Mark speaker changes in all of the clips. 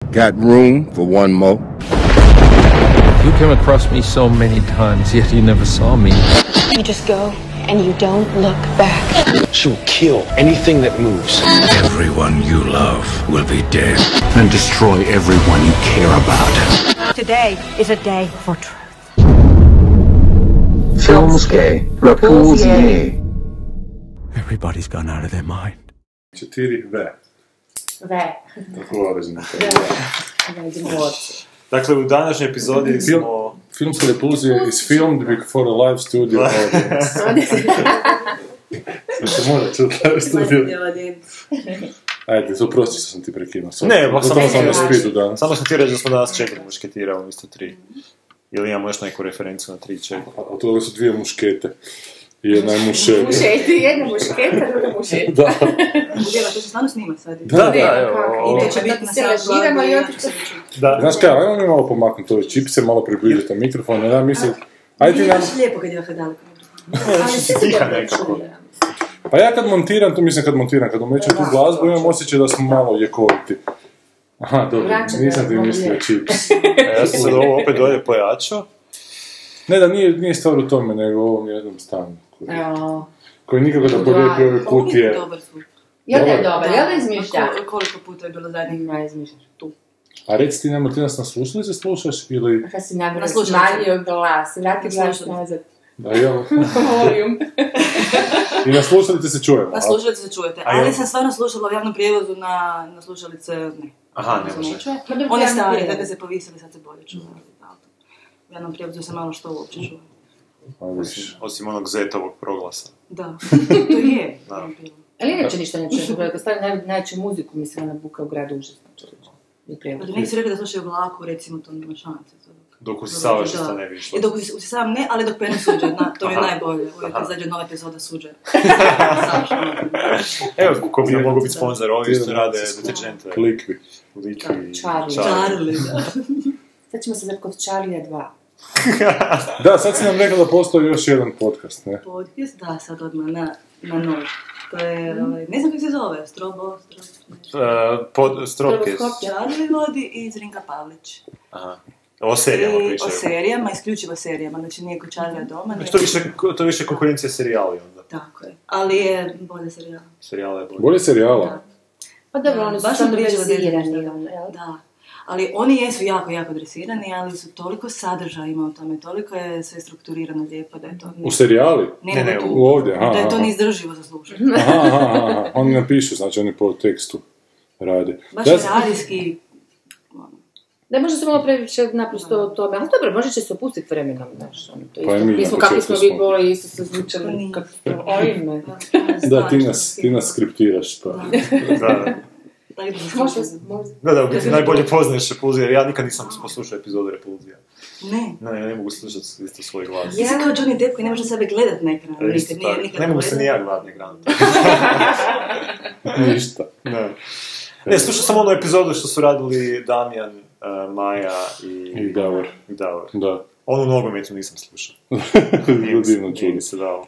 Speaker 1: Got room for one more?
Speaker 2: You came across me so many times, yet you never saw me.
Speaker 3: You just go and you don't look back.
Speaker 4: She'll kill anything that moves.
Speaker 5: Everyone you love will be dead and destroy everyone you care about.
Speaker 6: Today is a day for truth.
Speaker 7: Filmske Repulsie.
Speaker 5: Everybody's gone out of their mind.
Speaker 8: 4V.
Speaker 9: Ve,
Speaker 8: Tako oreženo.
Speaker 9: veđemorci.
Speaker 8: Dakle, u današnjoj epizodi
Speaker 10: Film-
Speaker 8: smo...
Speaker 10: Filmska repulzija is filmed for a live studio
Speaker 8: Ja.
Speaker 10: audience. Se može čuti live
Speaker 6: ja.
Speaker 10: studio. Ajde, oprosti što sam ti prekinuo. Sorry.
Speaker 8: Ne, pa samo
Speaker 10: Gotovo sam na
Speaker 8: sam-
Speaker 10: speedu danas.
Speaker 8: Samo sam ti reći da smo danas četiri mušketira, umjesto tri. Ili imamo još neku referencu na tri četiri.
Speaker 10: A Od toga su dvije muškete. I jedna je mušeta.
Speaker 9: Mušeti, jedna mušketa, druga mušeta.
Speaker 10: Da,
Speaker 6: Djela, to se stvarno snima sad.
Speaker 10: da, da.
Speaker 8: evo,
Speaker 9: I
Speaker 6: pa
Speaker 9: to će biti selažirano i otično.
Speaker 8: Da,
Speaker 10: Znaš kaj, ajmo mi malo pomaknuti ove čipse, malo približiti mikrofon, ja mislim... Ajde ti nam,
Speaker 6: lijepo kad je dakle daleko.
Speaker 9: Ali svi se
Speaker 8: Tiha
Speaker 9: dobro
Speaker 8: nekako.
Speaker 9: čuje.
Speaker 10: pa ja kad montiram, tu mislim kad montiram, kad umećem tu glazbu, imam osjećaj da smo malo ljekoviti. Aha, dobro,
Speaker 9: Vraćate
Speaker 10: nisam ti
Speaker 9: na
Speaker 10: mislio
Speaker 9: lijek.
Speaker 10: čips.
Speaker 8: E, ja sam sad ovo opet dolje pojačao.
Speaker 10: Ne da, nije, nije stvar u tome, nego u ovom jednom stanu. Koji,
Speaker 9: Evo.
Speaker 10: koji nikako da porijepi ove kutije.
Speaker 6: Dobar zvuk.
Speaker 9: Jel da je
Speaker 10: Dobar.
Speaker 9: dobar, jel da izmišlja?
Speaker 6: Ko- Koliko puta je bilo zadnjih?
Speaker 9: Ne izmišljaš tu.
Speaker 10: A reci ti nemo, ti nas na slušalice slušaš ili...
Speaker 9: Kad si namjerno
Speaker 6: Na slušalice.
Speaker 9: smanjio glas, vrati glas
Speaker 6: slušalice.
Speaker 9: nazad.
Speaker 10: Da, jel?
Speaker 9: Volim.
Speaker 10: I na slušalice se čujemo.
Speaker 6: Na slušalice Pa se čujete,
Speaker 8: A jel-
Speaker 6: ali sam stvarno slušala u javnom prijevozu na, na slušalice, ne.
Speaker 8: Aha, ne
Speaker 6: se
Speaker 8: može.
Speaker 6: čuje.
Speaker 9: Ma dobro,
Speaker 6: One
Speaker 9: ja ne
Speaker 6: stare,
Speaker 9: vjerujem.
Speaker 6: da se povisili, sad se bolje čuje. ali U javnom prijevozu se malo što uopće čuje.
Speaker 10: A, vidiš.
Speaker 8: Pa Osim onog zetovog proglasa.
Speaker 6: Da, to je.
Speaker 8: Da.
Speaker 6: javno prijevoz.
Speaker 9: Ali inače ništa ne čujem, gledaj, stvarno naj, najveću muziku, mislim, ona buka u gradu užasno čovječe. I
Speaker 6: Pa
Speaker 9: prijevod.
Speaker 6: da neki su rekli da slušaju vlaku, recimo, to nema šanse. to dok-
Speaker 8: Dok
Speaker 6: Da.
Speaker 8: usisavaš što ne bi išlo.
Speaker 6: I dok us- usisavam ne, ali dok penem suđe, na, to mi je
Speaker 8: Aha.
Speaker 6: najbolje. Uvijek kad
Speaker 8: Aha.
Speaker 6: zađe nova epizoda suđe.
Speaker 8: Evo, ko bi nam mogao biti sponsor, ovi isto
Speaker 10: Da.
Speaker 8: rade deterđente.
Speaker 10: Klikvi.
Speaker 8: Liki
Speaker 9: Charlie.
Speaker 8: i Charlie.
Speaker 6: Čarli, da.
Speaker 9: Sad ćemo se zvati kod Charlija 2.
Speaker 10: Da, sad si nam rekla da postoji još jedan podcast, ne?
Speaker 6: Podcast, da, sad odmah na, na nož. To je, ovaj, ne znam kako se zove, strobo, strobo.
Speaker 8: E, pod, stropkes.
Speaker 9: Stroboskop.
Speaker 6: Čarli vodi i Zrinka Pavlić.
Speaker 8: Aha. O serijama
Speaker 6: I o
Speaker 8: pričaju.
Speaker 6: serijama, isključivo serijama, znači nije kod Čarlija doma. nego-
Speaker 8: To više, to više konkurencija serijali onda.
Speaker 6: Tako je, ali je bolje serijal.
Speaker 8: Serijala je bolje.
Speaker 10: Bolje serijala.
Speaker 6: Da.
Speaker 9: Pa dobro, oni su
Speaker 6: Baš sam
Speaker 9: samo
Speaker 6: pričala da je
Speaker 9: verzirani,
Speaker 6: nešto,
Speaker 9: ono, jel?
Speaker 6: Da. Ali oni jesu jako, jako dresirani, ali su toliko sadržaja ima u tome, toliko je sve strukturirano lijepo da je to...
Speaker 10: U serijali?
Speaker 8: Ne, ne,
Speaker 6: tu.
Speaker 10: U ovdje, aha.
Speaker 6: Da je to
Speaker 10: aha.
Speaker 6: neizdrživo za slušanje.
Speaker 10: Aha, aha, aha, aha. Oni napišu, znači oni po tekstu rade.
Speaker 6: Baš
Speaker 10: Da,
Speaker 6: je radijski...
Speaker 9: Da, možda su malo previše naprosto o tome, ali dobro, možda će se opustiti vremenom, znaš, ono, to
Speaker 10: Pa i
Speaker 9: isto.
Speaker 10: mi na
Speaker 9: Mi smo kakvi
Speaker 10: početku
Speaker 9: smo vi
Speaker 10: smo.
Speaker 9: boli, isto se zvučali, kako to, ovime.
Speaker 10: da, ti nas, ti nas skriptiraš, pa.
Speaker 8: Da,
Speaker 6: Tako da se
Speaker 9: Možda,
Speaker 6: sluša.
Speaker 9: možda.
Speaker 8: da, da, u biti najbolje poznaješ Repulzija, jer ja nikad nisam poslušao epizode Repulzija.
Speaker 6: Ne.
Speaker 8: Ne, ne, ne mogu slušati isto svoj glas.
Speaker 6: Ja sam kao Johnny Depp koji ne može sebe gledat na ekran.
Speaker 8: E, Isto
Speaker 6: nikad, nije
Speaker 8: tako.
Speaker 6: nikad
Speaker 8: Ne mogu se ni
Speaker 6: gledat.
Speaker 8: ja gladni grant.
Speaker 10: Ništa.
Speaker 8: Ne. Ne, slušao sam onu epizodu što su radili Damjan, eh, Maja i...
Speaker 10: I Davor.
Speaker 8: i Davor.
Speaker 10: Da.
Speaker 8: Onu nogometu nisam slušao. Nije mi se-
Speaker 10: Divno
Speaker 8: nije
Speaker 10: čudo.
Speaker 8: mi se dao.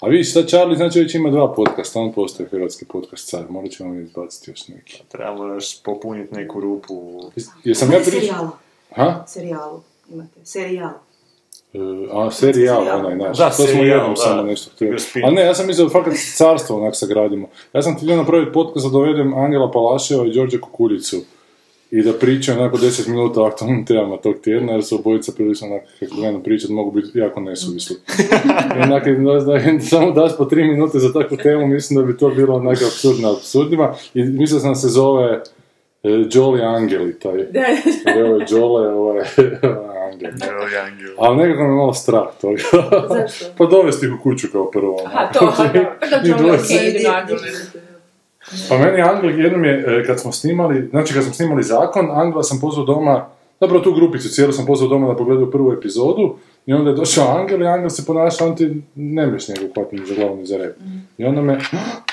Speaker 10: A vidiš, sad Charlie znači već ima dva podcasta, on postoje hrvatski podcast car, morat ćemo mi izbaciti još neki.
Speaker 8: Trebamo još popuniti neku rupu.
Speaker 10: Jes- Jesam
Speaker 6: Ima
Speaker 10: ja pričao?
Speaker 6: Serijalu.
Speaker 10: Ha?
Speaker 6: Serijalu. Imate. Serijal.
Speaker 10: E, a, serijal,
Speaker 6: Serijal.
Speaker 10: onaj naš.
Speaker 8: Da,
Speaker 10: to smo
Speaker 8: serijal,
Speaker 10: jednom
Speaker 8: da.
Speaker 10: samo nešto htjeli.
Speaker 8: Bio spin.
Speaker 10: A ne, ja sam mislio fakat carstvo onak sagradimo. Ja sam htio napraviti podcast da dovedem Angela Palaševa i Đorđe Kukuljicu i da pričaju onako 10 minuta o aktualnim temama tog tjedna, jer su obojica prilično onak, kako gledam pričat, mogu biti jako nesuvisli. I onak, da, da im samo daš po 3 minute za takvu temu, mislim da bi to bilo onak absurdno absurdima. I mislio sam da se zove e, Jolly Angeli, taj. Jer ovaj, ovo je Jolly, ovo je Angel. Ali nekako me malo strah toga.
Speaker 9: Zašto?
Speaker 10: pa dovesti ga u kuću kao prvo. ono. Znači,
Speaker 9: A to, a da, pa
Speaker 10: I
Speaker 9: dobro, ono,
Speaker 10: dvojica.
Speaker 9: je jedino Angel.
Speaker 10: Pa meni je Angel, jednom je, e, kad smo snimali, znači kad smo snimali zakon, Angela sam pozvao doma, zapravo tu grupicu cijelu sam pozvao doma da pogledaju prvu epizodu, i onda je došao Angel i Angel se ponašao, on ti ne biš njega uhvatiti ni za glavu ni za rep.
Speaker 9: Mhm.
Speaker 10: I onda me,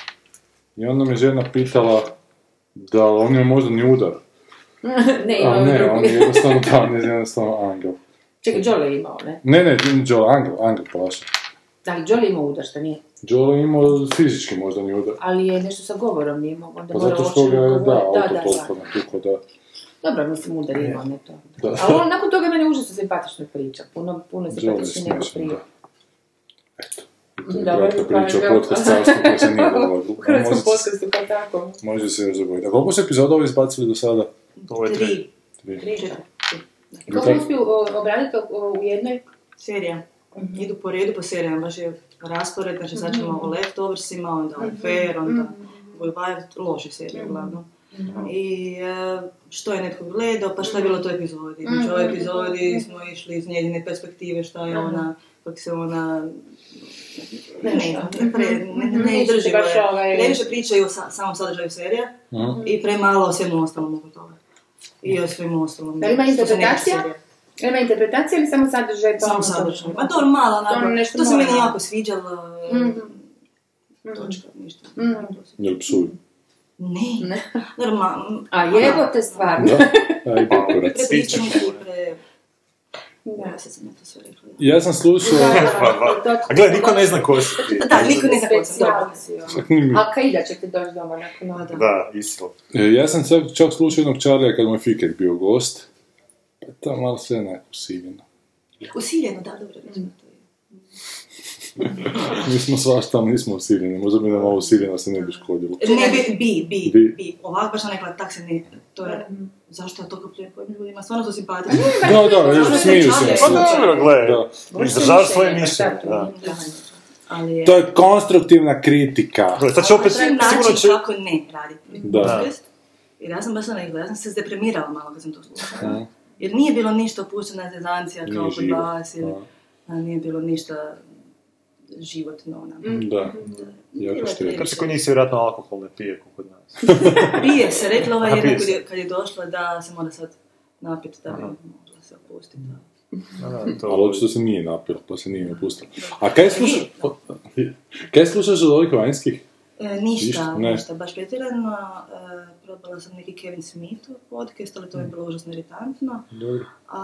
Speaker 10: i onda me žena pitala da on je možda ni udar.
Speaker 9: Ne, ima
Speaker 10: A
Speaker 9: ono
Speaker 10: ne, on je
Speaker 9: drugi.
Speaker 10: jednostavno, da, on je jednostavno Angel.
Speaker 9: Čekaj, Jolly je imao, ne?
Speaker 10: Ne, ne, Joel, Angel, Angel, plaša.
Speaker 9: Da, ali Jolly je imao udar, šta nije?
Speaker 10: Joel je imao fizički možda ni udar.
Speaker 9: Ali je nešto sa govorom nije imao, onda
Speaker 10: Pa
Speaker 9: mora
Speaker 10: zato
Speaker 9: oči
Speaker 10: što ga je, da,
Speaker 9: govoriti.
Speaker 10: auto
Speaker 9: da, da,
Speaker 10: toliko
Speaker 9: da.
Speaker 10: natukao, da.
Speaker 9: ovaj. Dobro, mislim, udar ima ne to. Ali on, nakon toga meni užasno simpatična priča. Puno, puno
Speaker 10: Joel je
Speaker 9: simpatičnije nego
Speaker 10: smiješan,
Speaker 9: prije.
Speaker 10: da. Eto, to je
Speaker 9: Dobro,
Speaker 10: kratka
Speaker 9: pa je
Speaker 10: priča o
Speaker 9: Joel.
Speaker 10: podcast carstvu koja se nije govorila.
Speaker 9: U hrvatskom
Speaker 10: Može se-
Speaker 9: podcastu kao tako.
Speaker 10: Može se još dogoditi. A koliko su epizoda ovi izbacili do sada?
Speaker 8: Ovo je tri.
Speaker 9: Tri, četiri.
Speaker 10: Jel
Speaker 9: Kako
Speaker 10: tako?
Speaker 9: uspiju o, obraniti o, u jednoj?
Speaker 6: Serija.
Speaker 9: Mhm.
Speaker 6: Idu po redu po serijama, baš je raspored, znači sad ćemo o Leftoversima, onda
Speaker 9: Mhm.
Speaker 6: o Fair, onda Goodbye, loše serije uglavnom.
Speaker 9: Mhm.
Speaker 6: I e, što je netko gledao, pa šta je bilo u toj epizodi. Znači u ovoj
Speaker 9: Mhm.
Speaker 6: epizodi smo išli iz njezine perspektive, šta je ona, kako se ona... Ne, ne, ne, pre, ne, ne,
Speaker 9: Mhm.
Speaker 6: ne izdrživo
Speaker 9: Baš
Speaker 6: je.
Speaker 9: ovaj-
Speaker 6: Previše pričaju o sa, samom sadržaju serija i premalo o svemu ostalom oko toga. I o svemu ostalom.
Speaker 9: Da li ima
Speaker 6: što se ne tiče
Speaker 9: interpretacija?
Speaker 6: serije.
Speaker 9: Jel Ima interpretacija ili samo sadržaj? pa
Speaker 6: Samo
Speaker 9: ono to?
Speaker 6: sadržaj. Ma dobro, malo onako.
Speaker 9: To
Speaker 6: To,
Speaker 9: ono nešto
Speaker 6: se
Speaker 9: malo.
Speaker 6: meni jako sviđalo. e,
Speaker 9: Mhm.
Speaker 6: Točka, ništa.
Speaker 10: Jel psuj?
Speaker 6: Mm. Ne. Ono,
Speaker 9: Ne.
Speaker 6: Dobro, ma...
Speaker 9: A jebote stvarno.
Speaker 10: Da? Ajde, kurac.
Speaker 6: Prepričani su pre...
Speaker 9: Da.
Speaker 6: Ja sad sam ja to sve rekla.
Speaker 10: Ja sam slušao...
Speaker 8: pa, A gle, niko ne zna ko si ti.
Speaker 6: Da, niko ne zna ko sam. Dobro.
Speaker 9: zna.
Speaker 10: Čak ni mi-
Speaker 9: A Kaida će ti doći doma nakon ovoga.
Speaker 8: Da, isil.
Speaker 10: E, Ja sam čak, čak slušao jednog čarlija kad mu je Fiker bio gost. Pa to malo sve onako siljeno.
Speaker 6: Usiljeno, da, dobro. recimo to je.
Speaker 10: Mi smo svašta, ali nismo usiljeni. Možda bi nam ovo usiljeno se ne bi škodilo.
Speaker 6: Ne, bi, bi, bi,
Speaker 10: Bi.
Speaker 6: bi. Ovako baš sam rekla, tak se ne... To je... Zašto je toliko prijepojim ljudima? Stvarno su simpatični.
Speaker 10: Da, da, još
Speaker 6: Možda se
Speaker 10: smiju se.
Speaker 6: čarlija.
Speaker 10: na
Speaker 8: Pa
Speaker 10: sve.
Speaker 8: dobro, gle,
Speaker 10: Da.
Speaker 8: izražavaš svoje mišljenje, da.
Speaker 6: Da. Ali je...
Speaker 10: To je konstruktivna kritika.
Speaker 8: Gle, sad će znači, opet,
Speaker 6: Postoji
Speaker 8: sigurno će...
Speaker 6: način kako ne raditi.
Speaker 10: Da.
Speaker 6: Podcast. Jer ja sam baš ona rekla, ja sam se zdeprimirala malo kad sam to slušala. Jer nije bilo ništa opuštena zezancija
Speaker 10: Nije
Speaker 6: kao kod
Speaker 10: živo.
Speaker 6: vas, ili,
Speaker 10: Da.
Speaker 6: a nije bilo ništa životno ono. onako.
Speaker 10: Da, jako šteta.
Speaker 8: Kad se kod njih se vjerojatno alkohol ne pije kao kod nas.
Speaker 6: Pije se, rekla ova
Speaker 8: A,
Speaker 6: jedna
Speaker 8: pije
Speaker 6: kad
Speaker 8: se.
Speaker 6: je, kad je došla da se mora sad napiti da bi mogla se opustiti.
Speaker 8: Da, da, to-
Speaker 10: Ali očito se nije napilo, pa se nije opustilo. A kaj slušaš, kaj slušaš od ovih vanjskih?
Speaker 6: E, ništa,
Speaker 10: Ništa,
Speaker 6: ništa,
Speaker 10: ne.
Speaker 6: baš pretjerano. E, probala sam neki Kevin Smithov podcast, ali to
Speaker 10: Mm.
Speaker 6: je bilo užasno iritantno.
Speaker 10: Dobro.
Speaker 6: A,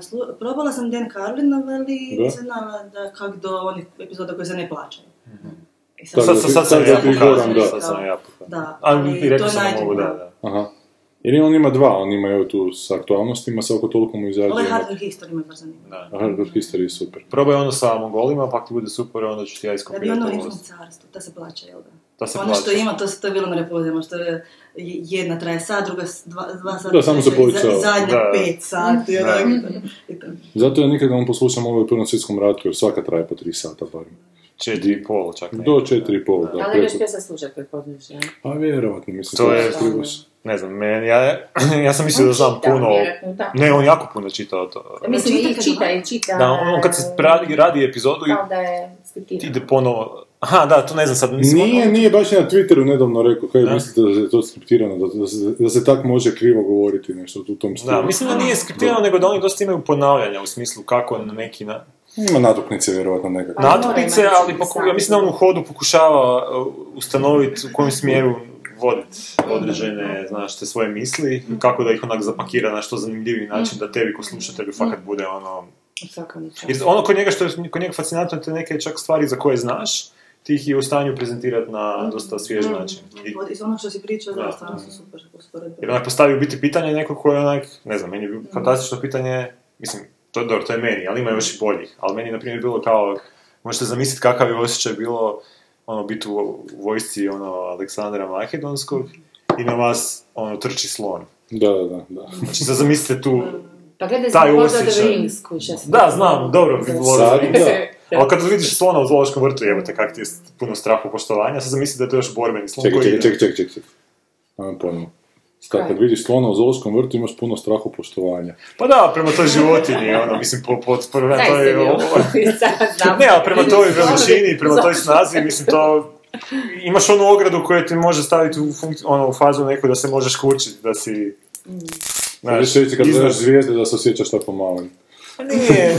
Speaker 6: slu- probala sam Dan Carlin, ali
Speaker 10: Da.
Speaker 6: nisam znala da kak do onih epizoda koje se ne plaćaju. I sad,
Speaker 10: Tako
Speaker 8: Sad, sad, sad sam
Speaker 10: Sad da
Speaker 8: ja
Speaker 10: ti Goran,
Speaker 8: pokazao,
Speaker 10: da.
Speaker 8: sad sam ja pokazao.
Speaker 6: Da,
Speaker 8: Ali rekao
Speaker 6: to
Speaker 8: sam
Speaker 6: nađem,
Speaker 8: mogu, da,
Speaker 6: da.
Speaker 8: da.
Speaker 10: Aha. Jer on ima dva, on ima evo tu s aktualnostima, svako toliko mu izađe.
Speaker 6: Ovaj
Speaker 10: ono-
Speaker 6: Hardware History me baš zanima.
Speaker 8: da.
Speaker 10: Hardcore History je super.
Speaker 8: Probaj ono sa Mongolima, pa ako ti bude super, onda ću ti ja
Speaker 6: Da bi ono
Speaker 8: iskopirati
Speaker 6: u
Speaker 8: ovo.
Speaker 6: Rimskom carstvu, ta se plaća, jel da?
Speaker 8: To Pa se
Speaker 6: ono
Speaker 8: plaća.
Speaker 6: što ima, to, se- to je bilo na repozijama, što je jedna traje sat, druga s- dva, dva sata.
Speaker 10: Da, samo se
Speaker 6: treća i za-
Speaker 10: povećava.
Speaker 6: I zadnja
Speaker 8: Da.
Speaker 6: pet sati, onak. ono, i to.
Speaker 10: Zato ja nikad ne poslušam ovo u Prvom svjetskom ratu, jer svaka traje po tri sata barem.
Speaker 8: Četiri i pol čak ne.
Speaker 10: Do četiri i pol, da.
Speaker 9: Ali imaš
Speaker 10: preko-
Speaker 9: pjesa služa koje poznaš, ja?
Speaker 10: Pa vjerovatno, mislim,
Speaker 8: To je-
Speaker 10: skrivaš.
Speaker 8: Ne znam, men, ja, ja sam mislio da znam
Speaker 9: čita,
Speaker 8: puno...
Speaker 9: vjerojatno, da.
Speaker 8: Ne, on jako puno čitao to.
Speaker 9: Mislim,
Speaker 6: čita
Speaker 9: i
Speaker 6: kad
Speaker 9: čita,
Speaker 6: dva.
Speaker 9: i čita.
Speaker 8: Da, on, on kad se radi, radi epizodu i
Speaker 9: Kao da je skriptirano.
Speaker 8: ide ponovo... Aha, da, to ne znam sad, mislim...
Speaker 10: Nije,
Speaker 8: ono-
Speaker 10: nije, baš je na Twitteru nedavno rekao, kaj
Speaker 8: Da.
Speaker 10: mislite da je to skriptirano, da, da, se, da se tak može krivo govoriti nešto u tom stilu.
Speaker 8: Da, mislim da nije skriptirano, nego da oni dosta imaju ponavljanja u smislu kako na neki na...
Speaker 10: Ima natuknice vjerovatno nekakve.
Speaker 9: mora
Speaker 8: natuknice,
Speaker 9: imati
Speaker 8: ali poku... ja mislim da on u hodu pokušava uh, ustanoviti u kojem smjeru voditi određene, znaš, te svoje misli, kako da ih onak zapakira na što zanimljiviji način da tebi ko slušatelju fakat bude ono...
Speaker 9: Svaka mu čast.
Speaker 8: Jer ono kod njega što je kod njega fascinantno je te neke čak stvari za koje znaš, ti ih je u stanju prezentirati na dosta svjež način. I,
Speaker 6: Od- Iz onog što si pričao,
Speaker 8: Da.
Speaker 6: da, stvarno su super usporedbe.
Speaker 8: jer onak postavi u biti pitanje neko koje je onak, ne znam, meni je bilo fantastično pitanje, mislim, to je dobro, to je meni, ali ima još i boljih. Ali meni je, na primjer, bilo kao, možete zamisliti kakav je osjećaj bilo, ono, biti u vojsci, ono, Aleksandra Makedonskog
Speaker 9: Mhm.
Speaker 8: i na vas, ono, trči slon.
Speaker 10: Da, da, da. da.
Speaker 8: Znači, sad zamislite tu,
Speaker 9: Pa gledaj
Speaker 8: taj
Speaker 9: smo Lord of the
Speaker 8: osjećaj.
Speaker 9: Rings kuća.
Speaker 8: da, znam, dobro, bi bilo
Speaker 10: Sad,
Speaker 8: zanimljivo.
Speaker 10: da.
Speaker 8: Ali kad vidiš slona u zoološkom vrtu, jebate, kak ti je puno straha i poštovanja, sad zamisli da je to još borbeni slon
Speaker 10: Čekaj,
Speaker 8: koji
Speaker 10: čekaj,
Speaker 8: ide.
Speaker 10: čekaj, čekaj, čekaj. Ajmo ponovno. Kad, kad vidiš slona u zoološkom vrtu imaš puno straha poštovanja.
Speaker 8: Pa da, prema toj životinji, ono, mislim, po, po, prema
Speaker 9: Taj
Speaker 8: toj... ono,
Speaker 9: se bio. Sad znam.
Speaker 8: Ne, ali prema toj
Speaker 9: Slon.
Speaker 8: veličini, prema toj snazi, mislim, to... Imaš onu ogradu koja ti može staviti u, funkci- ono, u fazu neku da se možeš kurčiti, da si... Znaš,
Speaker 10: Želiš reći kad
Speaker 8: iznad-
Speaker 10: gledaš zvijezde da se osjećaš tako malim.
Speaker 8: Pa nije.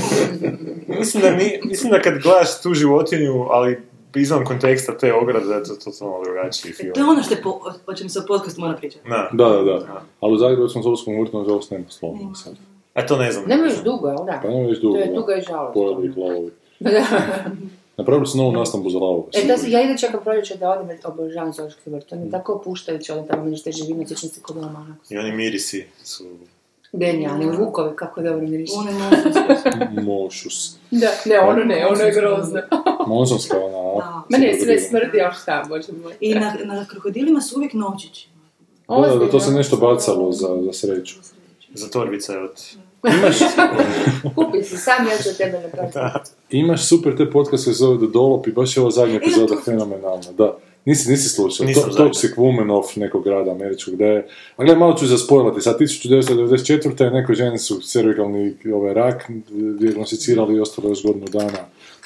Speaker 8: mislim, da ni, mislim da kad gledaš tu životinju, ali izvan konteksta te ograde, da je to totalno drugačiji film.
Speaker 6: To je ono što je po, o- o čem se u podcastu mora pričati.
Speaker 8: Da.
Speaker 10: Da, da, da. Ali u Zagrebačkom zoološkom vrtu nažalost nema slona sad.
Speaker 8: E, to ne znam.
Speaker 9: Nema još dugo, jel da?
Speaker 10: Pa nema već dugo.
Speaker 9: To je
Speaker 10: da.
Speaker 9: dugo i žalostno.
Speaker 10: Pojeli ih lavovi.
Speaker 9: Da.
Speaker 10: Napravili su novu nastavu za lavu.
Speaker 8: E, to se, ja ide čekam proljeće da odem, jer obožavam Zoološki vrt, to mi je tako opuštajuće, onda tamo nešto živimo, sjećam se kod doma, onako.
Speaker 5: Mm. I oni mirisi su...
Speaker 8: Genijalni, vukovi, kako dobro miriši.
Speaker 6: One nosi
Speaker 10: Mošus.
Speaker 8: Da, ne, ono ne, ono je grozno.
Speaker 10: Mozonska ona.
Speaker 6: Da.
Speaker 8: Ma ne, sve
Speaker 10: krokodil.
Speaker 8: smrdi, ali šta, bože moj.
Speaker 6: I na, na krokodilima su uvijek novčići.
Speaker 10: Da, Ono da, da, to
Speaker 8: Ozbiljno.
Speaker 10: se nešto bacalo za, za sreću.
Speaker 5: Za torbice od...
Speaker 8: Kupi si, sam ja ću od tebe napraviti.
Speaker 10: Imaš super te podcast koji se zove The Dollop i baš je ova zadnja epizoda fenomenalna, da. Nisi, nisi slušao,
Speaker 5: Nisam
Speaker 10: to,
Speaker 5: zadnja.
Speaker 10: Toxic Woman of nekog grada američkog, da je... A gledaj, malo ću zaspojlati, sad 1994. je nekoj ženi su cervikalni ovaj, rak dijagnosticirali i ostalo još godinu dana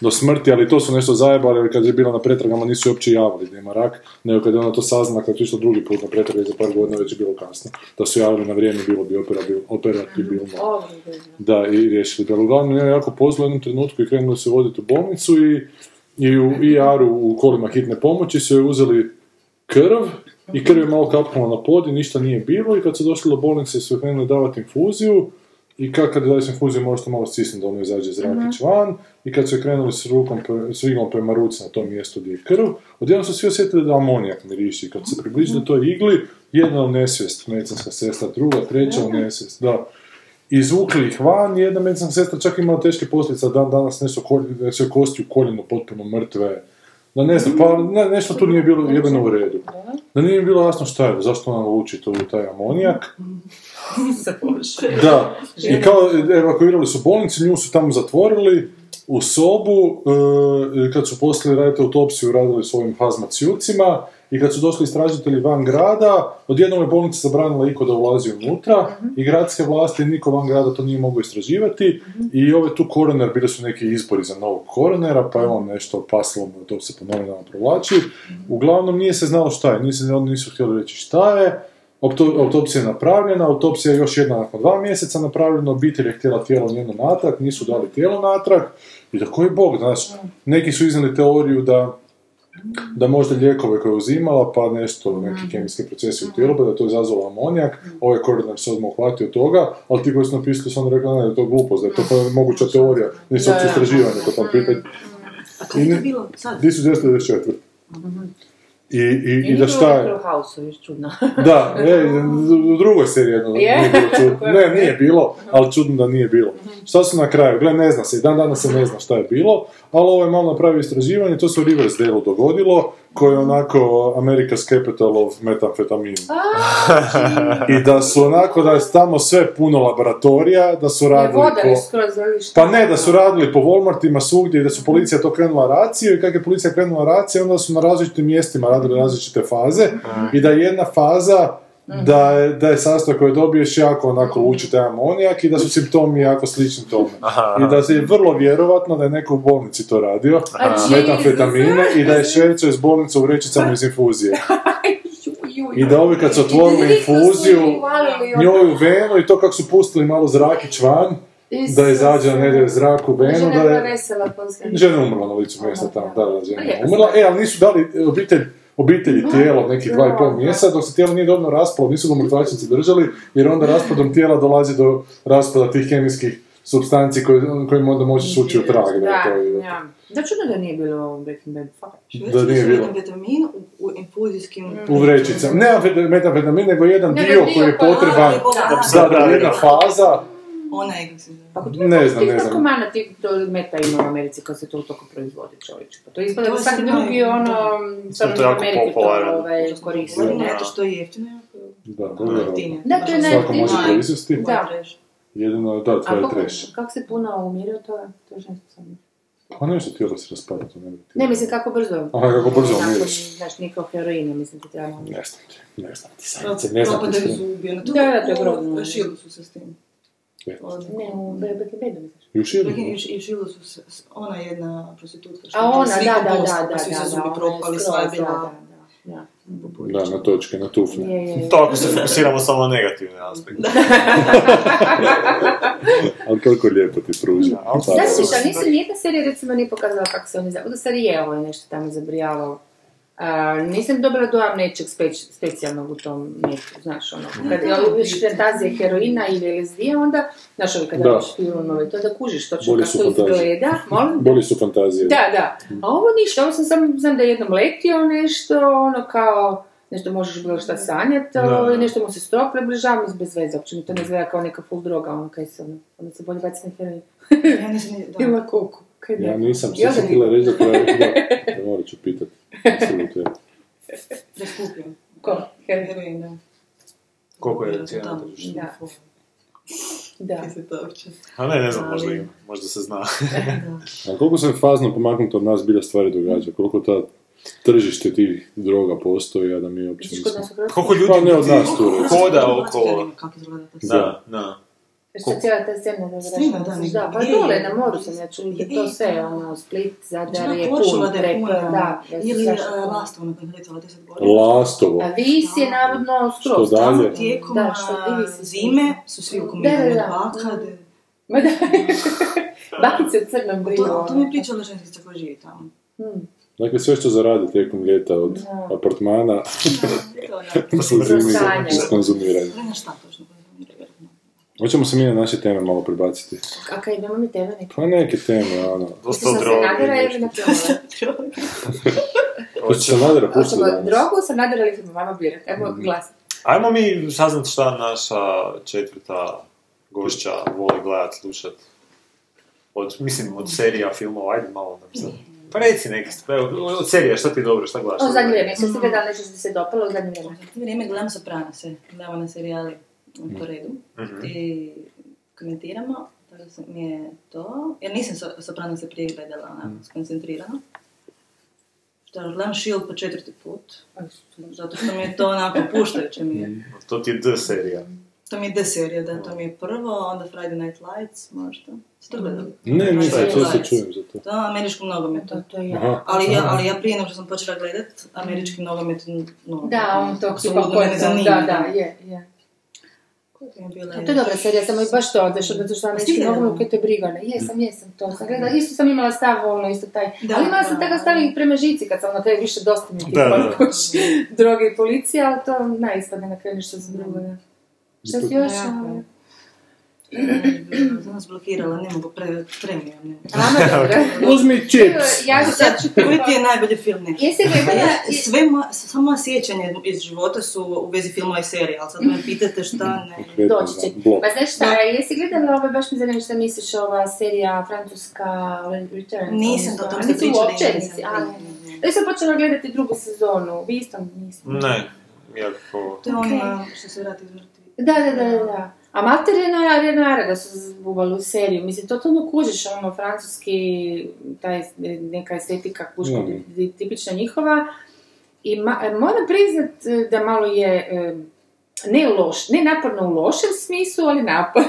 Speaker 10: do smrti, ali to su nešto zajebali, jer kad je bila na pretragama nisu je uopće javili da ima rak, nego kad je ona to saznala, kad je išla drugi put na pretrage za par godina već je bilo kasno. Da su javili na vrijeme, bilo bi operabil- operabilno.
Speaker 8: Ovo je dobro.
Speaker 10: Da, i riješili. Da, uglavnom njoj je jako pozlo u jednom trenutku i krenuli su je voditi u bolnicu i, i u IR-u u kolima hitne pomoći su joj uzeli krv i krv je malo kapnula na pod i ništa nije bilo i kad su došli do bolnice su joj krenuli davati infuziju i kad, kad joj daješ infuziju možete malo stisnuti da ono izađe zrakić van i kad su joj krenuli s, rukom, pre- s iglom prema ruci na tom mjestu gdje je krv, odjednom su svi osjetili da amonijak miriši. Kad su se približili toj igli, jedna u nesvijest, medicinska sestra, druga, treća u nesvijest, da izvukli ih van, jedna medicinska sestra čak imala teške posljedice, dan danas nešto kolj- da se kosti u koljenu potpuno mrtve. Da ne znam, pa ne- nešto tu nije bilo jebeno u redu. Da nije bilo jasno šta je, zašto ona luči tu taj amonijak. Da, i kao evakuirali su bolnicu, nju su tamo zatvorili u sobu, e, kad su poslali raditi autopsiju, radili su ovim hazmat suitcima, i kad su došli istražitelji van grada, odjednom je bolnica zabranila iko da ulazi unutra i gradske vlasti, niko van grada to nije mogao istraživati i ove tu koroner, bili su neki izbori za novog koronera, pa je on nešto pasilo, mu, to se po novinama provlači. Uglavnom nije se znalo šta je, nije se, oni nisu htjeli reći šta je, Opto- autopsija je napravljena, autopsija je još jedna nakon dva mjeseca napravljena, obitelj je htjela tijelo njeno natrag, nisu dali tijelo natrag, i da koji bog, znaš, neki su iznali teoriju da da možda lijekove koje je uzimala, pa nešto,
Speaker 8: Mhm.
Speaker 10: neki kemijski procesi u tijelu, pa da je to izazvalo amonijak, ovaj koordinar se odmah uhvatio toga, ali ti koji su napisali su onda rekli, ne, da je to glupost, da je to pa moguća teorija, nisu uopće istraživanje po tom pitanju.
Speaker 6: A kad je
Speaker 10: Ili-
Speaker 6: to bilo? Sad?
Speaker 10: 1994. I, i, i da šta je?
Speaker 8: U house još čudno.
Speaker 10: Da, e, u drugoj seriji jedno nije
Speaker 8: Je?
Speaker 10: bilo čudno. Ne, nije bilo, ali čudno da nije bilo. Šta su na kraju? Gle, ne zna se, i dan danas se ne zna šta je bilo, ali ovo je malo napravio istraživanje, to se u Riversdale dogodilo, koje je onako America's capital of metamfetamin. I da su onako, da je tamo sve puno laboratorija, da su
Speaker 8: Je
Speaker 10: radili
Speaker 8: voda
Speaker 10: po...
Speaker 8: je skroz ili šta?
Speaker 10: Pa ne, da su radili po Walmartima svugdje i da su policija to krenula raciju i kak je policija krenula raciju, onda su na različitim mjestima radili različite faze i da je jedna faza da je, da je sastojak koji dobiješ jako onako luči taj amonijak i da su simptomi jako slični tome. I da se je vrlo vjerovatno da je neko u bolnici to radio,
Speaker 8: A, Jesus.
Speaker 10: metamfetamine i da je švercao iz bolnice u vrećicama iz infuzije. I da ovi kad su otvorili infuziju, njoj u venu i to kako su pustili malo zrakić van, da izađe na nedjelju zrak u venu, da je... Žena je umrla na licu mjesta tamo, da, da, žena je umrla. E, ali nisu dali e, obitelj, obitelji tijelo nekih dva i pol mjeseca, dok se tijelo nije dobro raspalo, nisu ga mrtvačnici držali, jer onda raspadom tijela dolazi do raspada tih kemijskih substanci koje, kojim onda možeš ući u trag. Da, je to, je-
Speaker 8: ja. Da čudno da nije bilo ovo Breaking Bad, fakat.
Speaker 10: da nije bilo.
Speaker 6: Vitamin u, u infuzijskim...
Speaker 10: U vrećicama. Ne amfet- metamfetamin, nego jedan
Speaker 8: Nego
Speaker 10: dio
Speaker 8: dio
Speaker 10: koji je
Speaker 8: koji-
Speaker 10: potreban.
Speaker 6: Ali
Speaker 10: Da,
Speaker 6: ovo-
Speaker 10: da, jedna faza.
Speaker 6: Ona je, kako se zove.
Speaker 8: Pa kod
Speaker 10: Ne znam,
Speaker 8: tih
Speaker 10: ne znam.
Speaker 8: narkomana tih to meta ima u Americi kad se to toliko proizvodi čovječe. Pa to ispada
Speaker 6: To
Speaker 8: da svaki
Speaker 6: se
Speaker 8: drugi
Speaker 6: naj-
Speaker 8: ono,
Speaker 5: Sad
Speaker 8: stvarno
Speaker 5: to je
Speaker 8: u
Speaker 5: jako
Speaker 8: Ameriki to
Speaker 5: popularno.
Speaker 8: ovaj,
Speaker 6: Koristi.
Speaker 8: koristi.
Speaker 6: Ne, to što je jeftino.
Speaker 10: Da, dobro.
Speaker 6: Jeftino.
Speaker 8: Da, to je
Speaker 6: Baš
Speaker 10: Svako može
Speaker 8: najjeftinije.
Speaker 10: proizvesti.
Speaker 8: Da.
Speaker 10: Jedino, da,
Speaker 8: A
Speaker 10: tvoje
Speaker 8: kako,
Speaker 10: treš.
Speaker 8: kako se puno umirio, to je to je nešto sam...
Speaker 10: Pa nešto tijelo se raspada, to ne bi
Speaker 8: Ne, mislim kako brzo.
Speaker 10: Aha, kako brzo
Speaker 8: Nakon,
Speaker 10: umiriš.
Speaker 8: Znaš, nije kao heroina, mislim ti treba malo.
Speaker 10: Ne znam ti, ne znam ti, sajnice, ne znam ti.
Speaker 6: Propadaju
Speaker 10: iskreno.
Speaker 6: zubi, ono to...
Speaker 8: Da, da, to je grozno.
Speaker 6: Šili su se s tim.
Speaker 10: Je.
Speaker 6: Od-
Speaker 8: Ne, u Breaking Badu misliš.
Speaker 10: I u širu.
Speaker 6: Lekin i š- I šili su se, s- ona jedna prostitutka. što
Speaker 8: A
Speaker 6: je
Speaker 8: ona,
Speaker 6: sliku
Speaker 8: da, da, da,
Speaker 6: poslala,
Speaker 8: da, da,
Speaker 6: pa Svi
Speaker 8: da,
Speaker 6: su zubi
Speaker 8: ona je
Speaker 6: propali,
Speaker 8: skroz,
Speaker 6: sva je
Speaker 8: da,
Speaker 6: bila...
Speaker 8: da, da,
Speaker 10: Da, na točke, na
Speaker 8: da.
Speaker 10: tufne.
Speaker 8: Je, je, je.
Speaker 5: To ako se fokusiramo samo na negativne aspekte.
Speaker 10: Ali koliko lijepo ti pruža.
Speaker 5: ali-
Speaker 10: Pa,
Speaker 8: Znaš
Speaker 10: da.
Speaker 8: što, nisam nijedna serija recimo nije pokazala kako se oni zapravo, u stvari je ovo nešto tamo zabrijalo A, nisam dobila dojam nečeg speć- specijalnog u tom mjestu, znaš, ono, kad je uvijek fantazije heroina ili LSD, onda, znaš, ono, kada
Speaker 10: Da.
Speaker 8: vidiš filmove, to da kužiš točno
Speaker 10: Bolje
Speaker 8: kako
Speaker 10: su
Speaker 8: to
Speaker 10: fantazije.
Speaker 8: izgleda, molim?
Speaker 10: Bolje su fantazije.
Speaker 8: Da, da. A ovo ništa, ovo sam sam, znam da je jednom letio nešto, ono kao, nešto možeš bilo šta sanjati, ali nešto mu se strop približava, mislim, bez veze, uopće mi to ne izgleda kao neka full droga, ono kaj se, ono, onda se bolje baci na heroin.
Speaker 6: Ja nisam ni- da.
Speaker 8: Ima koliko, kaj ne.
Speaker 10: Ja nisam, sve
Speaker 8: Jel da
Speaker 10: sam
Speaker 8: nije?
Speaker 10: htjela reći do kraja, da, da morat ću pitat. Apsolutno, ja.
Speaker 6: Da skupljam.
Speaker 8: Ko? Heroin.
Speaker 6: Heroin, da.
Speaker 5: Koliko je
Speaker 6: Da,
Speaker 5: cijena na
Speaker 6: da.
Speaker 5: tržištu?
Speaker 8: Da.
Speaker 6: Uf,
Speaker 8: Da.
Speaker 6: kaj se to uopće-
Speaker 5: A ne, ne znam,
Speaker 6: Ali-
Speaker 5: možda ima, možda se zna.
Speaker 6: Da.
Speaker 10: A koliko se fazno pomaknuto od nas bilja stvari događa? Koliko ta tržište tih droga postoji, a da mi uopće
Speaker 8: Misliš kod
Speaker 10: nismo...
Speaker 8: nas u Hrvatskoj?
Speaker 5: Koliko ljudi
Speaker 10: Pa ne od nas tu, recimo.
Speaker 5: hoda
Speaker 6: Ja
Speaker 5: okolo...
Speaker 6: vidim kako izgleda ta
Speaker 5: Da, da.
Speaker 8: Što cijela ta scena da
Speaker 6: Snima, da,
Speaker 8: znaš,
Speaker 6: negdje.
Speaker 8: da, pa
Speaker 6: Je,
Speaker 8: dole
Speaker 6: je.
Speaker 8: na moru sam ja čuli da to
Speaker 6: Je,
Speaker 8: sve,
Speaker 6: da.
Speaker 8: ono, Split, Zadar
Speaker 6: Znači,
Speaker 8: je
Speaker 6: ona
Speaker 8: pun,
Speaker 6: počula da je
Speaker 8: prepun,
Speaker 6: puno,
Speaker 8: da, da su
Speaker 6: ili
Speaker 8: strašno
Speaker 6: e,
Speaker 8: pun.
Speaker 6: lastovo nakon je letala 10 godina.
Speaker 10: Lastovo.
Speaker 8: A vis je navodno skroz.
Speaker 10: Što dalje?
Speaker 8: tamo.
Speaker 6: Tijekom
Speaker 8: Da, što ti
Speaker 6: a,
Speaker 8: visi.
Speaker 6: zime su svi u kombinama
Speaker 8: Da, da,
Speaker 6: od
Speaker 8: da.
Speaker 6: baka. da-
Speaker 8: Ma da. Bakice u crnom brilu.
Speaker 6: To, to mi je pričala ženskica koja živi tamo.
Speaker 8: Hmm.
Speaker 10: Dakle, sve što zaradi tijekom ljeta od
Speaker 8: Da.
Speaker 10: apartmana
Speaker 6: To je
Speaker 10: u zimi
Speaker 8: Sanje.
Speaker 10: iskonzumiraju.
Speaker 6: Ne znam šta točno. vjerojatno.
Speaker 10: Hoćemo se mi na naše teme malo prebaciti.
Speaker 8: A kaj, imamo mi tebe neko?
Speaker 10: Pa neke teme, ono.
Speaker 5: Dosta
Speaker 8: Što sam se
Speaker 5: droge.
Speaker 8: nadjera ili
Speaker 5: nešto.
Speaker 8: na pljunula?
Speaker 10: To će se nadjera pustiti
Speaker 8: Hoćemo
Speaker 10: danas.
Speaker 8: drogu, sam nadjera ili ćemo vama birat? Evo, glas.
Speaker 5: Mhm. Ajmo mi saznat šta naša četvrta gošća voli gledat, slušat. Od, mislim, od serija, filmova, ajde malo nam sad. Pa reci neke, st- evo, od serija, šta ti je dobro, šta gledaš?
Speaker 8: O, zadnje
Speaker 5: Šta
Speaker 8: vrijeme, što ste gledali nešto što ti se dopalo u zadnje vrijeme?
Speaker 6: U vrijeme gledam Sopranose, gledamo na serijali po redu
Speaker 5: Mhm.
Speaker 6: i komentiramo, tako sam- mi je to, jer nisam so, Sopranose prije gledala, onako, skoncentrirano. Tako, gledam Shield po četvrti put, zato što mi je to onako puštajuće mi je.
Speaker 8: Mm.
Speaker 5: gledaš? To ti je D serija.
Speaker 6: To mi je D serija, da, to mi je prvo, onda Friday Night Lights, možda. Ste to gledali?
Speaker 10: Ne,
Speaker 6: Friday
Speaker 10: nisam,
Speaker 6: Night
Speaker 10: sve se
Speaker 6: Lights.
Speaker 10: čujem za to.
Speaker 6: To je američkom nogometu.
Speaker 8: To, to je ja.
Speaker 10: Aha.
Speaker 6: Ali ja, ali ja prije nego što sam počela gledat američki nogomet, no,
Speaker 8: Da, on to
Speaker 6: apsolutno mene zanima.
Speaker 8: Da, da, je, je.
Speaker 6: Koja je Pa bila
Speaker 8: A To je dobra serija, samo i baš to, da što zato što
Speaker 6: Jesi
Speaker 8: američki
Speaker 6: gledala?
Speaker 8: nogomet kaj te briga, ne,
Speaker 5: Mm.
Speaker 8: jesam, jesam, to sam gledala, isto sam imala stav, ono, isto taj,
Speaker 6: Da,
Speaker 8: ali imala sam
Speaker 6: da.
Speaker 8: takav stav i prema žici, kad sam na kraju više dosta mi je
Speaker 5: Da, da, da.
Speaker 8: koš, droge i policija, ali to najispadne na kraju nešto sam drugo,
Speaker 5: Mm.
Speaker 8: da. Šta si još?
Speaker 6: Jako
Speaker 8: ovaj?
Speaker 6: je. Sam nas blokirala, ne mogu pre, premium. Ne. mogu.
Speaker 8: Ama dobro.
Speaker 10: Uzmi čips!
Speaker 8: Ja ću sad ću
Speaker 6: Koji ti je najbolji film neki?
Speaker 8: Jesi gledala,
Speaker 6: Ja, sve moja, samo sjećanja iz života su u vezi filmova i serija, ali sad me pitate šta ne...
Speaker 10: Konkretno,
Speaker 8: doći će.
Speaker 10: da, blok.
Speaker 8: Pa znaš šta, jesi gledala, ovo baš mi zanima šta misliš, ova serija francuska Returns?
Speaker 6: Nisam, da, o
Speaker 8: odnosno,
Speaker 6: tom ste
Speaker 8: nisi
Speaker 6: pričali.
Speaker 8: Uopće
Speaker 6: ja
Speaker 8: nisi,
Speaker 6: nisam
Speaker 8: a
Speaker 6: gledala.
Speaker 8: ne. Ja sam počela gledati drugu sezonu, vi isto nisam.
Speaker 5: Ne, jako...
Speaker 6: To je ono što se vrati iz mrtvih.
Speaker 8: Da, da, da, da, da. A mater Renara, Renara da su zbubali u seriju. Mislim, to totalno kužiš, ono, francuski, taj, neka estetika kuška,
Speaker 10: Mhm.
Speaker 8: ti- tipična njihova. I ma- e, moram priznat e, da malo je, e, ne loš, ne naporno u lošem smislu, ali napor.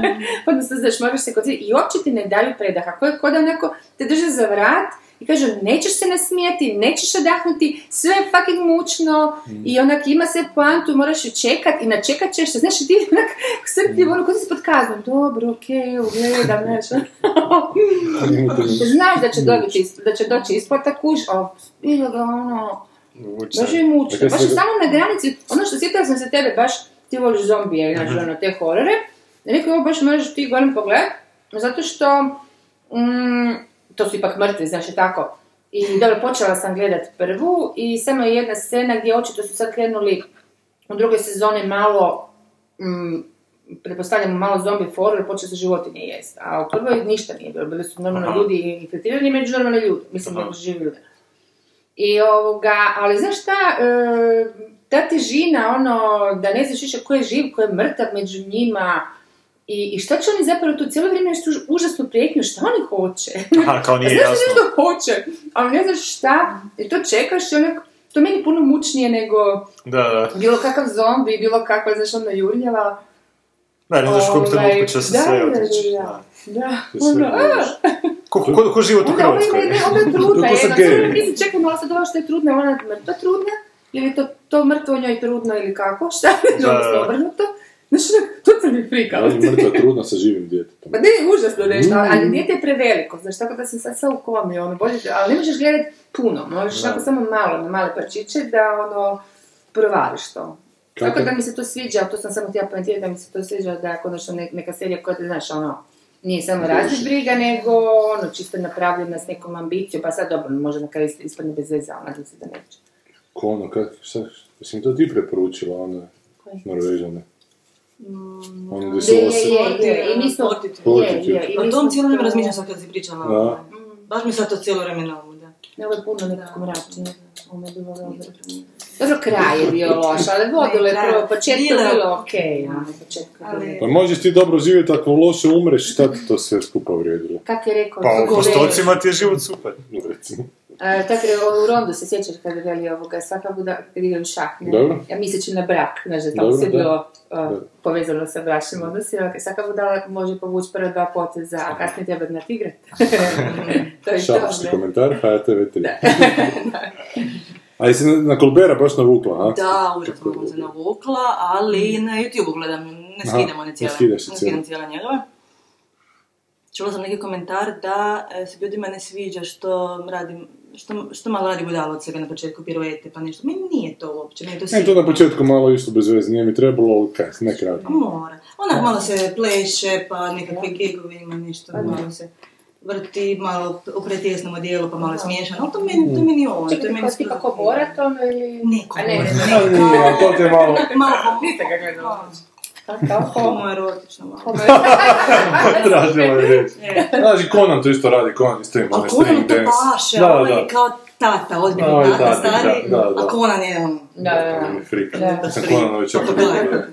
Speaker 8: Odnosno, znaš, moraš se koncentrati i uopće ti ne daju predaha. Ko je kod onako, te drže za vrat i kažu, nećeš se nasmijeti, nećeš odahnuti, sve je fucking mučno, i onak ima sve poantu, moraš ju čekat i načekat ćeš se, znaš i ti onak srpljiv, ono kod si pod kaznom, dobro, okej, evo, gledam, znaš. znaš da će, dobiti, isp- da će doći isplata kuž, a bilo ga ono,
Speaker 5: Vuče.
Speaker 8: baš je mučno,
Speaker 10: Dakle,
Speaker 8: baš je
Speaker 10: sve-
Speaker 8: samo na granici, ono što sjetila sam se tebe, baš ti voliš zombije, znaš, ono, te horore, rekao, ovo baš možeš ti golim pogled, zato što, mm, to su ipak mrtvi, znaš, i tako. I dobro, počela sam gledat prvu i samo je jedna scena gdje očito su sad krenuli u drugoj sezoni malo, mm, pretpostavljam malo zombi horror, počeli su životinje jest. A u prvoj ništa nije bilo, bili su normalno
Speaker 5: Aha.
Speaker 8: ljudi infiltrirani među normalne ljude, mislim,
Speaker 5: Aha.
Speaker 8: među živi ljude. I ovoga, ali znaš šta, e, ta težina, ono, da ne znaš više ko je živ, ko je mrtav među njima, i, i šta će oni zapravo tu cijelo vrijeme nešto už- užasnu prijetnju, šta oni hoće?
Speaker 5: Aha, kao nije
Speaker 8: Znaš da
Speaker 5: jasno.
Speaker 8: nešto hoće, ali ne znaš šta, i to čekaš i onak, to je meni puno mučnije nego
Speaker 5: Da, da.
Speaker 8: bilo kakav zombi, bilo kakva, znaš, ono jurnjava.
Speaker 5: Da, ne znaš koliko
Speaker 8: Ovaj,
Speaker 5: trenutku će se
Speaker 8: da,
Speaker 5: sve
Speaker 8: da, da,
Speaker 5: otići.
Speaker 8: da.
Speaker 5: Da.
Speaker 8: Da,
Speaker 10: Sve
Speaker 8: ono, a,
Speaker 10: možeš.
Speaker 5: Ko, ko, ko život u
Speaker 8: onda ovo
Speaker 5: Hrvatskoj?
Speaker 8: je, ne, onda je trudna,
Speaker 10: Koliko sam
Speaker 8: jedno,
Speaker 10: gej.
Speaker 8: samo mislim, čekaj, malo sad ovo što je trudna, ona je mrtva trudna, ili je to, to mrtvo njoj trudno ili kako, šta,
Speaker 5: Da, da, da.
Speaker 8: odnosno obrnuto. Znaš, onak, totalni frikao.
Speaker 10: Ja je mrtva trudna sa živim djetetom.
Speaker 8: Pa ne, užasno nešto, ali- ali dijete je preveliko, znaš, tako da se sad sve ukomi, ono, bolje, ali ne možeš gledat puno, možeš tako samo malo, na male parčiće, da, ono, provališ to.
Speaker 10: Kako-
Speaker 8: Tako da mi se to sviđa, to sam samo htjela poentirati, da mi se to sviđa da je konačno ne- neka serija koja, te, znaš, ono, nije samo razred briga, nego ono, čisto napravljena s nekom ambicijom, pa sad dobro, možda na kraju ist- ispadne bez veze, ali nadam se da neće.
Speaker 10: Ko ono, kak, šta, jesi mi to ti preporučila, one
Speaker 8: Koji?
Speaker 10: Norvežane? Ono gdje su
Speaker 8: Mm, Je, je,
Speaker 10: osim...
Speaker 8: je, je, i mi smo...
Speaker 10: Fortitude.
Speaker 8: je, je, i mi
Speaker 6: O
Speaker 8: smo
Speaker 6: tom cijelo vrijeme
Speaker 8: to-
Speaker 6: razmišljam sad kad si pričala.
Speaker 10: Da.
Speaker 6: ovaj. Baš mi sad to cijelo vrijeme na umu, da.
Speaker 8: Ne, ovo je puno nekako mračnije. Ovo je bilo dobro. Dobro, kraj je bio loš, ali vodilo je prvo, početko je
Speaker 6: Bilo-
Speaker 8: bilo okej. ono, početku je bilo.
Speaker 6: Ali-
Speaker 10: Pa možeš ti dobro živjeti ako loše umreš, šta ti to sve skupa vrijedilo?
Speaker 8: Kak je rekao...
Speaker 5: Pa u
Speaker 8: Gole-
Speaker 5: postocima ti je život super.
Speaker 10: Recimo.
Speaker 8: E, Kak je o- u Rondu se sjećaš kad je veli ovoga, svaka buda kad igram šah, ne?
Speaker 10: Dobro.
Speaker 8: Ja misleći na brak, znaš da je tamo
Speaker 10: Dobro,
Speaker 8: sve
Speaker 10: da.
Speaker 8: bilo e,
Speaker 10: Da.
Speaker 8: povezano sa bračnim odnosima, ok, svaka budala može povući prva dva poteza, a kasnije treba natigrat. to je to.
Speaker 10: Šapušti
Speaker 8: ne?
Speaker 10: komentar, HTV3. A jesi na, na Kolbera baš navukla, a?
Speaker 6: Da, užasno sam se navukla, ali na YouTube gledam, ne
Speaker 10: Mm. Aha,
Speaker 6: skidam one
Speaker 10: ne
Speaker 6: cijele.
Speaker 10: skidaš se
Speaker 6: ne skidam
Speaker 10: cijele.
Speaker 6: cijele njegove. Čula sam neki komentar da e, se ljudima ne sviđa što radim, što, što malo radi budalo od sebe na početku piruete, pa nešto. Meni nije to uopće, meni je to
Speaker 10: Ne, to
Speaker 6: sigurno.
Speaker 10: na početku malo išlo bez veze, nije mi trebalo, ali kaj, ne kratko.
Speaker 6: Mora. Onak malo se pleše, pa nekakve gigove ima
Speaker 8: Pa
Speaker 6: nešto, malo se vrti, malo u pretjesnom odijelu, pa malo je smiješano, ali to meni, to meni je ovo, to je meni
Speaker 8: Čekaj, ti
Speaker 6: skroz
Speaker 8: kako
Speaker 6: ok.
Speaker 8: borat, ono ili...
Speaker 6: Ne, ko
Speaker 8: A ne, ne,
Speaker 6: Borat.
Speaker 8: ne.
Speaker 10: A nije, ali to ti je malo...
Speaker 6: Malo
Speaker 8: Niste ga gledala.
Speaker 6: Homo erotično malo.
Speaker 10: Tražila je riječ. Znači, Conan to isto radi, Conan isto ima
Speaker 6: A
Speaker 10: onaj
Speaker 6: Conan
Speaker 10: string
Speaker 6: to
Speaker 10: dance.
Speaker 6: paše, ovaj,
Speaker 10: Da,
Speaker 6: on
Speaker 10: da.
Speaker 6: je kao tata, odbili
Speaker 10: Ovaj
Speaker 6: tata,
Speaker 10: tata,
Speaker 6: stari,
Speaker 10: da, da, da.
Speaker 6: a Conan je ono...
Speaker 8: Da, da,
Speaker 10: On
Speaker 8: da.
Speaker 10: je frika.
Speaker 8: Da.
Speaker 10: Mislim, Conan ovaj čak ne gleda.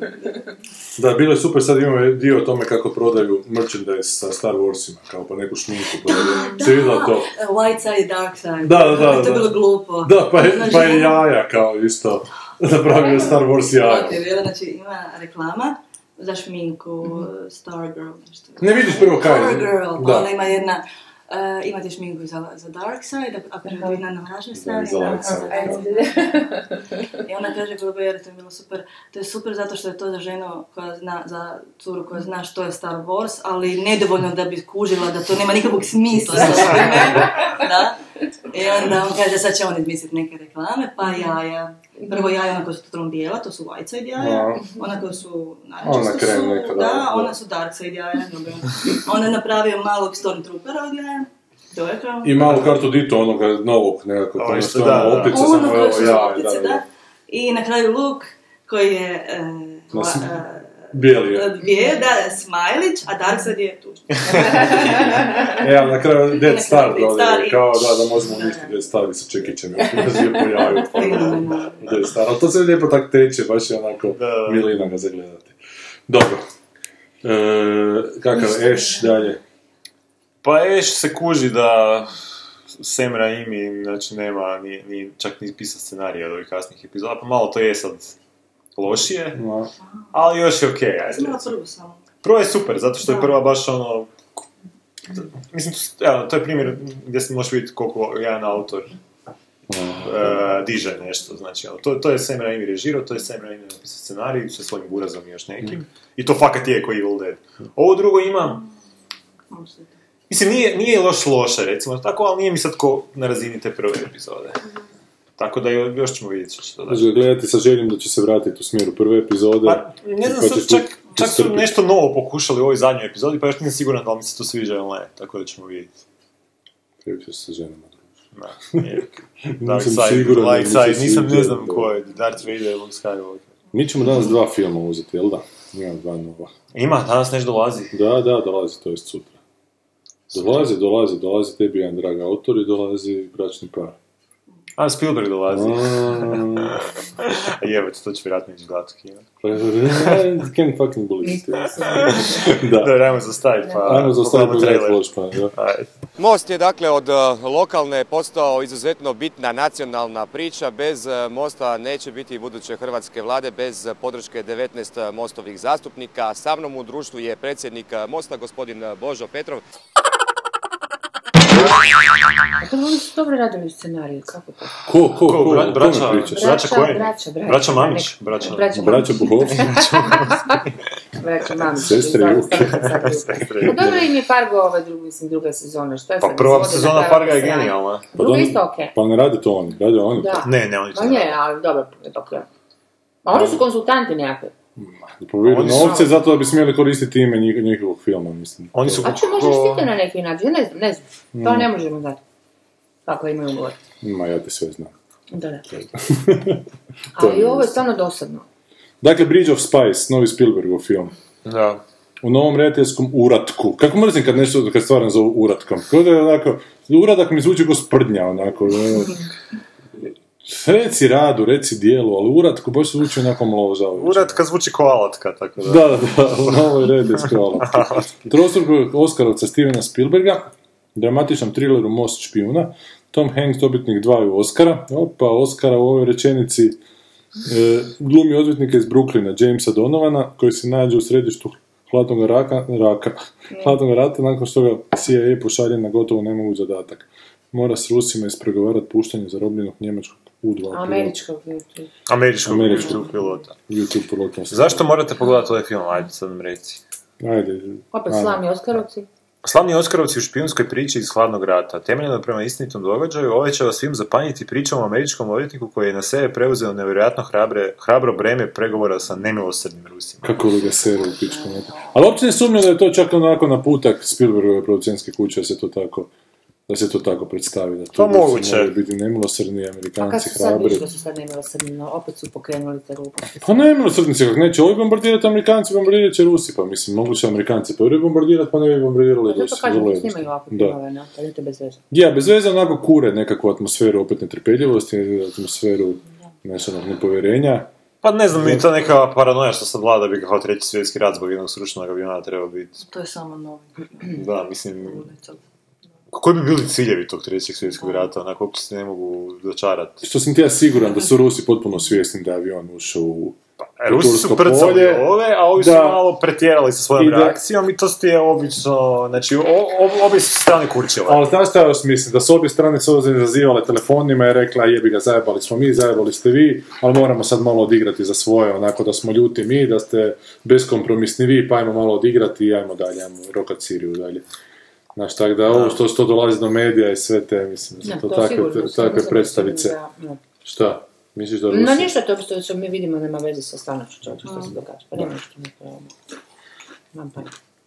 Speaker 10: Da, bilo je super, sad imamo dio o tome kako prodaju merchandise sa Star Warsima, kao pa neku šminku prodaju. Si vidjela to?
Speaker 6: Da, White side, dark side.
Speaker 10: Da, da, da,
Speaker 6: Ono, To je
Speaker 10: da.
Speaker 6: bilo glupo.
Speaker 10: Da, pa je,
Speaker 6: Znaš,
Speaker 10: pa je
Speaker 6: ono-
Speaker 10: jaja kao isto. Napravio je Star Wars jaja.
Speaker 6: To je bilo, znači ima reklama za šminku, Stargirl, nešto.
Speaker 10: Ne vidiš prvo kaj je.
Speaker 6: Stargirl,
Speaker 10: Da.
Speaker 6: da. ona ima jedna, e, imate šminku za, za dark side, a prema jedna na mračnoj strani.
Speaker 10: za light side,
Speaker 6: a-
Speaker 10: da.
Speaker 6: I ona kaže Gruber, to je bilo super, to je super zato što je to za ženu koja zna, za curu koja zna što je Star Wars, ali nedovoljno da bi kužila da to nema nikakvog smisla. što je meni. da. I E, onda on kaže, sad će on izmisliti neke reklame, pa jaja. Prvo jaja ona koja su totalno bijela, to su white side jaja, ona koja su
Speaker 10: Ona
Speaker 6: narančasta
Speaker 10: krem
Speaker 6: su,
Speaker 10: neka, da, da.
Speaker 6: da, ona su dark side jaja, dobro. Onda je napravio malog stormtroopera od jaja, to je kao...
Speaker 10: I malo kartu dito onoga novog nekako,
Speaker 5: Ovo
Speaker 10: tamo
Speaker 5: isto,
Speaker 10: što
Speaker 5: da,
Speaker 10: ono
Speaker 5: da.
Speaker 10: optice,
Speaker 6: Ono
Speaker 10: samo
Speaker 6: koje su
Speaker 10: evo ja,
Speaker 6: zlotice,
Speaker 10: da, da.
Speaker 6: I na kraju Luke, koji je... E,
Speaker 10: Ma,
Speaker 6: hva-
Speaker 10: s-
Speaker 6: e,
Speaker 10: Bijeli je.
Speaker 6: Dvije, da, Smajlić, a Darkseid je tu.
Speaker 10: E, a na kraju Dead Star
Speaker 6: Dead Star
Speaker 10: dodali,
Speaker 6: i-
Speaker 10: kao da, da možemo uništiti Dead Star i sa Čekićem, još nas je pojavio. pa
Speaker 6: Fenomenalno.
Speaker 10: Dead Star, ali to sve lijepo tak teče, baš je onako
Speaker 5: Da.
Speaker 10: milina ga zagledati. Dobro. E, kakav Ash dalje?
Speaker 5: Pa Eš se kuži da Sam Raimi, znači nema ni, ni, čak ni pisa scenarija od ovih kasnih epizoda, pa malo to je sad lošije,
Speaker 10: No.
Speaker 5: ali još je okej, ajde.
Speaker 6: Znala prvu samo.
Speaker 5: Prva je super, zato što je
Speaker 6: Da.
Speaker 5: prva baš ono... Mislim, tu s- evo, to je primjer gdje se može vidjeti koliko jedan autor e, diže nešto, znači, ono, to, to je Sam Raimi režirao, to je Sam Raimi napisao scenarij sa svojim burazom i još nekim,
Speaker 10: Mm.
Speaker 5: i to fakat je ko Evil Dead. Ovo drugo ima, mislim, nije, nije loš loše, recimo, tako, ali nije mi sad ko na razini te prve epizode. Tako da jo- još ćemo vidjeti što će to da.
Speaker 10: Znači ga gledati sa željom da će se vratiti u smjeru prve epizode.
Speaker 5: Pa, ne znam,
Speaker 10: Hoćeš
Speaker 5: sad
Speaker 10: tu-
Speaker 5: čak,
Speaker 10: tu
Speaker 5: čak su
Speaker 10: strpiti.
Speaker 5: nešto novo pokušali u ovoj zadnjoj epizodi, pa još nisam siguran da li mi se to sviđa ili ne, tako da ćemo vidjeti.
Speaker 10: Previše sa ženama.
Speaker 5: Da, je. Dark
Speaker 10: Nisam
Speaker 5: Side,
Speaker 10: siguran,
Speaker 5: Light
Speaker 10: nisam
Speaker 5: Side, nisam, ne
Speaker 10: siguran,
Speaker 5: znam
Speaker 10: da.
Speaker 5: ko je, Darth Vader, Luke Skywalker.
Speaker 10: Mi ćemo danas dva filma uzeti, jel da? Imam dva nova.
Speaker 5: Ima, danas nešto dolazi.
Speaker 10: Da, da, dolazi, to jest sutra. Dolazi, dolazi, dolazi tebi jedan drag autor i dolazi bračni par.
Speaker 5: A, Spielberg dolazi.
Speaker 10: A,
Speaker 5: A jebate, to će vjerojatno ići gledati u kino.
Speaker 10: Can't Pa, fucking believe it. Da.
Speaker 5: Dobro, ajmo zastaviti, pa...
Speaker 10: Ajmo
Speaker 5: pogledamo
Speaker 10: zastaviti
Speaker 5: trailer.
Speaker 10: gledati loš pa, plan, da.
Speaker 5: Ajde.
Speaker 4: Most je dakle od e, lokalne postao izuzetno bitna nacionalna priča. Bez e, mosta neće biti buduće hrvatske vlade, bez e, podrške 19 mostovih zastupnika. Sa mnom u društvu je predsjednik e, mosta, gospodin e, Božo Petrov.
Speaker 8: Pa dobro, oni su dobro radili scenarij, kako to?
Speaker 10: Ko,
Speaker 5: Ko,
Speaker 10: ko,
Speaker 5: bra-
Speaker 10: ko,
Speaker 5: ono?
Speaker 10: o kome
Speaker 5: braća-
Speaker 10: pričaš?
Speaker 5: Braća Coen?
Speaker 8: Braća, braća.
Speaker 5: Braća Mamić,
Speaker 8: Nek-
Speaker 5: braća-
Speaker 10: Braća Buhovski.
Speaker 8: Braća Mamić.
Speaker 10: Sestre
Speaker 8: da,
Speaker 10: Juke.
Speaker 8: sad- sad- sad-
Speaker 5: Sestre
Speaker 8: Pa
Speaker 5: Juke.
Speaker 8: dobro im je Fargo, ova druga, mislim, druga sezona. Šta je
Speaker 5: Pa
Speaker 8: sad,
Speaker 5: prva
Speaker 8: izvodila
Speaker 5: sezona
Speaker 8: ta
Speaker 5: Farga je
Speaker 8: sranja?
Speaker 5: genijalna.
Speaker 10: Pa
Speaker 8: Druga
Speaker 10: da-
Speaker 8: isto okej.
Speaker 10: Pa ne rade to oni, rade oni.
Speaker 8: Da.
Speaker 5: Ne, ne, oni su
Speaker 8: Ma ne, ali dobro, dok je. Ma oni su konsultanti nekakvi.
Speaker 10: Pobjedu
Speaker 5: Oni su-
Speaker 10: novce zato da bi smjeli koristiti ime nji- njihovog filma, mislim.
Speaker 5: Oni su
Speaker 8: A
Speaker 5: ko-
Speaker 8: će možda štite na neki način, ne znam, ne znam. To
Speaker 10: Mm.
Speaker 8: ne možemo znati. Kako imaju ugovor.
Speaker 10: Ma ja ti sve znam.
Speaker 8: Da, da.
Speaker 10: To
Speaker 8: Ali
Speaker 10: je
Speaker 8: ovo je stvarno dosadno.
Speaker 10: Dakle, Bridge of Spice, novi Spielbergov film.
Speaker 5: Da.
Speaker 10: U novom rediteljskom uratku. Kako mrzim kad nešto, kad stvarno zovu uratkom. Kao da je onako, uradak mi zvuči kao sprdnja, onako. ono. Reci radu, reci dijelu, ali uratku baš zvuči onako mlozao.
Speaker 5: Uratka zvuči ko alatka, tako da.
Speaker 10: Da, da, da, u novoj rediteljskoj alatki. Trostruko Oskarovca Stevena Spielberga, dramatičnom thrilleru Most špijuna, Tom Hanks dobitnik dvaju Oskara, opa, Oskara u ovoj rečenici e, glumi odvjetnika iz Brooklyna, Jamesa Donovana, koji se nađe u središtu hladnog raka, raka, hladnog rata, nakon što ga CIA pošalje na gotovo nemoguć zadatak. Mora s Rusima ispregovarati puštanje zarobljenog njemačkog U-2 pilota,
Speaker 8: Američkog YouTube.
Speaker 5: Američkog
Speaker 10: Američkog.
Speaker 5: YouTube pilota.
Speaker 10: YouTube pilota.
Speaker 5: Zašto morate pogledati ovaj film, ajde sad nam reci.
Speaker 10: Ajde.
Speaker 8: Opet
Speaker 10: Ajde.
Speaker 8: slami Oskarovci.
Speaker 5: Slavni Oskarovci u špijunskoj priči iz hladnog rata, temeljeno prema istinitom događaju, ovaj će vas svim zapanjiti pričom o američkom odvjetniku koji je na sebe preuzeo nevjerojatno hrabre, hrabro breme pregovora sa nemilosrdnim Rusima.
Speaker 10: Kako li ga sere u pičku mater. Ali uopće ne sumnjam da je to čak onako naputak Spielbergove producentske kuće, da se to tako da se to tako predstavi. Da tu
Speaker 5: Pa
Speaker 10: bi se
Speaker 5: moguće.
Speaker 10: morali biti nemilosrdni
Speaker 8: A kad
Speaker 10: Amerikanci
Speaker 8: su sad
Speaker 10: hrabri.
Speaker 8: višli, su sad nemilosrdno, opet su pokrenuli te gluposti.
Speaker 10: Pa nemilosrdnici, kako neće ovi bombardirati Amerikanci, bombardirat će Rusi, pa mislim, moguće Amerikanci prvi bombardirati, pa ne bi bombardirali Rusi.
Speaker 8: Zato kažem,
Speaker 10: vrlo
Speaker 8: ne
Speaker 10: jednostavno.
Speaker 8: snimaju ovako
Speaker 10: Da.
Speaker 8: filmove, no, pa je to bez veze.
Speaker 10: Ja, bez veze onako kure nekakvu atmosferu opet netrpeljivosti, atmosferu znaš, onog nepovjerenja.
Speaker 5: Pa ne znam, mi je to neka paranoja što sad vlada bi kao treći svjetski rat zbog jednog sručnog aviona trebao biti.
Speaker 6: To je samo novi.
Speaker 5: Da, mislim,
Speaker 6: ulica.
Speaker 5: koji bi bili ciljevi tog trećeg svjetskog rata, onako uopće se ne mogu dočarati.
Speaker 10: Što sam ti ja siguran da su Rusi potpuno svjesni da je avion ušao u
Speaker 5: E, Rusi
Speaker 10: Tursko
Speaker 5: su prcali
Speaker 10: polje,
Speaker 5: ove, a ovi su
Speaker 10: da.
Speaker 5: malo pretjerali sa svojom
Speaker 10: I da-
Speaker 5: reakcijom i to ti je obično, znači, o, o, obje su strane kurčeva.
Speaker 10: Ali znaš šta još mislim, da su obje strane se ovo nazivale telefonima i rekla jebi ga zajebali smo mi, zajebali ste vi, ali moramo sad malo odigrati za svoje, onako da smo ljuti mi, da ste beskompromisni vi, pa ajmo malo odigrati i ajmo dalje, ajmo rokat Siriju dalje. Znaš, tako da ovo što, što dolazi do medija i sve te, mislim, da su
Speaker 8: Ne,
Speaker 10: to
Speaker 8: to
Speaker 10: takve,
Speaker 8: sigurno,
Speaker 10: te-
Speaker 8: sigurno
Speaker 10: takve
Speaker 8: sam
Speaker 10: predstavice.
Speaker 8: sigurna da, ne.
Speaker 10: Šta? Misliš da Rusi?
Speaker 8: No ništa to što što mi vidimo nema veze sa stanošću čovječa što se događa. Pa nema ništa ne pravimo. Mam pa.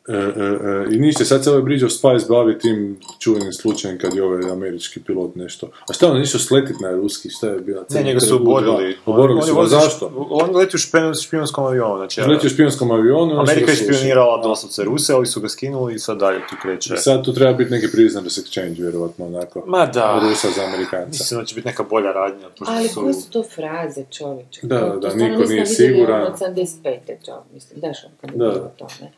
Speaker 10: E, e, e, I ništa, sad se ovaj Bridge of Spies bavi tim čuvenim slučajem kad je ovaj američki pilot nešto. A šta on je išao sletit na ruski, šta je bila?
Speaker 5: Ne, njega su
Speaker 10: U dva.
Speaker 5: oborili.
Speaker 10: Oborili
Speaker 5: On je
Speaker 10: su ga,
Speaker 5: vozio-
Speaker 10: zašto?
Speaker 5: On leti u špen- špijunskom avionu, znači...
Speaker 10: Leti u špijunskom avionu. i onda su
Speaker 5: Amerika
Speaker 10: ga
Speaker 5: je
Speaker 10: slušali.
Speaker 5: špionirala doslovce Ruse, ali su ga skinuli i sad dalje tu kreće.
Speaker 10: I sad tu treba biti neki prisoners exchange, vjerovatno, onako.
Speaker 5: Ma da.
Speaker 10: Rusa za Amerikanca.
Speaker 5: Mislim da će biti neka bolja radnja, pošto
Speaker 8: Ali
Speaker 5: su...
Speaker 8: koje Pa su to fraze čovječe?
Speaker 10: Da, da,
Speaker 8: To
Speaker 10: da,
Speaker 8: stvarno
Speaker 10: niko nije
Speaker 8: nisam vidjela
Speaker 10: siguran.
Speaker 8: Od 85. to, mislim, daš on kad je
Speaker 10: Da,
Speaker 8: bilo
Speaker 10: da.
Speaker 8: to, ne?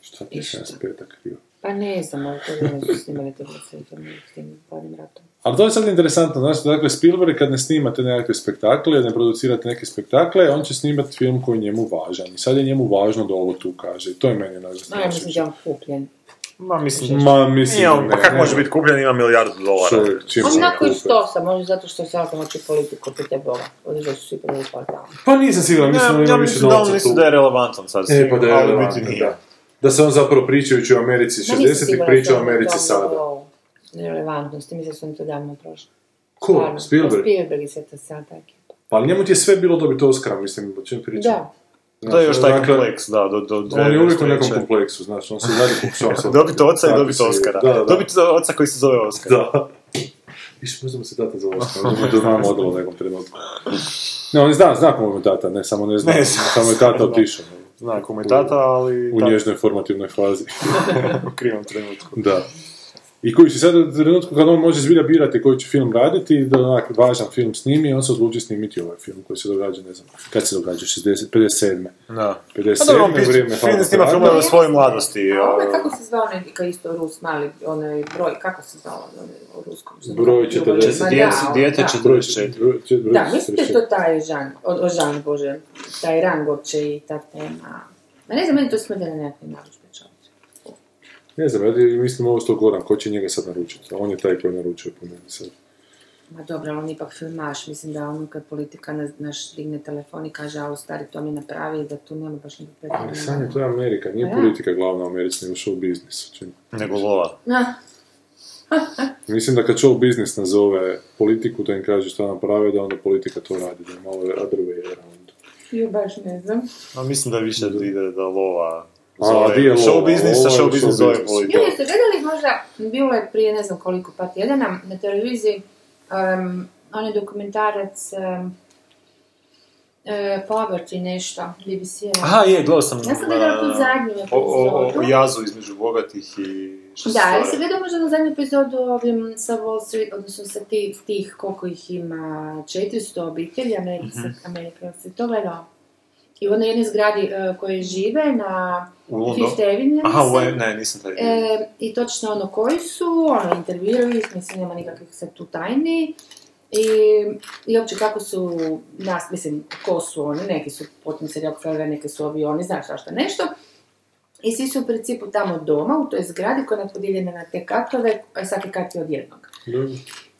Speaker 10: Šta ti je
Speaker 8: Ništa.
Speaker 10: 75 krivo?
Speaker 8: Pa ne znam, ali to je nešto snimali to sa s tim hladnim ratom.
Speaker 10: Ali to je sad interesantno, znači, dakle, Spielberg kad ne snimate nekakve spektakle, ne producirate neke spektakle, on će snimati film koji je njemu važan. I sad je njemu važno da ovo tu kaže. I to je meni
Speaker 8: No, ja mislim
Speaker 10: najzasnačujuće.
Speaker 8: da je on kupljen.
Speaker 5: Ma mislim...
Speaker 10: Ma, mislim
Speaker 5: Nije
Speaker 10: da
Speaker 5: on,
Speaker 10: ne,
Speaker 5: pa kako
Speaker 10: ne.
Speaker 5: može biti kupljen, ima milijardu dolara.
Speaker 10: Čovjek, čim
Speaker 8: On
Speaker 10: se
Speaker 8: onako
Speaker 10: kupe.
Speaker 8: iz tosa, možda zato što svako hoće politiku, pite Boga. Održao su svi prvi kvartal.
Speaker 10: Pa nisam siguran, mislim da
Speaker 5: Ne,
Speaker 10: on
Speaker 5: ja
Speaker 10: ima više
Speaker 5: mislim da on
Speaker 10: novca
Speaker 5: misli
Speaker 10: tu.
Speaker 5: da je relevantan sad.
Speaker 10: E, pa da je
Speaker 5: ali
Speaker 10: relevantan,
Speaker 5: u biti nije.
Speaker 10: da. Da se on zapravo pričajući o Americi
Speaker 8: Ma nisam
Speaker 10: 60-ih
Speaker 8: sigurna
Speaker 10: priča o
Speaker 8: da je
Speaker 10: Americi
Speaker 8: to ono-
Speaker 10: sada.
Speaker 8: ovo Nerelevantnosti, mislim da su oni to davno prošli.
Speaker 10: Ko?
Speaker 8: Stvarno,
Speaker 10: Spielberg?
Speaker 8: ono, Spielberg je sad to sad tako.
Speaker 10: Pa njemu ti je sve bilo dobiti Oscara, mislim, o čem pričam.
Speaker 8: Da.
Speaker 5: To je još taj
Speaker 10: Dakle,
Speaker 5: kompleks, da, do, do
Speaker 10: On je uvijek u
Speaker 5: 2023.
Speaker 10: nekom kompleksu, znaš, on se zadnji pokušava sad...
Speaker 5: Dobiti oca i
Speaker 10: Tako
Speaker 5: dobiti
Speaker 10: se-
Speaker 5: Oscara.
Speaker 10: Da, da, da.
Speaker 5: Dobiti oca koji se zove Oscar.
Speaker 10: Da. Više možda mu se tata zove Oscar, možda da znam odalo u nekom trenutku. Ne, on zna, zna komu je tata, ne, samo ne zna,
Speaker 5: Ne zna,
Speaker 10: samo je tata
Speaker 5: samo zna.
Speaker 10: otišao.
Speaker 5: Zna komu je tata, ali...
Speaker 10: U
Speaker 5: da,
Speaker 10: nježnoj formativnoj fazi.
Speaker 5: u krivom trenutku.
Speaker 10: Da. I koji će sad u trenutku kad on može zbilja birati koji će film raditi, da onak važan film snimi, on se odluči snimiti ovaj film koji se događa, ne znam, kad se događa, 60, 57.
Speaker 5: Da. Pa
Speaker 10: 57.
Speaker 5: dobro, on pis-
Speaker 10: vrijeme
Speaker 5: film
Speaker 10: Hladnog
Speaker 5: snima
Speaker 10: rata.
Speaker 5: filmove o svojoj mladosti.
Speaker 8: A ovaj,
Speaker 5: a-
Speaker 8: kako se zvao onaj kao isto Rus mali, onaj broj, kako se zvao onaj u ruskom?
Speaker 10: Broj 40.
Speaker 8: Ma
Speaker 5: Dijete-
Speaker 8: da,
Speaker 5: dijete
Speaker 8: da.
Speaker 5: 44.
Speaker 10: Broj čet- broj
Speaker 8: Da, mislim da je to
Speaker 10: 44.
Speaker 8: taj žan, o, o žan, bože, taj rang uopće i ta tema. Ma ne znam, meni to smrde na nekakve naručbe čovječe.
Speaker 10: Ne znam, ja mislim ovo što Goran, ko će njega sad naručiti? On je taj koji naručuje po meni sad.
Speaker 8: Ma dobro, ali on je ipak filmaš, mislim da ono kad politika nas, naš digne telefon i kaže alo stari to mi napravi, da tu nema baš nikakve
Speaker 10: Ali
Speaker 8: probleme.
Speaker 10: Sanja, to je Amerika,
Speaker 8: A
Speaker 10: nije
Speaker 8: da?
Speaker 10: politika glavna u Americi, nego show biznis. čini mi se.
Speaker 5: Nego lova.
Speaker 8: Na,
Speaker 10: Mislim da kad show biznis nazove politiku, da im kaže što naprave, da onda politika to radi, da je malo other around.
Speaker 8: ju baš ne znam.
Speaker 5: A mislim da više ide da lova
Speaker 10: A, di je lova?
Speaker 5: show biznis, a
Speaker 10: Ovo je
Speaker 5: show biznis zove
Speaker 10: showbiznis.
Speaker 5: politiku.
Speaker 8: Ljudi, ste gledali možda, bilo je prije ne znam koliko, pa tjedana, na televiziji, um, onaj dokumentarac um, e, Poverty nešto, BBC-a.
Speaker 5: Aha, je, gledao sam...
Speaker 8: Ja sam gledala tu
Speaker 5: a,
Speaker 8: zadnju
Speaker 5: o, o, o, o
Speaker 8: epizodu.
Speaker 5: jazu između bogatih i... što se
Speaker 8: Da, ja
Speaker 5: stvara.
Speaker 8: sam gledala možda na zadnju epizodu ovim sa Wall Street, odnosno sa tih, tih koliko ih ima, 400 obitelji Amerikanci,
Speaker 5: Mhm.
Speaker 8: Amerikanci, to gledao. I u onoj jednoj zgradi e, koje žive na
Speaker 5: U Londonu.
Speaker 8: Fifth Avenue, ja
Speaker 5: Aha,
Speaker 8: mislim.
Speaker 5: ovo je, ne, nisam taj. vidio.
Speaker 8: E, I točno ono koji su, ono, intervjuirali ih, mislim, nema nikakvih sad tu tajni. I, I uopće kako su nas, mislim, ko su oni, neki su potom se neki su ovi oni, znaš zašto nešto. I svi su u principu tamo doma, u toj zgradi koja je podijeljena na te katove, a svaki kat je od jednog.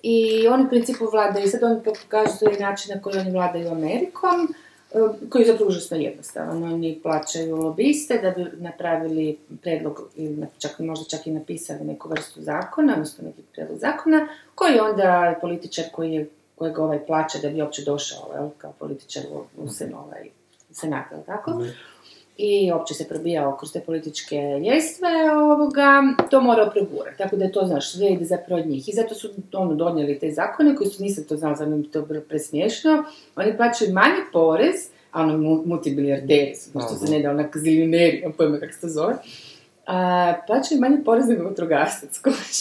Speaker 8: I oni u principu vladaju, i sad oni pokazuju način na koji oni vladaju Amerikom, e, koji je zapravo užasno jednostavan. Oni plaćaju lobiste da bi napravili predlog, ili na- čak, možda čak i napisali neku vrstu zakona, odnosno neki predlog zakona, koji onda političar koji je, kojeg ovaj plaća da bi uopće došao, jel, kao političar u, u sen, ovaj, senat, jel tako? i uopće se probijao kroz te političke ljestve, ovoga, to morao progurati. Tako da je to, znaš, sve ide zapravo od njih. I zato su ono, donijeli te zakone koji su, nisam to znala, za mi je to bilo presmiješno, oni plaćaju manji porez, a ono mu- multimilijarderi su, znaš, što se ne da onak zilioneri, nemam pojma kako se to zove, a, plaćaju manje porez nego vatrogasac, kužiš.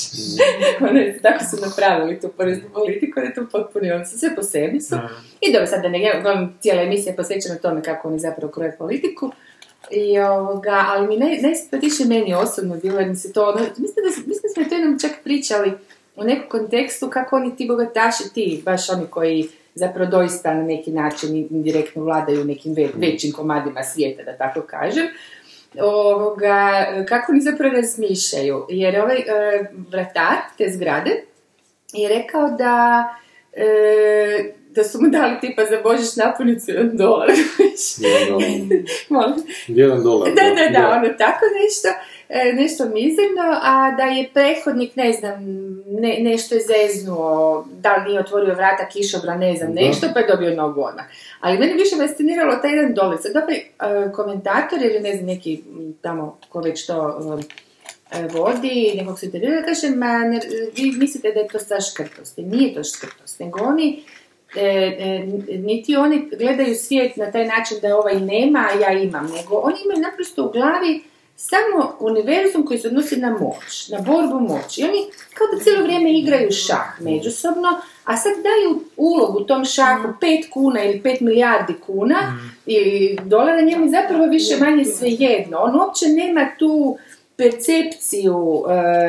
Speaker 8: Ono, tako su napravili tu poreznu politiku, da je to potpuno, oni su sve po sebi su. I dobro, sad da ne, uglavnom, cijela emisija je posvećena tome kako oni zapravo kroje politiku, i ovoga, ali mi naj, najsimpatičnije meni osobno bilo, jer mi se to, ono, mislim da, mislim da smo to jednom čak pričali u nekom kontekstu kako oni ti bogataši, ti, baš oni koji zapravo doista na neki način indirektno vladaju nekim ve- većim komadima svijeta, da tako kažem, ovoga, kako oni zapravo razmišljaju, jer ovaj e, vratar te zgrade je rekao da e, da su mu dali tipa za Božić napunicu jedan dolar.
Speaker 10: Ovaj,
Speaker 8: Molim.
Speaker 10: Jedan dolar.
Speaker 8: Da, da, da, ono tako nešto, e, nešto mizerno, a da je prethodnik, ne znam, ne, nešto je zeznuo, da li nije otvorio vrata kišobra, ne znam,
Speaker 10: Da.
Speaker 8: nešto, pa je dobio nogu odmah. Ali mene više fasciniralo taj jedan dolar. Sad ovaj e, komentator ili ne znam, neki m, tamo ko već to e, e, vodi, nekog se intervjuje, kaže, ma, ne, vi mislite da je to sa škrtosti. Nije to škrtost, nego oni e, e, niti oni gledaju svijet na taj način da ovaj nema, a ja imam, nego oni imaju naprosto u glavi samo univerzum koji se odnosi na moć, na borbu moći. I oni kao da cijelo vrijeme igraju šah međusobno, a sad daju ulogu tom šahu 5 kuna ili 5 milijardi kuna ili dolara, njemu je zapravo više manje sve jedno. On uopće nema tu percepciju,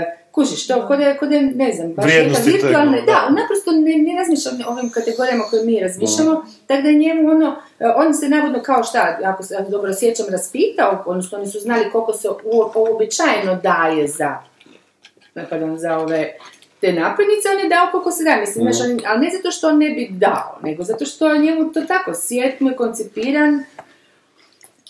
Speaker 8: e, kužiš, to kod je, kod je, ne znam, baš neka
Speaker 5: Vrijednosti tog,
Speaker 8: virtualna,
Speaker 5: da.
Speaker 8: da, naprosto ne, ne razmišljam o ovim kategorijama koje mi razmišljamo, tako da je njemu ono, e, on se navodno kao šta, ako se ako dobro sjećam, raspitao, odnosno oni su znali koliko se uo- uobičajeno daje za, pardon, za ove te naprednice, on je dao koliko se da, mislim,
Speaker 5: Mhm.
Speaker 8: znaš, on- ali ne zato što on ne bi dao, nego zato što je njemu to tako, svijet mu je koncipiran,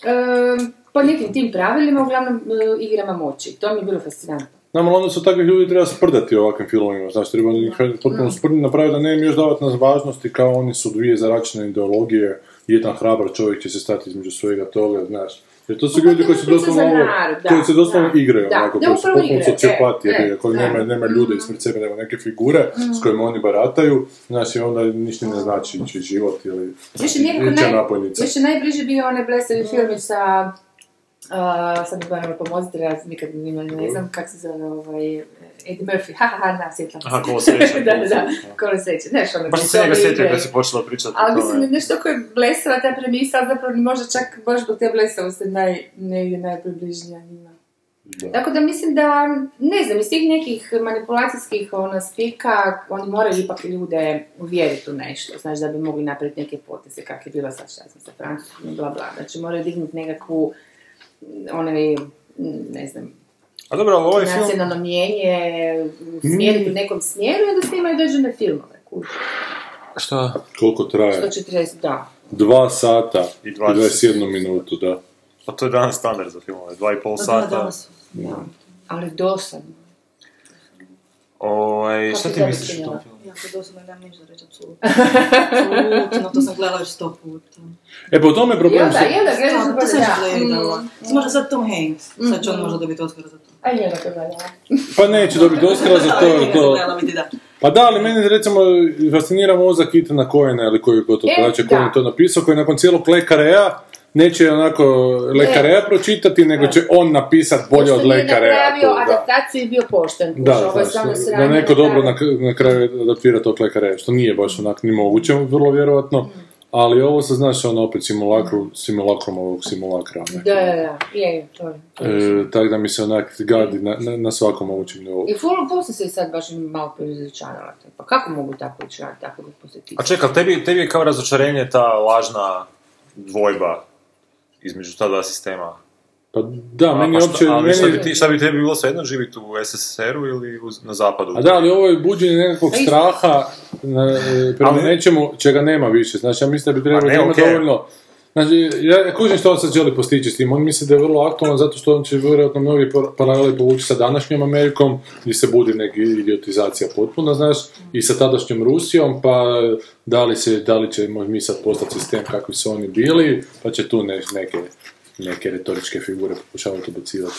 Speaker 8: em, po nekim tim pravilima, uglavnom e, igrama moći. To mi je bilo fascinantno.
Speaker 10: Nama onda su takvih ljudi treba sprdati u ovakvim filmovima, znači treba ih potpuno sprdati, napraviti da ne im još davati na važnosti kao oni su dvije zaračene ideologije, jedan hrabar čovjek će se stati između svega toga, znaš. Jer to su
Speaker 8: Pa
Speaker 10: ljudi
Speaker 8: to
Speaker 10: koji
Speaker 8: je
Speaker 10: se
Speaker 8: priča
Speaker 10: doslovno,
Speaker 8: za
Speaker 10: ovo-
Speaker 8: narod, da,
Speaker 10: koji se doslovno
Speaker 8: da.
Speaker 10: igraju,
Speaker 8: Da,
Speaker 10: onako,
Speaker 8: da,
Speaker 10: koji su
Speaker 8: upravo
Speaker 10: potpuno
Speaker 8: igraju, e, e,
Speaker 10: sociopatije, koji
Speaker 8: da. Mhm.
Speaker 10: nema, nema ljude
Speaker 8: mm.
Speaker 10: ispred sebe, nema neke figure s kojima oni barataju, znaš, i onda ništa ne
Speaker 8: Mm.
Speaker 10: znači ići život ili
Speaker 8: Još je nekako
Speaker 10: ići
Speaker 8: naj,
Speaker 10: napojnica.
Speaker 8: još je najbliži bio onaj blesavi filmić sa... Uh, sad mi moram pomoziti, ja nikad ne,
Speaker 5: Mhm.
Speaker 8: ne znam kako se zove ovaj... Eddie Murphy, ha ha ha, na, sjetila sam
Speaker 5: Aha,
Speaker 8: se.
Speaker 5: kolo sreće.
Speaker 8: da, da, da, kolo sreće, znaš ono...
Speaker 5: Baš
Speaker 8: gdje
Speaker 5: sam se njega
Speaker 8: ovi
Speaker 5: sjetio
Speaker 8: igraju.
Speaker 5: kad si počela pričati o
Speaker 8: Ali mislim
Speaker 5: tome.
Speaker 8: da je nešto koje je blesava ta premisa, ali zapravo možda čak baš zbog te blesavosti naj, negdje najpribližnija njima. Tako da mislim da, ne znam, iz tih nekih manipulacijskih ona, spika, oni moraju ipak ljude uvjeriti u nešto, znaš, da bi mogli napraviti neke poteze, kak je bila sad šta ja znam, sa Francuskom, i bla bla. Znači moraju dignuti nekakvu, onaj, ne znam,
Speaker 5: A dobro, ali ovaj film...
Speaker 8: nacionalno mnijenje smjeriti u nekom smjeru i da snimaju određene filmove. kuži.
Speaker 5: Šta?
Speaker 10: Koliko traje?
Speaker 8: 140, da.
Speaker 10: Dva sata i
Speaker 5: I 20.
Speaker 10: 21 minutu, da.
Speaker 5: Pa to je danas standard za filmove, dva i pol
Speaker 6: Pa da,
Speaker 5: sata.
Speaker 6: danas.
Speaker 8: da. Ali dosadno.
Speaker 5: Ovaj,
Speaker 8: Kako
Speaker 5: šta ti
Speaker 8: je
Speaker 5: misliš o tom
Speaker 8: završenje?
Speaker 5: filmu?
Speaker 6: Jako dosadno, nemam ništa reći, apsolutno. Apsolutno, to sam gledala još sto puta.
Speaker 10: E, po tome je
Speaker 8: I
Speaker 10: problem
Speaker 8: onda,
Speaker 10: što...
Speaker 8: i onda gledaš
Speaker 6: Da,
Speaker 8: zapravo,
Speaker 6: to sam još
Speaker 8: da.
Speaker 6: gledala. Možda sad Tom Hanks, sad će on možda dobiti Oscar za to.
Speaker 8: A njega to gledala.
Speaker 10: Pa neće dobiti Oscara za to,
Speaker 6: Ja
Speaker 10: jer
Speaker 6: sam
Speaker 10: to...
Speaker 6: gledala, vidi da.
Speaker 10: Pa da, ali meni recimo fascinira mozak Itana Kojena ili koji je ko to,
Speaker 8: E,
Speaker 10: znači,
Speaker 8: da.
Speaker 10: koji je to napisao, koji nakon cijelog Lekarea neće onako Lekarea pročitati, nego će on napisati bolje od
Speaker 8: E. Pošto nije
Speaker 10: Lekarea.
Speaker 8: napravio
Speaker 10: to, da.
Speaker 8: adaptaciju i bio pošten. kuži,
Speaker 10: Da,
Speaker 8: ovo je
Speaker 10: znaš,
Speaker 8: samo
Speaker 10: da
Speaker 8: sranje.
Speaker 10: neko dobro na,
Speaker 8: napravio.
Speaker 10: na kraju adaptira to Lekarea, što nije baš ono- onak ni moguće, vrlo vjerojatno. Ali ovo se znaš ono opet simulakru, simulakrum ovog simulakra. onak.
Speaker 8: Da, da, da, je, to je.
Speaker 10: E, tako da mi se onak gadi na, na, na svakom mogućem nivou.
Speaker 8: I full, full sam se i sad baš malo preizračanala. Pa kako mogu tako ići raditi, tako glupo se
Speaker 5: A čekaj, tebi, tebi je kao razočarenje ta lažna dvojba između ta dva sistema.
Speaker 10: Pa da,
Speaker 5: A,
Speaker 10: meni
Speaker 5: pa šta-
Speaker 10: uopće...
Speaker 5: ali šta,
Speaker 10: meni-
Speaker 5: bi ti, šta bi tebi bilo svejedno živjeti u SSSR-u ili uz- na zapadu?
Speaker 10: A da, ali ovo je buđenje nekakvog
Speaker 8: isto.
Speaker 10: straha na, e, prema
Speaker 5: Ali- Pa
Speaker 10: nečemu čega nema više. Znači, ja mislim da bi trebalo
Speaker 5: ne,
Speaker 10: da ima
Speaker 5: okej.
Speaker 10: dovoljno... Znači, ja kužim što on sad želi postići s tim. On misli da je vrlo aktualan zato što on će vjerojatno mnogi par- paralele povući sa današnjom Amerikom gdje se budi neka idiotizacija potpuna, znaš, i sa tadašnjom Rusijom, pa e, da li, se, da li ćemo mi sad postati sistem kakvi su oni bili, pa će tu ne- neke, neke retoričke figure pokušavati ubacivati.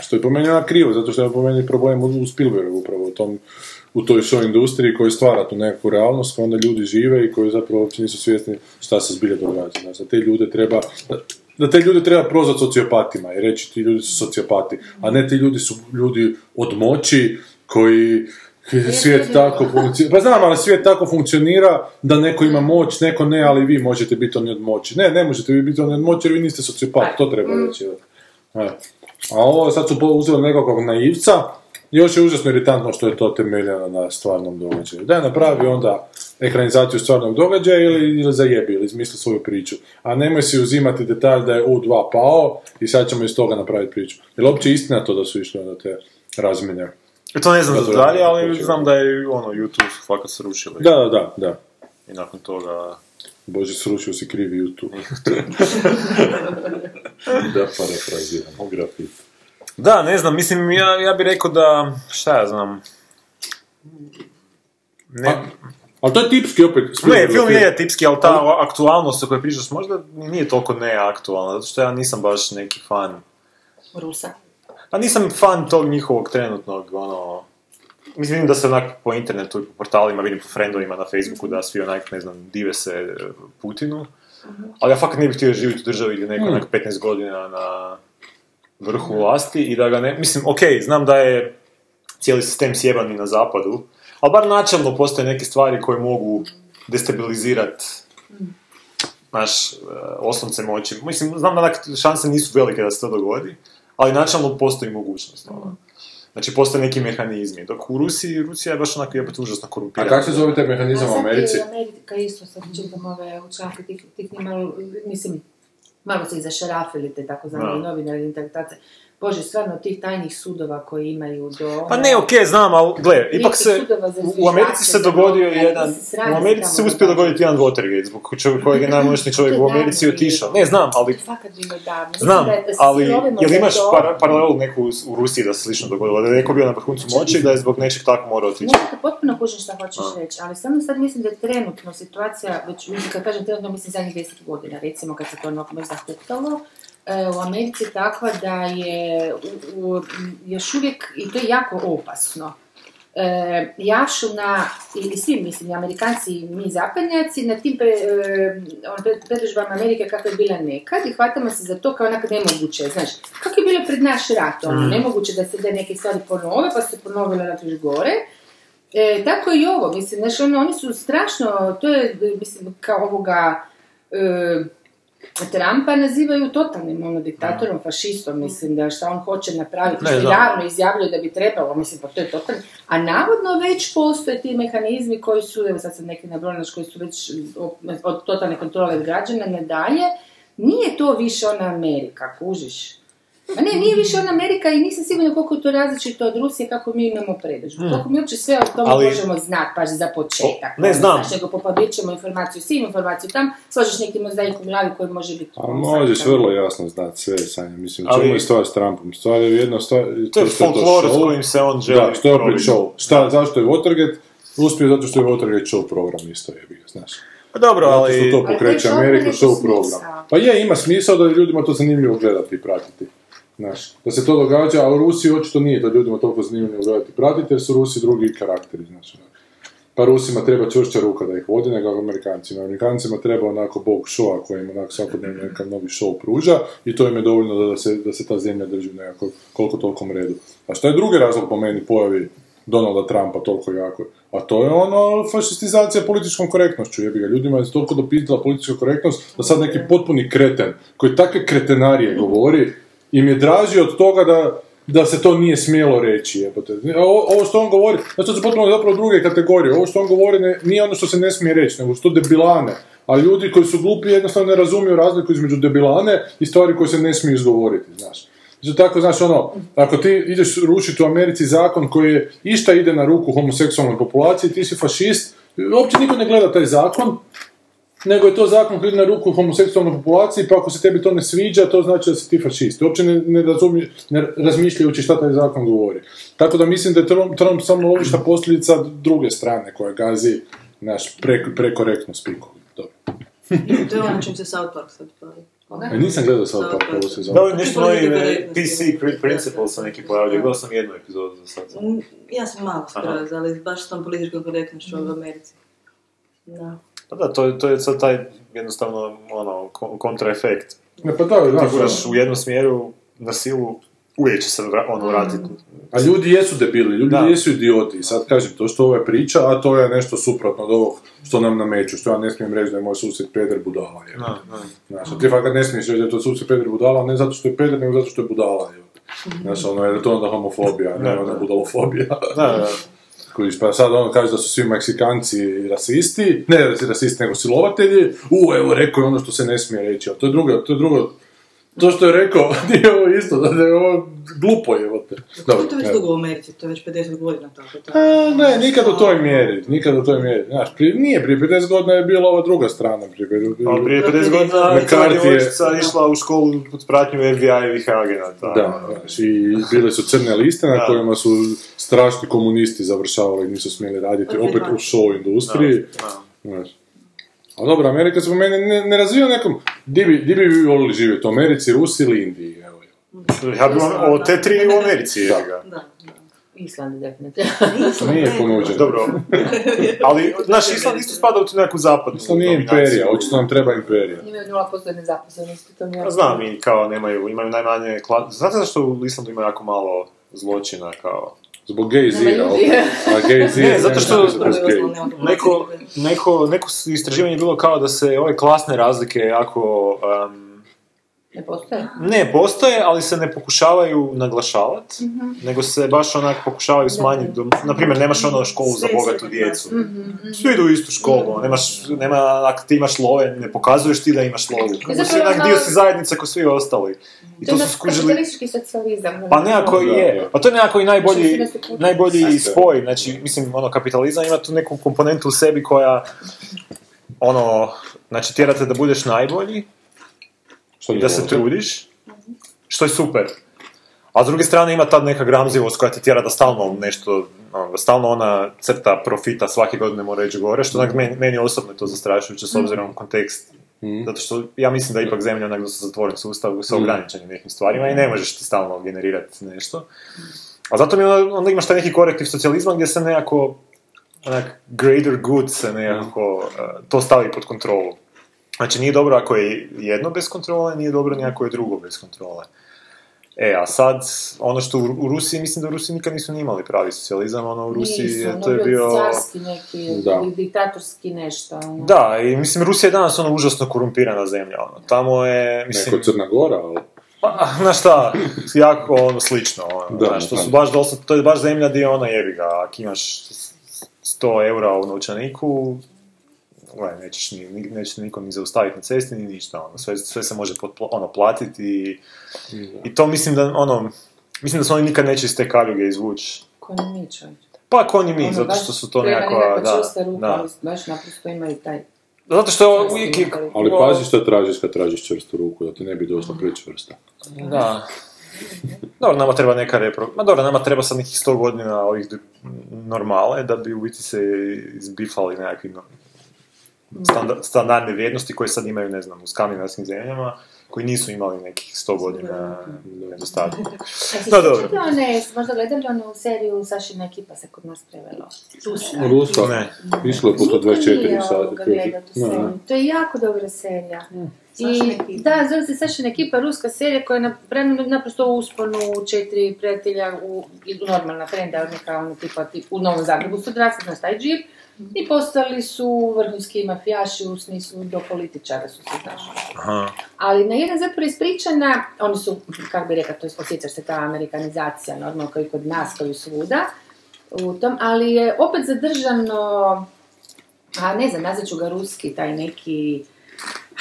Speaker 10: Što je po meni ona krivo, zato što je po meni problem u u Spielbergu upravo u, tom, u toj show industriji koji stvara tu nekakvu realnost koju onda ljudi žive i koji zapravo uopće nisu svjesni šta se zbilja događa. Znači, da te ljude treba, da, da te ljude treba prozvati sociopatima i reći ti ljudi su sociopati, a ne ti ljudi su ljudi od moći koji svijet tako funkcionira. Pa znam, ali svijet tako funkcionira da neko ima moć, neko ne, ali vi možete biti oni od moći. Ne, ne možete vi biti oni od moći jer vi niste sociopat, to treba reći. E. A ovo sad su po- uzeli nekakvog naivca, još je užasno iritantno što je to temeljeno na stvarnom događaju. Da je napravi onda ekranizaciju stvarnog događaja ili, ili zajebi, ili izmisli svoju priču. A nemoj si uzimati detalj da je U2 pao i sad ćemo iz toga napraviti priču. Jel uopće istina to da su išli onda te razmjene?
Speaker 5: To ne znam za
Speaker 10: Dobro,
Speaker 5: dalje, ali
Speaker 10: hoćemo.
Speaker 5: znam da je ono, YouTube su fakat srušili.
Speaker 10: Da, da, da, da.
Speaker 5: I nakon toga...
Speaker 10: Bože, srušio si krivi YouTube. da parafraziram, u grafit.
Speaker 5: Da, ne znam, mislim, ja, ja bih rekao da, šta ja znam... Ne,
Speaker 10: Ali to je tipski opet.
Speaker 5: ne,
Speaker 10: Spielbergov
Speaker 5: film je tipski, ali ta aktualnost o kojoj pričaš možda nije toliko neaktualna, zato što ja nisam baš neki fan.
Speaker 8: Rusa.
Speaker 5: Pa nisam fan tog njihovog trenutnog, ono... Mislim vidim da se onak po internetu i po portalima, vidim po friendovima na Facebooku da svi onak, ne znam, dive se e, Putinu. Ali ja fakat ne bih htio živjeti u državi gdje neko onak 15 godina na vrhu vlasti i da ga ne... Mislim, ok, znam da je cijeli sistem sjeban i na zapadu, ali bar načelno postoje neke stvari koje mogu destabilizirati naš oslonce e, moći. Mislim, znam da onak šanse nisu velike da se to dogodi, ali načelno postoji mogućnost. ono. Znači, postoje neki mehanizmi. Dok u Rusiji, Rusija je baš onako jebate užasno
Speaker 10: A
Speaker 5: korumpirana.
Speaker 10: kako se zove taj mehanizam u Americi?
Speaker 8: A sad je i Amerika isto, sad čitam ove učlanke, tih, tih ni malo, mislim, malo se i zašarafili te tako
Speaker 5: Da.
Speaker 8: znamo novinari i interpretacije. Bože, stvarno tih tajnih sudova koji imaju do... ono-
Speaker 5: Pa ne, okej, znam, ali gle, ipak se,
Speaker 8: sudova za
Speaker 5: u- u Americi se
Speaker 8: zviždače,
Speaker 5: dogodio
Speaker 8: za-
Speaker 5: jedan,
Speaker 8: se sranje
Speaker 5: u Americi
Speaker 8: tamo
Speaker 5: se uspio
Speaker 8: događa.
Speaker 5: dogoditi jedan Watergate, zbog čovjek- kojeg je najmoćniji čovjek
Speaker 8: To
Speaker 5: u
Speaker 8: je
Speaker 5: Americi
Speaker 8: davno
Speaker 5: otišao.
Speaker 8: bilo.
Speaker 5: Ne, znam,
Speaker 8: To
Speaker 5: ali
Speaker 8: je fakat bilo davno.
Speaker 5: Znam,
Speaker 8: Mislim da je- da
Speaker 5: ali
Speaker 8: svi lovimo
Speaker 5: jel
Speaker 8: za
Speaker 5: imaš
Speaker 8: to.
Speaker 5: par, paralelu neku u- u Rusiji da se slično dogodilo, da je neko bio na vrhuncu moći i da je zbog nečeg tako morao otići?
Speaker 8: Ne, potpuno kužim šta hoćeš
Speaker 5: A.
Speaker 8: reći, ali samo sad mislim da je trenutno situacija, već mislim, kad kažem trenutno mislim zadnjih 10 godina, recimo kad se to ono baš zahvatalo, e, u Americi je takva da je u, u- m, još uvijek, i to je jako opasno, e, jašuna, ili svi mislim, i Amerikanci i mi zapadnjaci, na tim pre, e, ono, pre- predodžbama Amerike kako je bila nekad i hvatamo se za to kao onako nemoguće, znaš, kako je bilo pred naš rat, ono, nemoguće da se da neke stvari ponove, pa su se ponovile na gore, E, tako i ovo, mislim, znaš, ono, oni su strašno, to je, mislim, kao ovoga e, Trumpa nazivaju totalnim ono, diktatorom, fašistom, mislim, da šta on hoće napraviti,
Speaker 5: Ne
Speaker 8: što
Speaker 5: znam.
Speaker 8: javno izjavljuje da bi trebalo, mislim, pa to je totalno. A navodno već postoje ti mehanizmi koji su, evo sad sam neki nabrojala, koji su već od, od totalne kontrole građana nadalje, nije to više ona Amerika, kužiš? A ne, nije više ona Amerika i nisam sigurna koliko je to različito od Rusije kako mi imamo predodžbu.
Speaker 5: Mm.
Speaker 8: Koliko mi uopće sve o tome
Speaker 5: Ali-
Speaker 8: možemo znat, baš za početak. ono,
Speaker 5: O, ne, znam.
Speaker 8: Znaš, nego popabit ćemo informaciju sim, informaciju tam, složiš neki mozaik u glavi koji može biti...
Speaker 10: A možeš vrlo jasno znat sve, Sanja, mislim, u
Speaker 5: Ali-
Speaker 10: čemu je stvar s Trumpom? Stvar je jedno, stvar...
Speaker 5: To je
Speaker 10: što
Speaker 5: folklor s
Speaker 10: show.
Speaker 5: kojim se on želi
Speaker 10: Da, što je opet
Speaker 5: probiti.
Speaker 10: show. Šta, zašto je Watergate? Uspio zato što je Watergate show program isto je bio, znaš.
Speaker 5: Pa dobro,
Speaker 10: Zato što to
Speaker 5: ali...
Speaker 10: pokreće
Speaker 8: Ali to je
Speaker 10: Ameriku,
Speaker 8: opet
Speaker 10: show
Speaker 8: neki
Speaker 10: program.
Speaker 8: smisao.
Speaker 10: Pa je, ima smisao da je ljudima to zanimljivo gledati i pratiti. Znaš, da se to događa, a u Rusiji očito nije to ljudima toliko zanimljivo gledati i pratiti, jer su Rusi drugi karakteri, znači. ono. Pa Rusima treba čvršća ruka da ih vodi nego Amerikancima. Amerikancima treba onako bog showa koji im onako svakodnevno nekakav novi show pruža i to im je dovoljno da se, da se ta zemlja drži u nekako koliko tolkom redu. A što je drugi razlog po meni pojavi Donalda Trumpa toliko jako? A to je ono fašistizacija političkom korektnošću. Jebi ga, ljudima je toliko dopitila politička korektnost da sad neki potpuni kreten koji takve kretenarije govori im je draži od toga da da se to nije smjelo reći, jebote. A o- Ovo što on govori, znači to su potpuno zapravo druge kategorije, ovo što on govori ne, nije ono što se ne smije reći, nego su to debilane. A ljudi koji su glupi jednostavno ne razumiju razliku između debilane i stvari koje se ne smiju izgovoriti, znaš. Znači, tako, znaš, ono, ako ti ideš rušiti u Americi zakon koji je išta ide na ruku homoseksualnoj populaciji, ti si fašist, uopće niko ne gleda taj zakon, nego je to zakon koji ide na ruku homoseksualnoj populaciji, pa ako se tebi to ne sviđa, to znači da si ti fašist. Uopće ne, ne, razumi- ne razmišljajući šta taj zakon govori. Tako da mislim da je Trump, Trump samo lovišta posljedica druge strane koja gazi naš pre, prekorektno spiku. Dobro.
Speaker 6: To je ono na čem se South Park sad bavi.
Speaker 10: E, nisam gledao sad
Speaker 6: South
Speaker 10: pa
Speaker 6: Park.
Speaker 10: prvu sezonu.
Speaker 5: Da li nešto novi
Speaker 6: Politička
Speaker 5: eh,
Speaker 6: korektnost.
Speaker 5: PC Principles sam neki pojavljaju, gledao sam jednu epizodu za sad.
Speaker 6: Mm, Ja sam malo
Speaker 5: Aha.
Speaker 6: skroz, ali baš s tom političkom korektnošću u Americi. Da.
Speaker 5: Pa da, to je, to je sad taj jednostavno ono, ko- kontraefekt.
Speaker 10: Ne, pa da,
Speaker 5: Ti
Speaker 10: znaš,
Speaker 5: guraš
Speaker 10: ono,
Speaker 5: u jednom smjeru na silu, uvijek će se vra- ono vratiti.
Speaker 10: a ljudi jesu debili, ljudi
Speaker 5: Da.
Speaker 10: jesu idioti. I Sad kažem, to što ovo je priča, a to je nešto suprotno od ovog što nam nameću, što ja ne smijem reći da je moj susjed Peder budala. Je.
Speaker 5: Da, da.
Speaker 10: Znaš, a ti fakat ne smiješ reći da je to susjed Peder budala, ne zato što je Peder, nego zato što je budala. Je. Znaš, ono, jer je to onda homofobija, ne
Speaker 5: Da.
Speaker 10: onda budalofobija.
Speaker 5: Da, da, da.
Speaker 10: Kužiš, pa sad on kaže da su svi Meksikanci rasisti, ne da su rasisti nego silovatelji, u, evo, rekao je ono što se ne smije reći, ali to je drugo, to je drugo, to što je rekao, nije ovo isto, da je ovo glupo je, evo te.
Speaker 6: Dobro, to je već
Speaker 10: evo.
Speaker 6: dugo u Americi, to je već 50 godina tako. To.
Speaker 10: A, ne, nikad u toj mjeri, nikad u toj mjeri, znaš, prije, nije, prije 50 godina je bila ova druga strana, prije,
Speaker 5: Ali prije 50 godina
Speaker 6: 50 godina
Speaker 5: neka
Speaker 10: McCarthy je-
Speaker 5: djevojčica išla u školu pod pratnju FBI-evih agenata.
Speaker 10: Da, znaš, i bile su crne liste na
Speaker 5: Pa, Da.
Speaker 10: kojima su strašni komunisti završavali i nisu smjeli raditi,
Speaker 5: Pa,
Speaker 6: Od
Speaker 10: opet u show industriji.
Speaker 5: Da.
Speaker 10: Znaš. A dobro, Amerika se po meni ne, ne razvija u nekom... Di bi, di bi vi volili živjeti? U Americi, Rusiji ili Indiji? Evo.
Speaker 5: Ja bi on, o te tri u Americi, ja ga.
Speaker 6: Da, da.
Speaker 8: Island definitivno.
Speaker 10: To nije ponuđeno.
Speaker 5: Dobro. Ali, znaš, Island isto spada u tu neku zapadnu
Speaker 10: To nije imperija, očito nam treba imperija.
Speaker 8: Imaju 0% nezaposlenosti, to mi je...
Speaker 5: Pa Znam i kao nemaju, imaju najmanje... Kla... Znate zašto u Islandu ima jako malo zločina kao...
Speaker 10: Zbog gej zira.
Speaker 8: ljudi.
Speaker 10: opet. A gej zira...
Speaker 5: Ne, zato što-
Speaker 10: znam zašto je gej.
Speaker 5: Pa, Neko, neko, neko s- istraživanje je bilo kao da se ove klasne razlike jako... em,
Speaker 8: Ne postoje.
Speaker 5: ne, postoje, ali se ne pokušavaju naglašavati, nego se baš onak pokušavaju smanjiti. do- Naprimjer, nemaš ono školu za
Speaker 6: Sve
Speaker 5: bogatu
Speaker 6: se-
Speaker 5: djecu. Svi idu u istu školu, nemaš, nema, ako ti imaš love, ne pokazuješ ti da imaš lovu. Nego si
Speaker 8: zapravo
Speaker 5: onak dio si zajednice ko svi ostali. I to
Speaker 8: je ono-
Speaker 5: su
Speaker 8: naš
Speaker 5: skužili...
Speaker 8: kapitalistički socijalizam. ono,
Speaker 5: Pa nekako i
Speaker 10: Da,
Speaker 5: je.
Speaker 10: da.
Speaker 5: Pa to je nekako i
Speaker 8: Mislim
Speaker 5: najbolji,
Speaker 8: da se kuži.
Speaker 5: najbolji
Speaker 10: Jeste.
Speaker 5: spoj. Znači, mislim, ono, kapitalizam ima tu neku komponentu u sebi koja, ono, znači, tjerate da budeš najbolji,
Speaker 10: Što
Speaker 5: i
Speaker 10: ono? nije
Speaker 5: da se
Speaker 10: ovo?
Speaker 5: trudiš, što je super. A s druge strane ima ta neka gramzivost koja te tjera da stalno nešto, ono, da stalno ona crta profita svake godine mora ići gore, što onak meni, meni osobno je to zastrašujuće s obzirom na kontekst.
Speaker 10: Mhm.
Speaker 5: Zato što ja mislim da je ipak zemlja onak da su zatvoren sustav sa
Speaker 10: Mhm.
Speaker 5: ograničenim nekim stvarima i ne možeš ti stalno generirati nešto. A zato mi onda, onda imaš taj neki korektiv socijalizma gdje se nekako onak greater good se nekako eh, to stavi pod kontrolu. Znači nije dobro ako je jedno bez kontrole, nije dobro ni ako je drugo bez kontrole. E, a sad, ono što u, u Rusiji, mislim da u Rusiji nikad nisu ni imali pravi socijalizam, ono u Rusiji je- to je bio...
Speaker 8: Carski neki,
Speaker 10: Da.
Speaker 8: ili diktatorski nešto. ono.
Speaker 5: Da, i mislim, Rusija je danas ono užasno korumpirana zemlja, ono. Tamo je, mislim...
Speaker 10: Neko je Crna Gora, ali...
Speaker 5: Pa, znaš šta, jako ono slično, ono,
Speaker 10: Da,
Speaker 5: znaš, to su
Speaker 10: da.
Speaker 5: baš dosta, to je baš zemlja gdje ono jebi ga, ako imaš 100 eura u novčaniku, gledaj, nećeš, ni, ni- nećeš te niko ni zaustaviti na cesti, ni ništa, ono, sve, sve se može potpla- ono, platiti i, i to mislim da, ono, mislim da se oni nikad neće iz te kaljuge izvući.
Speaker 11: Ko ne mi čovječe.
Speaker 5: Pa ko ni mi,
Speaker 11: Ono,
Speaker 5: zato
Speaker 11: baš
Speaker 5: što su to
Speaker 11: treba
Speaker 5: nekakva,
Speaker 11: nekakva
Speaker 5: da,
Speaker 11: čvrsta ruka,
Speaker 5: da.
Speaker 11: ali baš naprosto imaju taj...
Speaker 5: Zato što je
Speaker 11: čvrsti
Speaker 5: uvijek
Speaker 11: mental-
Speaker 10: Ali pazi što tražiš kad tražiš čvrstu ruku, da ti ne bi došla prečvrsta.
Speaker 5: Da. Dobro, nama treba neka repro... Ma dobro, nama treba sad nekih 100 godina ovih d- normale da bi u biti se izbifali nekakvi no- standa- standardne vrijednosti koje sad imaju, ne znam, u skandinavskim zemljama, koji nisu imali nekih 100 godina nedostatka. No, dobro.
Speaker 8: One, možda gledali onu seriju Sašina ekipa se kod nas prevelo. Rusa.
Speaker 10: Rusa,
Speaker 5: Ne.
Speaker 10: išlo je po
Speaker 8: Niko nije
Speaker 10: 124
Speaker 8: ovoga gledao tu seriju.
Speaker 10: sata.
Speaker 8: To je jako dobra serija. I, da, zove se Sašina ekipa, ruska serija koja je na, prem- naprosto u usponu četiri prijatelja, u, i normalna frenda, neka ono tipa tip, u Novom Zagrebu su odrasli na taj džip. I postali su vrhunski mafijaši u smislu do političara su se znašli.
Speaker 5: Aha.
Speaker 8: Ali na jedan zapravo ispričana, oni su, kako bi rekla, to je, osjećaš se ta amerikanizacija, normalno kao i kod nas, kao i svuda, u tom, ali je opet zadržano, a ne znam, nazvat ću ga ruski, taj neki,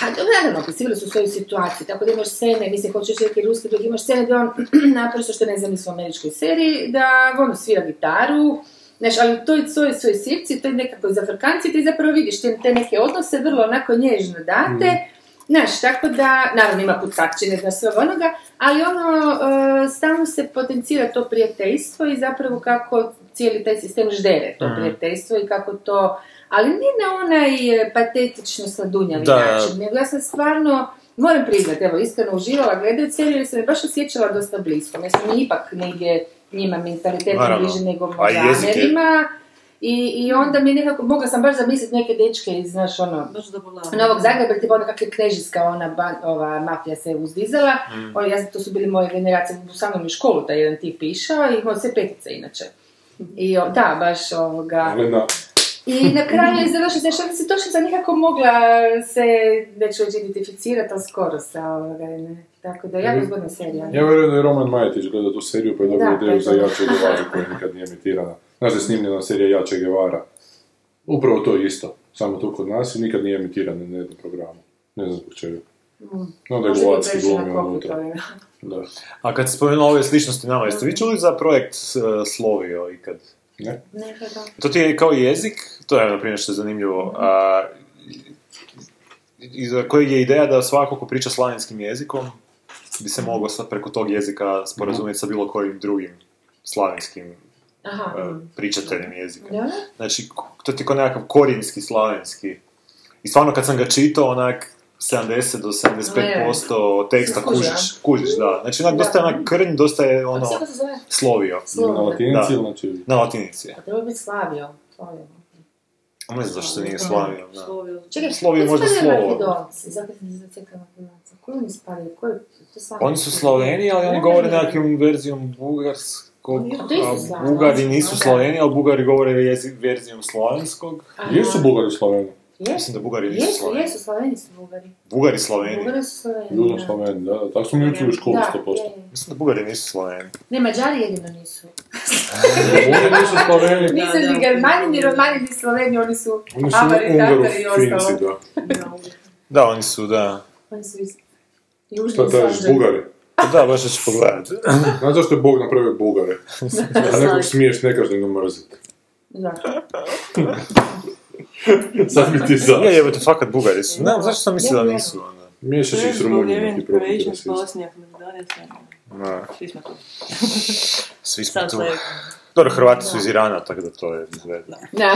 Speaker 8: a naravno, opisivali su svoju situaciju, tako da imaš scene, mislim, hoćeš neki ruski, dok imaš scene gdje on naprosto što ne znam u američkoj seriji, da ono svira gitaru, Znaš, ali u toj svojoj svoj sirci, toj nekakvoj zafrkanciji, ti zapravo vidiš te, te neke odnose vrlo onako nježno date, Znaš, tako da, naravno ima pucakčine, znaš, svega onoga, ali ono, e, stalno se potencira to prijateljstvo i zapravo kako cijeli taj sistem ždere to
Speaker 5: Mhm.
Speaker 8: prijateljstvo i kako to, ali ne na onaj e, patetično sladunjavi
Speaker 5: Da.
Speaker 8: način, nego ja sam stvarno, moram priznati, evo, iskreno uživala gledajući seriju jer sam je baš osjećala dosta blisko, ne sam ipak negdje njima mentalitetom
Speaker 5: Naravno.
Speaker 8: bliže nego
Speaker 5: A i jezik je-
Speaker 8: možanerima. I, I onda mi je nekako, mogla sam baš zamisliti neke dečke iz, znaš, ono, Novog Zagreba, tipa ono kak je knežiska ona ban, ova mafija se uzdizala,
Speaker 11: Mm.
Speaker 8: Oni, ja, to su bili moje generacije, sa mnom je u školu taj jedan tip išao i on se petica inače.
Speaker 5: Mhm.
Speaker 8: I o- da, baš ovoga.
Speaker 10: Elena,
Speaker 8: I na kraju je završio, znaš, onda se točno sam nekako mogla se, neću reći identificirati, ali skoro sa ovoga, ne. Tako da, jako
Speaker 10: Mhm.
Speaker 8: zgodna serija.
Speaker 10: ja vjerujem da je Roman Majetić gledao tu seriju pa je
Speaker 8: Da,
Speaker 10: dobio
Speaker 8: pa je
Speaker 10: ideju za
Speaker 8: dobro.
Speaker 10: Jače Guevara koja nikad nije emitirana. Znaš da je snimljena serija Jače Guevara? Upravo to je isto, samo to kod nas i nikad nije emitirana na jednom programu. Ne znam zbog čega. No da je
Speaker 8: Mm. Možda
Speaker 10: Gulatski
Speaker 8: previše na
Speaker 10: glumio
Speaker 8: kopu
Speaker 10: unutra.
Speaker 8: toga.
Speaker 10: Da.
Speaker 5: A kad se spomenuo ove sličnosti nama, jeste vi čuli za projekt e, Slovio ikad?
Speaker 10: Ne.
Speaker 8: Ne, da, da.
Speaker 5: To ti je kao jezik, to je na primjer što je zanimljivo, a, iza kojeg je ideja da svako ko priča slavenskim jezikom bi se mogao sad preko tog jezika sporazumjeti sa bilo kojim drugim slavenskim
Speaker 8: Aha.
Speaker 5: e, pričateljem jezika.
Speaker 8: Da?
Speaker 5: Znači, ko- to ti je kao nekakav korijenski slavenski. I stvarno kad sam ga čitao, onak, 70 do 75% teksta
Speaker 8: Skužila.
Speaker 5: kužiš, kužiš, da. Znači, onak, dosta je onak krnj, dosta je ono,
Speaker 8: Pa Kako se zove?
Speaker 5: slovio.
Speaker 8: Slovio. Na
Speaker 10: latinici
Speaker 5: Da.
Speaker 10: ili na znači, čiju?
Speaker 5: Na latinici je.
Speaker 8: A Treba biti Slavio. Slavio.
Speaker 5: A Ne znam zašto
Speaker 6: Pa
Speaker 5: nije slavio. da.
Speaker 8: Čekaj,
Speaker 5: Slovi je
Speaker 8: kako
Speaker 5: možda
Speaker 8: spadaju
Speaker 5: slovo.
Speaker 8: Makedonci? Zato sam se zatekala Makedonci. Koji oni spadaju? Koji? To sami.
Speaker 5: Oni su Sloveniji, ali oni govore nekakvim verzijom bugarskog.
Speaker 8: A to isto
Speaker 5: a
Speaker 8: Slavonac,
Speaker 5: Bugari nisu
Speaker 8: Bugari.
Speaker 5: Sloveniji, ali Bugari govore jezi- verzijom slovenskog.
Speaker 8: Aha.
Speaker 10: Jesu Bugari Sloveni?
Speaker 5: Mislim da Bugari nisu
Speaker 8: Jesu,
Speaker 5: Sloveni.
Speaker 8: jesu, Sloveni su Bugari.
Speaker 5: Bugari Sloveni.
Speaker 8: Bugari su Sloveni.
Speaker 10: Ljudom
Speaker 8: da.
Speaker 10: Sloveni, da. da. Tako smo mi učili u školu
Speaker 8: Da,
Speaker 10: 100%.
Speaker 8: je, je.
Speaker 5: Mislim da Bugari nisu Sloveni.
Speaker 8: Ne, Mađari jedino nisu.
Speaker 10: Oni nisu Sloveni.
Speaker 8: Nisu ni Germani, ni Romani, ni Sloveni, oni su
Speaker 10: Oni su
Speaker 8: Avari,
Speaker 10: Ungaro,
Speaker 8: Tatari i
Speaker 10: Finci,
Speaker 8: ostalo.
Speaker 10: da.
Speaker 5: Da, oni su, da.
Speaker 8: Oni su iz Južni
Speaker 10: Šta tražiš,
Speaker 8: Slaveni.
Speaker 10: Bugari?
Speaker 5: Pa Da, baš da ću pogledati.
Speaker 10: Znaš zašto je Bog napravio Bugare? Da nekog smiješ, ne kažeš da ga mrzite.
Speaker 8: Da.
Speaker 10: Sad mi ti za.
Speaker 5: Ne, evo te fakat Bugari su. Ne, zašto sam mislio da nisu? onda?
Speaker 10: Miješaš ih s Rumunjima neki protiv
Speaker 5: Da. Svi smo
Speaker 12: Sad
Speaker 5: tu.
Speaker 12: leg.
Speaker 5: Dobro, Hrvati su iz Irana, tako da to je izvedno.
Speaker 8: Da.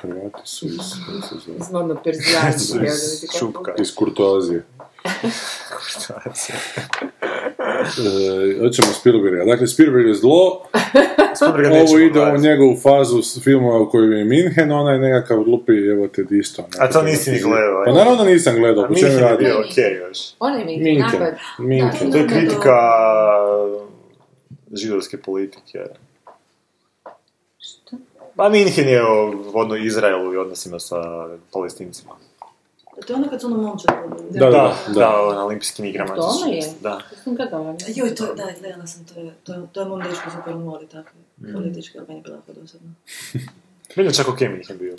Speaker 10: Hrvati su iz... kako se zove?
Speaker 8: Zvodno Perzijani.
Speaker 5: Su iz Čupka.
Speaker 10: Iz Kurtoazije. E, hoćemo Spielberga. Dakle, Spielberg je zlo,
Speaker 5: Spielberga
Speaker 10: ovo
Speaker 5: nećemo
Speaker 10: ide u
Speaker 5: gledati.
Speaker 10: njegovu fazu s filmova u kojoj je Minhen, ona je nekakav glupi, evo te disto.
Speaker 5: A to nisi ni gledao,
Speaker 10: Pa
Speaker 5: je?
Speaker 10: naravno da nisam gledao,
Speaker 5: A
Speaker 10: po čemu
Speaker 5: Minhen je
Speaker 10: radi?
Speaker 5: bio okej još.
Speaker 8: On je mi
Speaker 10: Minken,
Speaker 8: napad.
Speaker 10: Minken.
Speaker 5: To je kritika židovske politike.
Speaker 8: Što?
Speaker 5: Pa Minhen je o vodno Izraelu i odnosima sa palestincima.
Speaker 6: To je ono kad su ono momče pobili.
Speaker 10: Da, da,
Speaker 5: da,
Speaker 10: da.
Speaker 5: na olimpijskim igrama.
Speaker 8: To ono je?
Speaker 5: 2016, Da.
Speaker 8: To sam gledala. ne?
Speaker 6: Joj, to, da, gledala sam, to je, to, je- to je mom dečku super moli, tako, politički, ali meni je bila jako dosadno.
Speaker 5: Meni je čak ok mi je bio.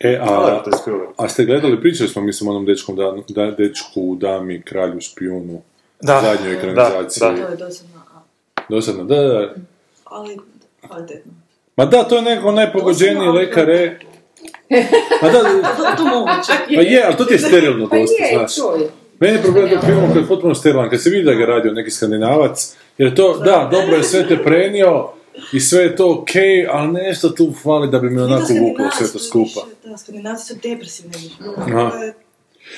Speaker 10: E, a,
Speaker 5: Dobar, to je Spielberg.
Speaker 10: a ste gledali, pričali smo, mislim, o onom dečkom, da, da, dečku, dami, kralju, špijunu,
Speaker 5: Da,
Speaker 10: zadnjoj
Speaker 5: da,
Speaker 10: ekranizaciji.
Speaker 5: da.
Speaker 6: To je dosadno, a-
Speaker 10: Dosadno, da, da, da.
Speaker 6: ali kvalitetno.
Speaker 10: Ma da, to je nekako najpogođeniji
Speaker 6: Dosadno, ali
Speaker 10: lekare. Ma da,
Speaker 6: To, to moguće.
Speaker 10: pa je, ali to ti je sterilno
Speaker 8: Pa
Speaker 10: dosta,
Speaker 8: je,
Speaker 10: znaš.
Speaker 8: čuj.
Speaker 10: Meni je problem tog filma koji je potpuno sterilan, kad se vidi da ga je radio neki skandinavac, jer to, da, dobro je sve te prenio i sve je to okej, ali nešto tu fali da bi mi onako vuklo sve to skupa.
Speaker 6: Da, skandinavci su depresivni više.
Speaker 10: Aha.
Speaker 6: To je-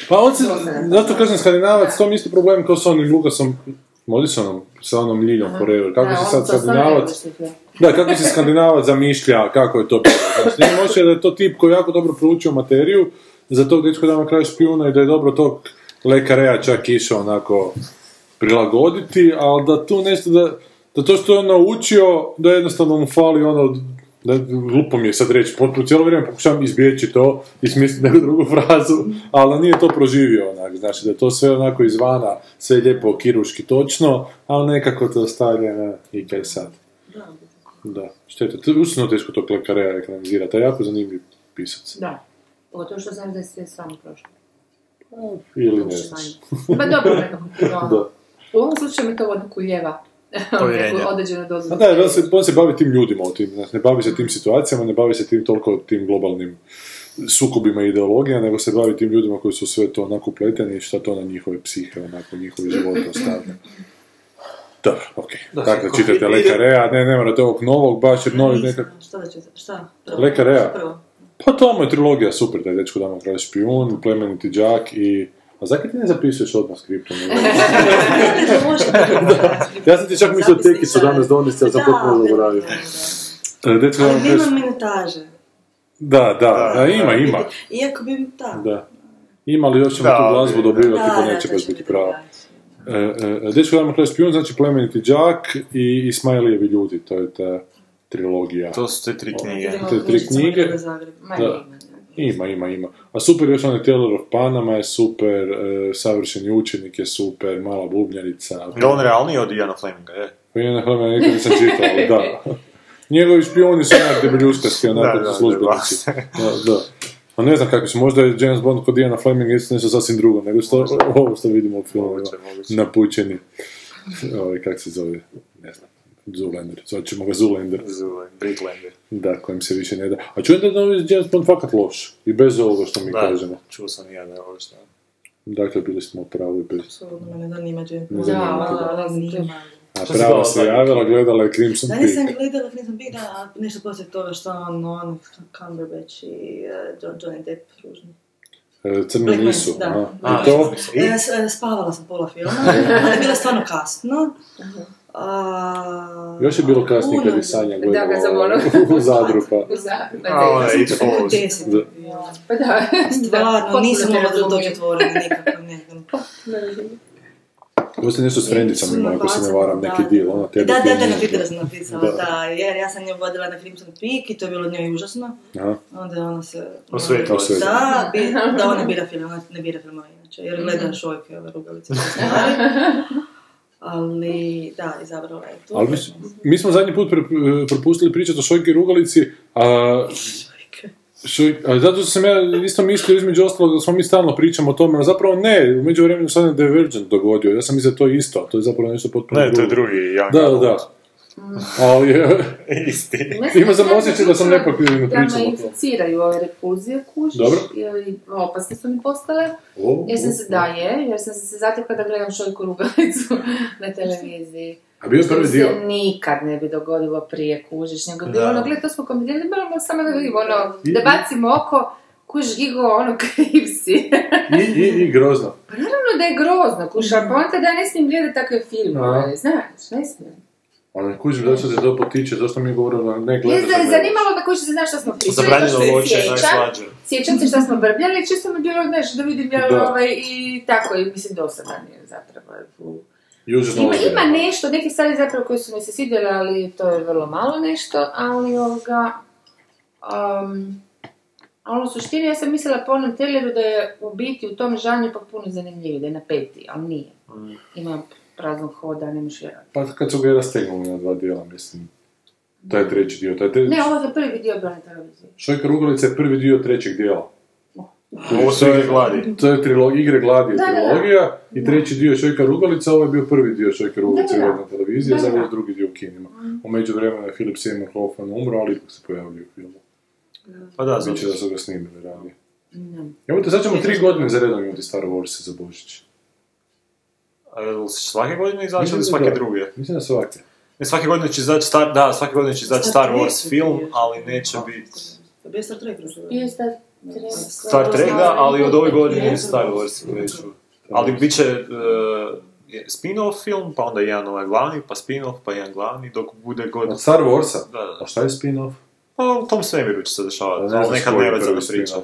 Speaker 10: Pa on se, zato kažem skandinavac, to mi je isto problem kao sa onim Lukasom, Modisonom, sa onom Ljiljom Forever, kako
Speaker 8: Da,
Speaker 10: se
Speaker 8: on
Speaker 10: sad
Speaker 8: to stvarno
Speaker 10: skandinavac,
Speaker 8: realistično.
Speaker 10: da, kako se skandinavac zamišlja, kako je to bilo, znači, nije moće da je to tip koji je jako dobro proučio materiju, za tog dečko dama kraj špijuna i da je dobro tog lekareja čak išao onako prilagoditi, ali da tu nešto, da, da to što je on naučio, da jednostavno mu fali ono, da, glupo mi je sad reći, potpuno cijelo vrijeme pokušavam izbjeći to i smisliti neku drugu frazu, ali da nije to proživio onak, znači da je to sve onako izvana, sve lijepo kiruški točno, ali nekako to ostavlja na i kaj sad. Da, šteta, to je užasno teško to klekareja ekranizirati, a jako zanimljiv pisac.
Speaker 8: Da. Pogotovo što znam da je sve samo prošlo.
Speaker 10: Ili ne
Speaker 8: Više
Speaker 10: znaš.
Speaker 8: manje. Pa dobro, nekako. no.
Speaker 10: Da.
Speaker 8: ono. U ovom slučaju mi to odnaku ljeva.
Speaker 10: Povjerenje.
Speaker 8: Određena dozu.
Speaker 10: A Pa da, jer on se, on se bavi tim ljudima u tim, znači, ne bavi se tim situacijama, ne bavi se tim toliko tim globalnim sukobima i ideologija, nego se bavi tim ljudima koji su sve to onako upleteni i šta to na njihove psihe, onako njihovi živote ostavlja. Dobro, okej.
Speaker 5: Da,
Speaker 10: Dakle,
Speaker 5: kako
Speaker 10: čitajte
Speaker 5: ide-
Speaker 10: Lekareja, ne, ne morate ovog novog, baš jer novi nekak...
Speaker 6: znači, Šta da ću, šta?
Speaker 10: Lekareja.
Speaker 6: Prvo.
Speaker 10: Pa tamo je trilogija super, taj dečko dama kralj špijun, plemeniti džak i... A zakaj ti ne zapisuješ odmah skriptom? ja sam ti čak mislio tekicu danas donesti, ali sam potpuno zaboravio. E, Dečko dama
Speaker 6: Ali
Speaker 10: kralj
Speaker 6: nema minutaže.
Speaker 10: Da, da, da, ima, ima.
Speaker 6: Iako bi mi ta.
Speaker 10: Da. Ima li još ćemo
Speaker 5: Da,
Speaker 10: tu
Speaker 5: ok,
Speaker 10: glazbu
Speaker 6: Da,
Speaker 10: dobivati, pa
Speaker 6: da,
Speaker 10: neće
Speaker 6: to
Speaker 10: baš
Speaker 6: će
Speaker 10: biti
Speaker 6: biti
Speaker 10: prava. E, e, Dečko dama kralj špijun znači plemeniti džak i Ismajlijevi ljudi, to je ta trilogija.
Speaker 5: To su te tri knjige.
Speaker 10: Te tri knjige. Da. Ima, ima, ima. A super još onaj Taylor of Panama je super, e, Savršeni učenik je super, Mala bubnjarica.
Speaker 5: Je on realniji od Iana Fleminga, je.
Speaker 10: Pa je na Hrvana nikad nisam čitao, ali da. Njegovi špioni su onak debeljuškarski,
Speaker 5: Da,
Speaker 10: onako
Speaker 5: da,
Speaker 10: da,
Speaker 5: da,
Speaker 10: službenici. Da, da. A ne znam kakvi su, možda je James Bond kod Iana Fleming isto nešto sasvim drugo, nego što ovo što vidimo u filmu, ono,
Speaker 5: Moguće, moguće.
Speaker 10: napućeni. Ovaj, kak se zove, ne znam, Zoolander, zvat ćemo ga Zoolander.
Speaker 5: Zule, Britlander.
Speaker 10: Da, kojem se više ne da. A čujem da je novi James Bond fakat loš. I bez ovoga što mi
Speaker 5: Da,
Speaker 10: kažemo.
Speaker 5: čuo sam i ja da je ovo što.
Speaker 10: Dakle, bili smo pravi bez...
Speaker 6: Apsolutno me ne zanima James Bond.
Speaker 10: zanima
Speaker 6: Da,
Speaker 10: te.
Speaker 6: da, da, zanima.
Speaker 10: A
Speaker 5: si
Speaker 10: prava
Speaker 5: gledala
Speaker 10: se
Speaker 5: zadnji?
Speaker 10: javila, gledala je Crimson
Speaker 6: Da nisam
Speaker 10: Peak.
Speaker 6: gledala Crimson Peak, da, a nešto poslije toga što on, on, Cumberbatch i eh, Jo- Johnny Depp ružni.
Speaker 10: E, Crni
Speaker 6: Black
Speaker 10: nisu.
Speaker 6: Panther, da.
Speaker 10: aha.
Speaker 5: A,
Speaker 10: I to?
Speaker 5: I?
Speaker 6: E, s- e, spavala sam pola filma, ali je bilo stvarno kasno. A,
Speaker 10: Još je bilo kasnije kad je
Speaker 6: puno-
Speaker 10: Sanja
Speaker 8: Da, ga
Speaker 10: gledala
Speaker 6: ono-
Speaker 8: zavolao.
Speaker 10: u Zadru, pa...
Speaker 8: U Zadru.
Speaker 5: A, ona je It Follows.
Speaker 6: Deset.
Speaker 10: Da.
Speaker 8: Pa da.
Speaker 6: Stvarno,
Speaker 8: potpuno
Speaker 6: nisam
Speaker 8: te
Speaker 6: mogla da dođe
Speaker 8: razumijem.
Speaker 6: otvorena nikako, ne znam.
Speaker 8: Ne razumijem.
Speaker 10: To ste nešto s frendicom imao, ako se ne varam, neki deal, ona tebe...
Speaker 6: Da, da, da, na
Speaker 10: ti-
Speaker 6: Twitteru sam napisala,
Speaker 10: Da.
Speaker 6: da. jer ja sam nju vodila na Crimson Peak i to je bilo od nje užasno.
Speaker 10: Aha.
Speaker 6: Onda je ona se...
Speaker 5: Osvetila
Speaker 6: ona-
Speaker 10: se.
Speaker 6: Da, bi, da ona bira film, ona ne bira filmove inače, jer gleda šojke, ove rugalice, te stvari. Ali, da, izabrala je to.
Speaker 10: Ali mi, s- mi smo zadnji put pre- propustili pričati o Šojki Rugalici, a Što- a zato sam ja isto mislio između ostalog da smo mi stalno pričamo o tome, a zapravo ne, u međuvremenu sad je Divergent dogodio, ja sam mislio da je to isto, a to je zapravo nešto potpuno
Speaker 5: Ne, to je
Speaker 10: drugo.
Speaker 5: drugi Young
Speaker 10: Da, da,
Speaker 5: Adult.
Speaker 10: da.
Speaker 6: Mm.
Speaker 10: Ali e,
Speaker 5: Isti.
Speaker 8: Ne znam,
Speaker 10: Ima sam
Speaker 8: ne znam,
Speaker 10: osjećaj da sam
Speaker 8: zašto
Speaker 10: nepakvirno
Speaker 8: da me
Speaker 10: pričala o tome.
Speaker 8: inficiraju ove repulzije, kužiš,
Speaker 10: Dobro.
Speaker 8: ili opasne su mi postale.
Speaker 10: O,
Speaker 8: Jer sam
Speaker 10: o,
Speaker 8: se, da je, jer sam se zatekla da gledam šojku rugalicu na televiziji.
Speaker 10: A bio je
Speaker 8: Što
Speaker 10: prvi
Speaker 8: mi
Speaker 10: dio.
Speaker 8: se nikad ne bi dogodilo prije, kužiš, nego je bilo
Speaker 5: Da.
Speaker 8: ono, gledaj, to smo kombinirali, malo samo da vidimo, ono, da bacimo oko, kužiš, gigo, ono, kriv si.
Speaker 10: I, i, i grozno.
Speaker 8: Pa naravno da je grozno, kuša, pa onda da ne smijem gledati takve
Speaker 10: Da.
Speaker 8: filmove, znaš, ne smijem.
Speaker 10: Ali ne kužim zašto se to potiče, zašto mi govorimo da ne gledaš.
Speaker 8: Jesi da je
Speaker 10: ne-
Speaker 8: zanimalo me kužiš, znaš šta smo pričali,
Speaker 5: Zabranjeno
Speaker 8: to što se
Speaker 5: voće je
Speaker 8: sjećam.
Speaker 5: najslađe.
Speaker 8: Sjećam se šta smo brbljali, čisto mi je bilo, znaš, da vidim ja
Speaker 10: Da.
Speaker 8: ovaj, i tako, i mislim, dosadan je zapravo.
Speaker 10: Južno
Speaker 8: Ima,
Speaker 10: ozbiljno.
Speaker 8: ima nešto, neke stvari zapravo koje su mi se svidjele, ali to je vrlo malo nešto, ali ovoga... Um, ali u suštini ja sam mislila po onom traileru da je u biti u tom žanju pa puno zanimljiviji, da je na peti, ali nije.
Speaker 5: Mm.
Speaker 8: Ima praznog hoda, ne možeš vjerati.
Speaker 10: Pa kad su ga i rastegnuli na dva dijela, mislim. Taj treći dio, taj treći...
Speaker 8: Ne, ovo je prvi dio bio na televiziji.
Speaker 10: Šojka Rugalica je prvi dio trećeg dijela.
Speaker 5: Ovo su
Speaker 10: To je-
Speaker 5: igre gladi.
Speaker 10: To je trilog, igre gladi je
Speaker 8: Da, da, da.
Speaker 10: trilogija i treći dio Šojka Rugalica, ovo je bio prvi dio Šojka Rugalica
Speaker 8: Da, da, da.
Speaker 10: na televiziji, a
Speaker 8: Da,
Speaker 10: sad je
Speaker 8: da.
Speaker 10: drugi dio u kinima.
Speaker 8: Mm.
Speaker 10: U međuvremenu je Filip Seymour Hoffman umro, ali ipak se pojavljuje u filmu.
Speaker 5: Pa da,
Speaker 10: Biće
Speaker 5: zato
Speaker 10: da
Speaker 5: što-
Speaker 10: su ga snimili ranije.
Speaker 8: Ne.
Speaker 10: Evo te, sad ćemo tri godine za redom imati Star Wars za Božić.
Speaker 5: A jel Svake godine izaći
Speaker 10: Mislim
Speaker 5: ili
Speaker 10: da
Speaker 5: svake
Speaker 10: da.
Speaker 5: druge?
Speaker 10: Mislim da svake.
Speaker 5: Ne, E, svake godine će izaći Star, da, svake godine će izaći Star Wars film, ali neće biti
Speaker 6: Pa bio je Star Trek prošle godine.
Speaker 8: Bio je Star Trek.
Speaker 5: Star Trek, da, ali od ove godine je Star Wars već. Ali bit će e, je spin-off film, pa onda jedan ovaj glavni, pa spin-off, pa jedan glavni, dok bude god...
Speaker 10: Od Star Warsa?
Speaker 5: Da, da.
Speaker 10: A šta je spin-off?
Speaker 5: Pa u tom svemiru će se dešavati,
Speaker 10: Ne znam
Speaker 5: neka
Speaker 10: koji je
Speaker 5: nevezana
Speaker 10: prvi
Speaker 5: priča.
Speaker 10: spin-off.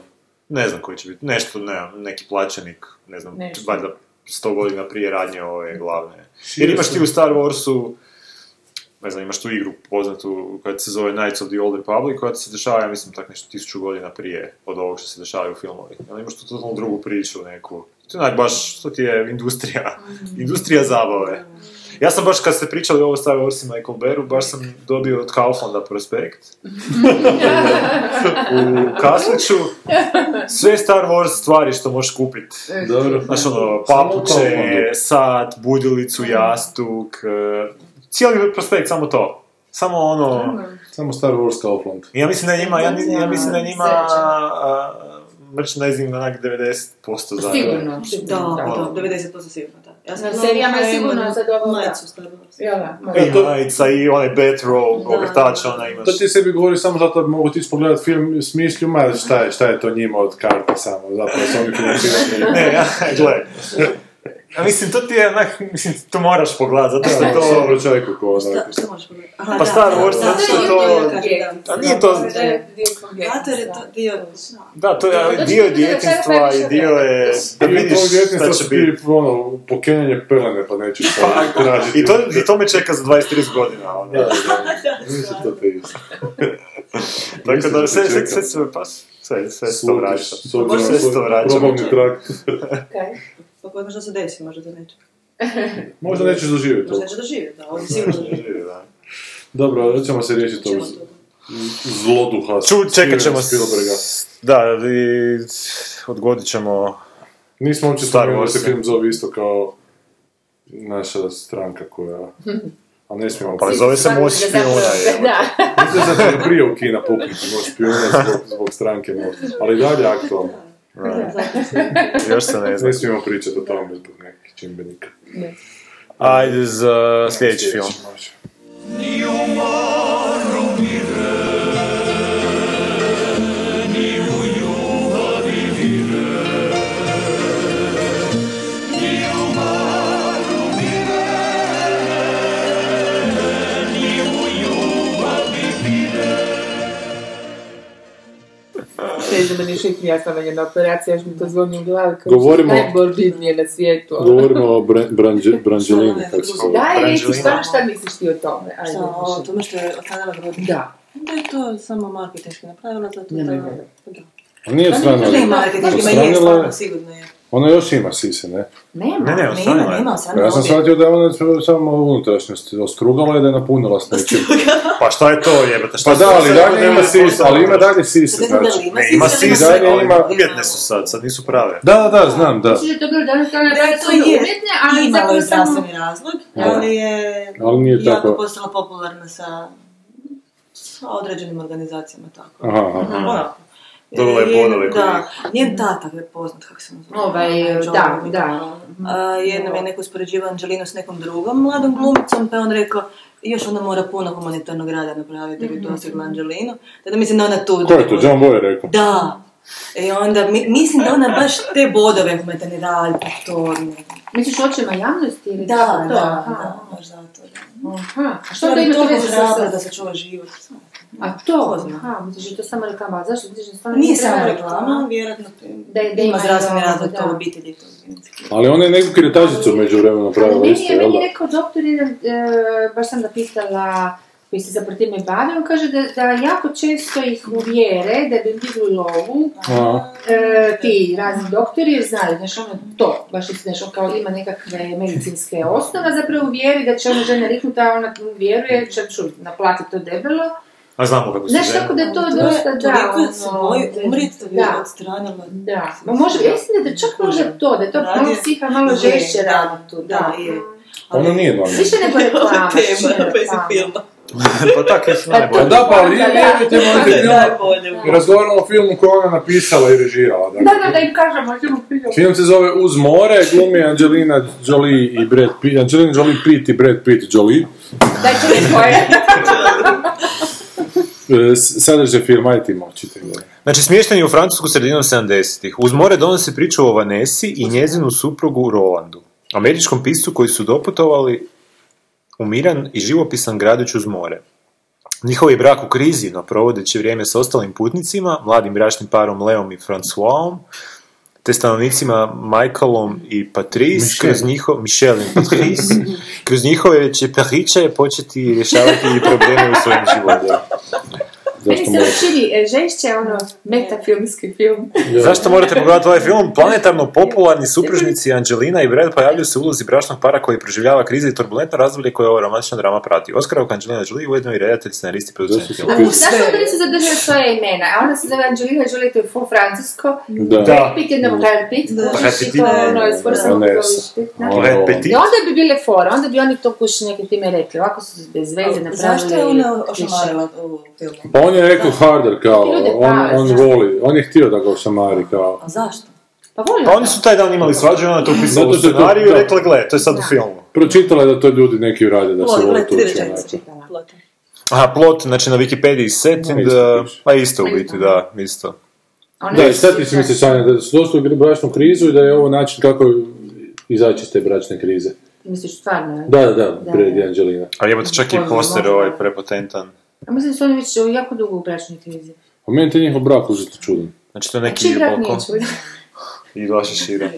Speaker 5: Ne znam koji će biti, nešto, ne, znam, neki plaćenik, ne znam,
Speaker 8: Nešto.
Speaker 5: valjda sto godina prije radnje ove glavne.
Speaker 10: Šire
Speaker 5: Jer imaš ti
Speaker 10: su-
Speaker 5: u Star Warsu, ne znam, imaš tu igru poznatu koja se zove Knights of the Old Republic, koja se dešava, ja mislim, tak nešto tisuću godina prije od ovog što se dešava u filmovi. Ali imaš tu totalno drugu priču neku. To je onak baš, to ti je industrija, industrija zabave. Ja sam baš kad ste pričali ovo o Star Warsima i Colbertu, baš sam dobio od Kauflanda prospekt u Kasliću sve Star Wars stvari što možeš kupiti.
Speaker 10: Dobro.
Speaker 5: Znaš ono,
Speaker 10: Samo to
Speaker 5: papuče,
Speaker 10: onda.
Speaker 5: sat, budilicu, jastuk, e, cijeli prospekt, samo to. Samo ono,
Speaker 10: Samo Star Wars Kaufland.
Speaker 5: ja mislim da njima, ja, ni- ja mislim da njima a, merchandising onak 90% za...
Speaker 8: Sigurno.
Speaker 6: Da,
Speaker 8: sigurno,
Speaker 6: da, 90% sigurno, da. Ja
Speaker 8: Na serijama je sigurno sad ovo, da.
Speaker 6: Majicu Star Wars.
Speaker 8: Jel da? Ma
Speaker 5: I
Speaker 8: da.
Speaker 5: majica, i onaj Batrobe,
Speaker 6: Da.
Speaker 5: ogrtač, ona imaš...
Speaker 10: To ti sebi govori samo zato da mogu ti pogledati film s mislju, ma šta je, šta je to njima od karta samo, zapravo su oni financirani.
Speaker 5: Ne, ja, gle. Ja mislim, to ti je onak, mislim, to moraš pogledat, zato što je
Speaker 10: to
Speaker 5: to...
Speaker 10: dobro čovjeku ko
Speaker 6: Da,
Speaker 10: onak.
Speaker 6: što možeš pogledati? Aha,
Speaker 5: Pa
Speaker 6: da,
Speaker 5: Star
Speaker 6: da,
Speaker 5: Wars,
Speaker 6: da,
Speaker 5: zato što
Speaker 6: da,
Speaker 5: je
Speaker 6: da,
Speaker 5: to-
Speaker 6: da, da, da.
Speaker 5: A nije to-
Speaker 8: Da je dio kongresa.
Speaker 6: Zato jer je to dio...
Speaker 5: Da, to je dio
Speaker 8: Zato što je
Speaker 5: djetinstva i dio je... Da
Speaker 10: I od
Speaker 5: vidiš
Speaker 10: tog
Speaker 5: šta
Speaker 10: djetinjstva
Speaker 5: će
Speaker 10: su
Speaker 5: biti.
Speaker 10: ti, ono, pokenjanje pelene, pa neću šta tražiti.
Speaker 5: I to, I to me čeka za 23 godina. ono.
Speaker 10: Nisu to te isto.
Speaker 5: Tako da sve, sve,
Speaker 10: čeka.
Speaker 5: sve, sve, pa sve, sve se to
Speaker 10: Sludiš,
Speaker 5: vraća.
Speaker 10: s obzirom na
Speaker 5: Sve se to
Speaker 10: svoj
Speaker 5: vraća.
Speaker 10: Probavni trakt.
Speaker 8: Kaj?
Speaker 6: Pa koji možda se desi, možda da neće.
Speaker 10: Možda nećeš doživjeti to.
Speaker 6: Možda neće doživjeti, da, ovdje sigurno da
Speaker 10: Dobro, ali ćemo se riješiti tog
Speaker 6: ćemo to.
Speaker 10: zloduha.
Speaker 5: Ču, čekat ćemo
Speaker 10: Stevena
Speaker 5: s-
Speaker 10: Spielberga.
Speaker 5: Da, i odgodit ćemo...
Speaker 10: Nismo uopće
Speaker 5: Star
Speaker 10: spomenuli da
Speaker 5: Warsa.
Speaker 10: se film zove isto kao naša stranka koja... A ne smijemo
Speaker 5: Pa zove se Moć
Speaker 8: Smatrate da
Speaker 5: špijuna.
Speaker 8: zapravo-
Speaker 5: Je.
Speaker 8: Da.
Speaker 10: Mislim da sam prije u kina puknuti moć špijuna zbog, zbog stranke moć. Ali i dalje aktualno.
Speaker 5: Još se ne
Speaker 10: Ne
Speaker 5: znam.
Speaker 10: smijemo pričati o tome zbog nekih čimbenika.
Speaker 5: Ajde za sljedeći film.
Speaker 10: može.
Speaker 13: Sežu meni šikni, ja sam na operacija, još mi to zvoni u glavi. kao
Speaker 10: Govorimo-
Speaker 13: Najmorbidnije na svijetu. ono.
Speaker 10: Govorimo o Bra- Branđe- Branđelini, kako se zove.
Speaker 13: Daj, reci šta,
Speaker 5: Branđelina.
Speaker 13: šta misliš ti o tome? Ajde,
Speaker 6: Šta, o tome što je otvarala grudi?
Speaker 13: Da.
Speaker 6: Onda je to samo marketinški napravila, zato da...
Speaker 13: Ne, ne, ne.
Speaker 6: da.
Speaker 10: Nije
Speaker 6: Pa Ne,
Speaker 10: odstranila.
Speaker 6: marketinški, ma je,
Speaker 10: Odstranila je.
Speaker 6: stvarno, sigurno je.
Speaker 10: Ona još ima sise, ne?
Speaker 8: Nema.
Speaker 5: Ne, ne,
Speaker 6: Ne ima,
Speaker 5: ostavljamo
Speaker 6: ne
Speaker 5: je.
Speaker 6: ima,
Speaker 10: Ja
Speaker 6: stvarno
Speaker 10: sam
Speaker 6: ovdje.
Speaker 10: shvatio da je ona samo unutrašnjost ostrugala i da je napunila s nečim.
Speaker 5: Pa šta je to jebate? Šta
Speaker 10: Pa da, ali
Speaker 5: sad
Speaker 10: dalje ima
Speaker 5: nema
Speaker 10: sise,
Speaker 5: sisa?
Speaker 10: ali ima dalje sise,
Speaker 6: Ne znam da
Speaker 10: znači.
Speaker 6: li ima
Speaker 5: Ne, ima
Speaker 6: sisa ili
Speaker 5: sisa,
Speaker 10: Dalje
Speaker 5: ali
Speaker 10: ima-
Speaker 5: umjetne su sad, sad nisu prave.
Speaker 10: Da, da, da, znam, da.
Speaker 8: Znači da je to bilo danas kada
Speaker 6: Da,
Speaker 8: je
Speaker 6: to je ovaj
Speaker 8: umjetne, ali
Speaker 6: imalo
Speaker 8: zapravo
Speaker 6: je
Speaker 8: samo...
Speaker 6: zdravstveni razlog,
Speaker 10: Da.
Speaker 6: ali je
Speaker 10: Ali nije
Speaker 6: jako
Speaker 10: tako-
Speaker 6: postala popularna sa, sa određenim organizacijama, tako.
Speaker 10: Aha, aha.
Speaker 8: Hmm. Mm.
Speaker 6: Onako.
Speaker 5: Dobila je
Speaker 6: Njen-
Speaker 5: bodove kod
Speaker 6: Da, njen tata je poznat, kako se mu zove.
Speaker 8: Ovaj,
Speaker 6: John
Speaker 8: da,
Speaker 6: Wick.
Speaker 8: da.
Speaker 6: Mhm. A, jednom je neko uspoređivao Anđelinu s nekom drugom mladom glumicom, pa je on rekao još ona mora puno humanitarnog rada napraviti
Speaker 8: Mhm.
Speaker 6: da bi dosegla Anđelinu. Tada mislim da ona tu...
Speaker 10: Ko je to? John Boy je rekao.
Speaker 6: Da. I onda, mi- mislim da ona baš te bodove humanitarni rad, pa to... ne.
Speaker 8: Misliš očima javnosti ili
Speaker 6: Da,
Speaker 8: što?
Speaker 6: da,
Speaker 8: Aha.
Speaker 6: da, baš zato. da.
Speaker 8: Aha. A što
Speaker 6: Što
Speaker 8: onda
Speaker 6: bi
Speaker 8: ima
Speaker 6: to
Speaker 8: to veze sa...
Speaker 6: hrabra da
Speaker 8: sa-
Speaker 6: se čuva život?
Speaker 8: A to,
Speaker 6: Ko zna.
Speaker 8: aha, misliš da je to samo reklama. A Zašto misliš da stvarno
Speaker 6: Pa Nije
Speaker 8: treba
Speaker 6: samo reklama, vjerojatno
Speaker 8: Da je- da ima
Speaker 6: ima zdravstveni
Speaker 8: i ovo,
Speaker 6: razlog
Speaker 8: da.
Speaker 6: to obitelji. i to genetski.
Speaker 10: Ali ona je neku kiretažicu među vremenu
Speaker 8: Ali
Speaker 10: pravila
Speaker 8: meni
Speaker 10: isto,
Speaker 8: je,
Speaker 10: jel
Speaker 8: meni
Speaker 10: da?
Speaker 8: je rekao doktor jedan, e, baš sam ga pitala, koji se zapravo time bave, on kaže da, da jako često ih uvjere da bi digli lovu e, ti razni doktori jer znaju, znaš, ono to, baš isto, znaš, on kao ima nekakve medicinske osnova, zapravo uvjeri da će ona žena riknuti, a ona vjeruje, će ću naplatiti to debelo.
Speaker 5: A znamo kako se
Speaker 8: Znaš, tako da je to
Speaker 14: To je-
Speaker 8: dosta, da, ono,
Speaker 14: toliko se boji umrit da bi
Speaker 8: da.
Speaker 14: odstranila.
Speaker 8: Da, ma može, ja mislim da je čak možda to, da je to
Speaker 14: Radije-
Speaker 8: malo psiha, malo
Speaker 14: Je,
Speaker 8: Ono žešće
Speaker 14: da,
Speaker 8: radi tu, da.
Speaker 10: Ono nije normalno.
Speaker 8: Više nego reklama,
Speaker 14: Tema,
Speaker 8: više nego reklama.
Speaker 5: pa tak je
Speaker 10: Pa da, pa ali je, vjerujte, možete
Speaker 14: Da,
Speaker 10: film... Razgovaramo o filmu koji je ona napisala i režirala. dakle.
Speaker 8: Da, da, da im kažemo, idemo vidjeti.
Speaker 10: Film se zove Uz more, glumi Angelina Jolie i Brad Pitt, Angelina Jolie Pitt i Brad Pitt Jolie.
Speaker 8: Daj ću mi tvoje.
Speaker 10: E, s- Sadržaj film, ajde ti moći te gledaj.
Speaker 5: Znači, smješten je u Francusku sredinom 70-ih. Uz more donosi priču o Vanesi i njezinu suprugu Rolandu, američkom piscu koji su doputovali u miran i živopisan gradić uz more. Njihov je brak u krizi, no provodeći vrijeme s ostalim putnicima, mladim bračnim parom Leom i Francoisom, te stanovnicima Michaelom i Patrice,
Speaker 10: Michel.
Speaker 5: kroz njiho, Michel i Patrice, kroz njihove će periče početi rješavati i probleme u svojem životu.
Speaker 8: Meni se uvijek čini e, žešće, ono, metafilmski film.
Speaker 5: Zašto morate pogledati ovaj film? Planetarno popularni supružnici Angelina i Brad pojavljuju se u ulozi bračnog para koji preživljava krize i turbulentno razdoblje koje ova romantična drama prati. Oskarov Angelina Jolie ujedno i redatelj, scenarist i producent filma.
Speaker 8: Ali zašto onda nisu zadržali svoje imena? A ona se zove Angelina Jolie, to je full francusko.
Speaker 10: Da.
Speaker 8: Brad Pitt je jednom Brad Pitt,
Speaker 10: Da.
Speaker 8: kužiš
Speaker 10: Brad
Speaker 8: i
Speaker 10: Pitt
Speaker 8: to
Speaker 10: je-
Speaker 8: ono, skoro sam
Speaker 10: Ona je-
Speaker 8: govorila.
Speaker 10: Ona je-
Speaker 8: I onda bi bile fora, onda bi oni to kuš neke time rekli, ovako su bez veze napravili.
Speaker 14: Zašto je ona
Speaker 8: kiše.
Speaker 14: ošamarila u filmu?
Speaker 10: Pa on je rekao harder kao,
Speaker 14: Ljudi,
Speaker 10: on,
Speaker 14: pa,
Speaker 10: on
Speaker 14: zašto?
Speaker 10: voli, on je htio da ga ošamari kao.
Speaker 14: A zašto?
Speaker 8: Pa volim.
Speaker 5: Pa oni su taj dan imali svađu i ona je to upisala u
Speaker 10: Zato što je to-
Speaker 5: scenariju i
Speaker 10: da.
Speaker 5: rekla, gle, to je sad u filmu.
Speaker 10: Pročitala je da to ljudi neki rade, da se vole znači. tuče. onako.
Speaker 14: E,
Speaker 5: Aha, plot, znači na Wikipediji setting, da, pa isto u biti, da, isto.
Speaker 10: Da, i sad ti si mi se sanja da su došli u bračnu krizu i da je ovo način kako izaći iz te bračne krize.
Speaker 8: Misliš, stvarno? je?
Speaker 10: Da, da, da, Brad i Angelina.
Speaker 5: A jebote, čak i poster ovaj prepotentan.
Speaker 8: A mislim da su oni već jako dugo u bračnoj krizi.
Speaker 10: A meni te njihov brak užasno čudan.
Speaker 5: Znači to je
Speaker 8: A čiji brak nije čudan?
Speaker 5: I vaša šira.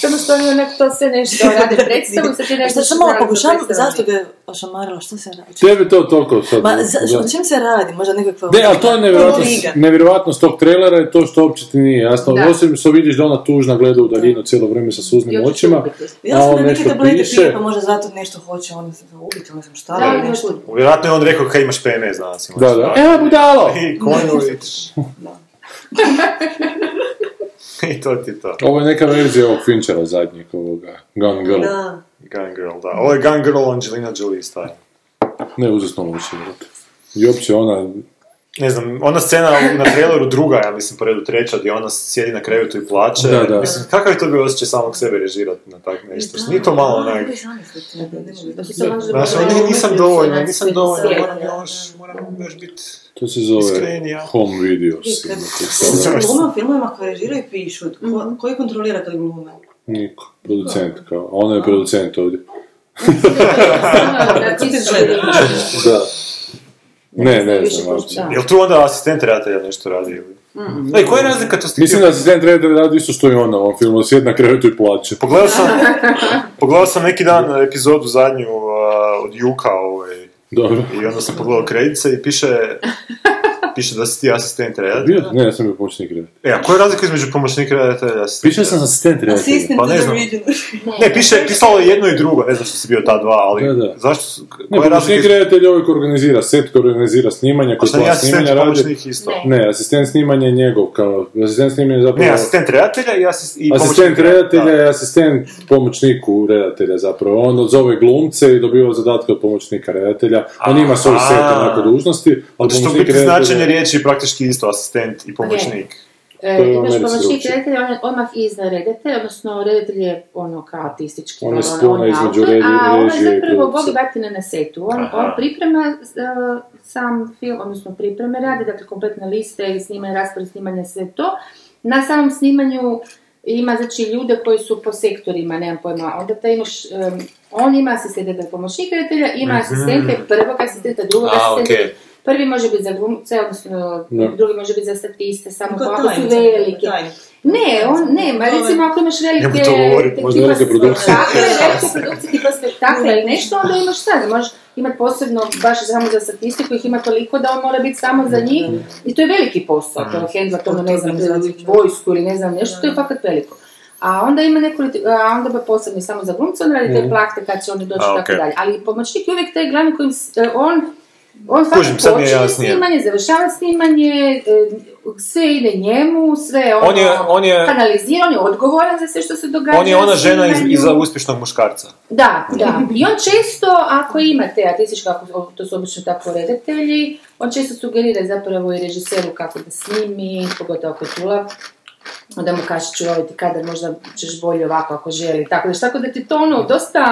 Speaker 8: Samo što oni onak to sve nešto rade predstavu, sad ti nešto...
Speaker 14: Šta sam malo
Speaker 8: rade
Speaker 14: pokušavam,
Speaker 8: predstavu.
Speaker 14: zašto ga je ošamarila, što se radi?
Speaker 10: Tebi to toliko sad...
Speaker 14: Ma, za,
Speaker 10: da.
Speaker 14: o čim se radi? Možda nekakva...
Speaker 10: Ne, ali to je nevjerojatnost,
Speaker 14: Liga.
Speaker 10: nevjerojatnost tog trailera je to što uopće ti nije jasno.
Speaker 14: Da.
Speaker 10: Osim što vidiš da ona tužna gleda u daljinu cijelo vrijeme sa suznim očima,
Speaker 14: Ja
Speaker 10: a
Speaker 14: sam
Speaker 10: on
Speaker 14: da neke
Speaker 10: nešto
Speaker 14: tablete pije,
Speaker 10: piše.
Speaker 14: pa možda zato nešto hoće, on se ubiti, ne znam šta,
Speaker 5: Da,
Speaker 14: ali
Speaker 5: da,
Speaker 14: nešto.
Speaker 5: Vjerojatno je on rekao kad imaš PMS danas. imaš
Speaker 10: Da, da.
Speaker 5: tako.
Speaker 10: Evo E, budalo!
Speaker 5: I konju i... I to ti to.
Speaker 10: Ovo je neka verzija ovog Finchera zadnjeg, ovoga, Gone Girl.
Speaker 5: Da. Gun Girl, da. Ovo je Gun Girl Angelina Jolie style.
Speaker 10: Ne, uzasno loše, brate. I uopće ona...
Speaker 5: Ne znam, ona scena na traileru druga, ja mislim, po redu treća, gdje ona sjedi na krevetu i plače.
Speaker 10: Da, da.
Speaker 5: Mislim, kakav je to bio osjećaj samog sebe režirati na tak nešto? Nije to malo onak... Znaš, ono, nisam dovoljno, nisam dovoljno, moram još, moram još biti...
Speaker 10: To se zove
Speaker 5: Iskrenija.
Speaker 10: home videos.
Speaker 14: Kad
Speaker 10: imate
Speaker 14: se
Speaker 10: sada.
Speaker 14: gluma u filmovima koje režiraju i pišu, ko- koji kontrolira kad glume?
Speaker 10: Niko, producent kao. A ona je producent ovdje.
Speaker 8: Da, ti si žena.
Speaker 10: Da. Ne, ne
Speaker 8: više
Speaker 10: znam uopće.
Speaker 8: pošta.
Speaker 5: Jel tu onda asistent redatelja nešto radi ili? Ej, koja je razlika to
Speaker 10: Mislim da asistent Redder radi isto što i ona u ovom filmu, sjedi na krevetu i plaće.
Speaker 5: Pogledao sam, pogledao sam neki dan epizodu zadnju a, od Juka ovaj,
Speaker 10: Dobro.
Speaker 5: i onda sam pogledao kredice i piše, piše da si ti asistent redatelja.
Speaker 10: Bio? Ne, ja sam bio pomoćnik redatelja.
Speaker 5: E, a koja je razlika između pomoćnika redatelja i asistenta?
Speaker 10: Pišao sam asistent redatelja.
Speaker 5: Pa ne znam. Ne, piše, pisalo je jedno i drugo, ne znam što si bio ta dva, ali zašto su,
Speaker 10: Ne,
Speaker 5: koja je
Speaker 10: pomoćnik
Speaker 5: razlika? Pa
Speaker 10: redatelj je ovaj koji organizira set, koji organizira snimanje, koji
Speaker 5: Šta nije
Speaker 10: plan
Speaker 5: asistent
Speaker 10: snimanja radi.
Speaker 5: pomoćnik isto?
Speaker 10: Ne, asistent snimanja je njegov, kao, asistent snimanja je zapravo...
Speaker 5: Ne, asistent redatelja i, asis, i
Speaker 10: Asistent
Speaker 5: pomoćnik
Speaker 10: redatelja je asistent pomoćniku redatelja zapravo. On odzove glumce i dobiva zadatke od pomoćnika redatelja. On ima svoj set
Speaker 5: A.
Speaker 10: onako dužnosti, ali
Speaker 5: Zato što u
Speaker 10: pomoćnik
Speaker 5: biti značenje
Speaker 10: redatelja...
Speaker 5: riječi je praktički isto asistent i pomoćnik.
Speaker 8: E,
Speaker 10: To je u
Speaker 8: imaš
Speaker 10: Americi
Speaker 8: pomoćnik
Speaker 10: drukčije.
Speaker 8: redatelja, on je odmah iznad redatelja, odnosno redatelj je ono kao artistički.
Speaker 10: On je
Speaker 8: ono,
Speaker 10: spona
Speaker 8: on
Speaker 10: između
Speaker 8: autor,
Speaker 10: redi-
Speaker 8: A on
Speaker 10: režije i
Speaker 8: je zapravo
Speaker 10: produkcije.
Speaker 8: bog batina na setu. On,
Speaker 10: Aha.
Speaker 8: on priprema e, sam film, odnosno pripreme radi, dakle kompletne liste, snimanje, raspored snimanja, sve to. Na samom snimanju ima znači ljude koji su po sektorima, nemam pojma, onda taj imaš, em, on ima asistenta, dakle pomoćnik redatelja, ima
Speaker 5: Mhm.
Speaker 8: asistente prvog asistenta, drugog
Speaker 5: A,
Speaker 8: asistenta,
Speaker 5: okej.
Speaker 8: Prvi može biti za glumce, odnosno
Speaker 10: Da.
Speaker 8: drugi može biti za statiste, samo
Speaker 14: Kao
Speaker 8: ako su
Speaker 14: tajnica,
Speaker 8: veliki.
Speaker 14: tajnica.
Speaker 8: Ne, on, ne, ma recimo ako imaš velike...
Speaker 10: Nemoj to govorit,
Speaker 8: te-
Speaker 10: možda
Speaker 8: tipa
Speaker 10: velike produkcije.
Speaker 8: Tako je, velike produkcije, tipa spektakla ili nešto, onda imaš sad, možeš imati posebno, baš samo za statistiku, ih ima toliko da on mora biti samo za njih. I to je veliki posao, to hendla, to ono, ne znam, vojsku ili ne znam nešto, to je fakat veliko. A onda ima nekoliko, a onda ba posebno samo za glumce, on radi te
Speaker 10: Mhm.
Speaker 8: plakte kad će oni doći
Speaker 5: A,
Speaker 8: i tako
Speaker 5: okej.
Speaker 8: dalje. Ali pomoćnik je uvijek taj glavni kojim s- e, on on
Speaker 5: Kužim,
Speaker 8: fakat
Speaker 5: sad mi je
Speaker 8: počinje
Speaker 5: jasnije.
Speaker 8: snimanje, završava snimanje, e, sve ide njemu, sve je ono,
Speaker 5: On je- on je-
Speaker 8: kanalizira, on je odgovoran za sve što se događa.
Speaker 5: On je ona žena iz,
Speaker 8: snimanju.
Speaker 5: iza uspješnog muškarca.
Speaker 8: Da, da. I on često, ako ima te artističke, ako to su obično tako redatelji, on često sugerira zapravo i režiseru kako da snimi, pogotovo ako je tula, onda mu kaže ću ovaj ti kadar, možda ćeš bolje ovako ako želi, tako da, tako da ti to ono dosta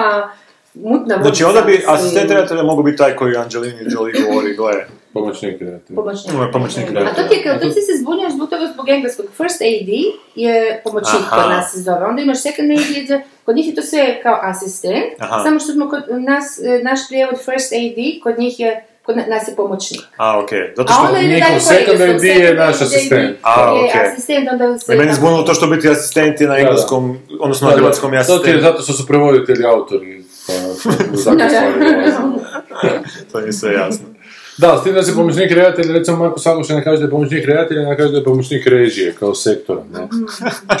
Speaker 8: mutna voda
Speaker 5: Znači onda bi
Speaker 8: zavisi.
Speaker 5: asistent redatelja mogao biti taj koji Angelini Jolie govori, gle.
Speaker 10: Pomoćnik redatelja.
Speaker 8: Pomoćnik.
Speaker 5: Mm, Pomoćnik
Speaker 8: A to
Speaker 5: redatelja.
Speaker 8: ti, je, kao- to ti se zbunjaš zbog toga zbog engleskog. First AD je pomoćnik
Speaker 5: Aha.
Speaker 8: kod nas se zove. Onda imaš second AD, za- kod njih je to sve kao asistent.
Speaker 5: Aha.
Speaker 8: Samo što smo kod nas, e, naš prijevod first AD, kod njih je, kod na- nas je pomoćnik.
Speaker 5: A, okej. Zato što...
Speaker 8: A onda ide
Speaker 10: njihov
Speaker 8: dalje po
Speaker 10: second
Speaker 8: redoslijedu,
Speaker 10: AD je naš
Speaker 8: second
Speaker 10: asistent.
Speaker 5: A,
Speaker 8: je
Speaker 5: okej.
Speaker 8: asistent, onda se...
Speaker 5: I meni je zbunilo to što biti asistent je na
Speaker 10: da.
Speaker 5: engleskom, odnosno na
Speaker 10: Da, da.
Speaker 5: hrvatskom je
Speaker 10: To ti je
Speaker 5: asistent.
Speaker 10: zato što su prevoditelji autori. Pa,
Speaker 8: Da,
Speaker 10: zakon
Speaker 8: da.
Speaker 10: stvari dolazi.
Speaker 5: To mi se jasno.
Speaker 10: Da, s tim da si pomoćnik redatelja, recimo Marko Samuš ne kaže da je pomoćnik redatelja, ne kaže da je pomoćnik režije, kao sektora,
Speaker 8: Mm.
Speaker 10: ne? A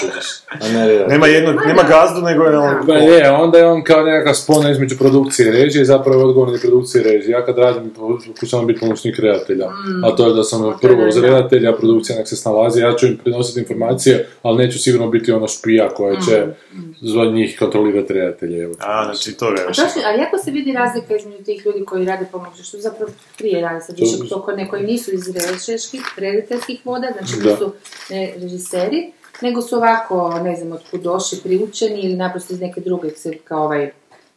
Speaker 10: ne redatelj.
Speaker 5: Nema, jednog, nema gazdu, nego je ono- on...
Speaker 10: Pa je, onda je on kao nekakav spona između produkcije i režije, zapravo je odgovorni produkcije i režije. Ja kad radim, pokušavam biti pomoćnik redatelja. A to je Mm. da sam prvo uz redatelja, produkcija nek se snalazi, ja ću im prenositi informacije, ali neću sigurno biti ono špija koja će za njih kontrolirati redatelje. evo.
Speaker 5: A, znači to je
Speaker 8: A
Speaker 5: još.
Speaker 8: to što- ali jako se vidi razlika između tih ljudi koji rade pomoću, što zapravo prije radi sad više
Speaker 10: To-
Speaker 8: to kod ne- koji nisu iz režeških, rediteljskih voda, znači
Speaker 10: Da.
Speaker 8: nisu e, režiseri, nego su ovako, ne znam, otkud došli, priučeni ili naprosto iz neke druge, se- kao ovaj,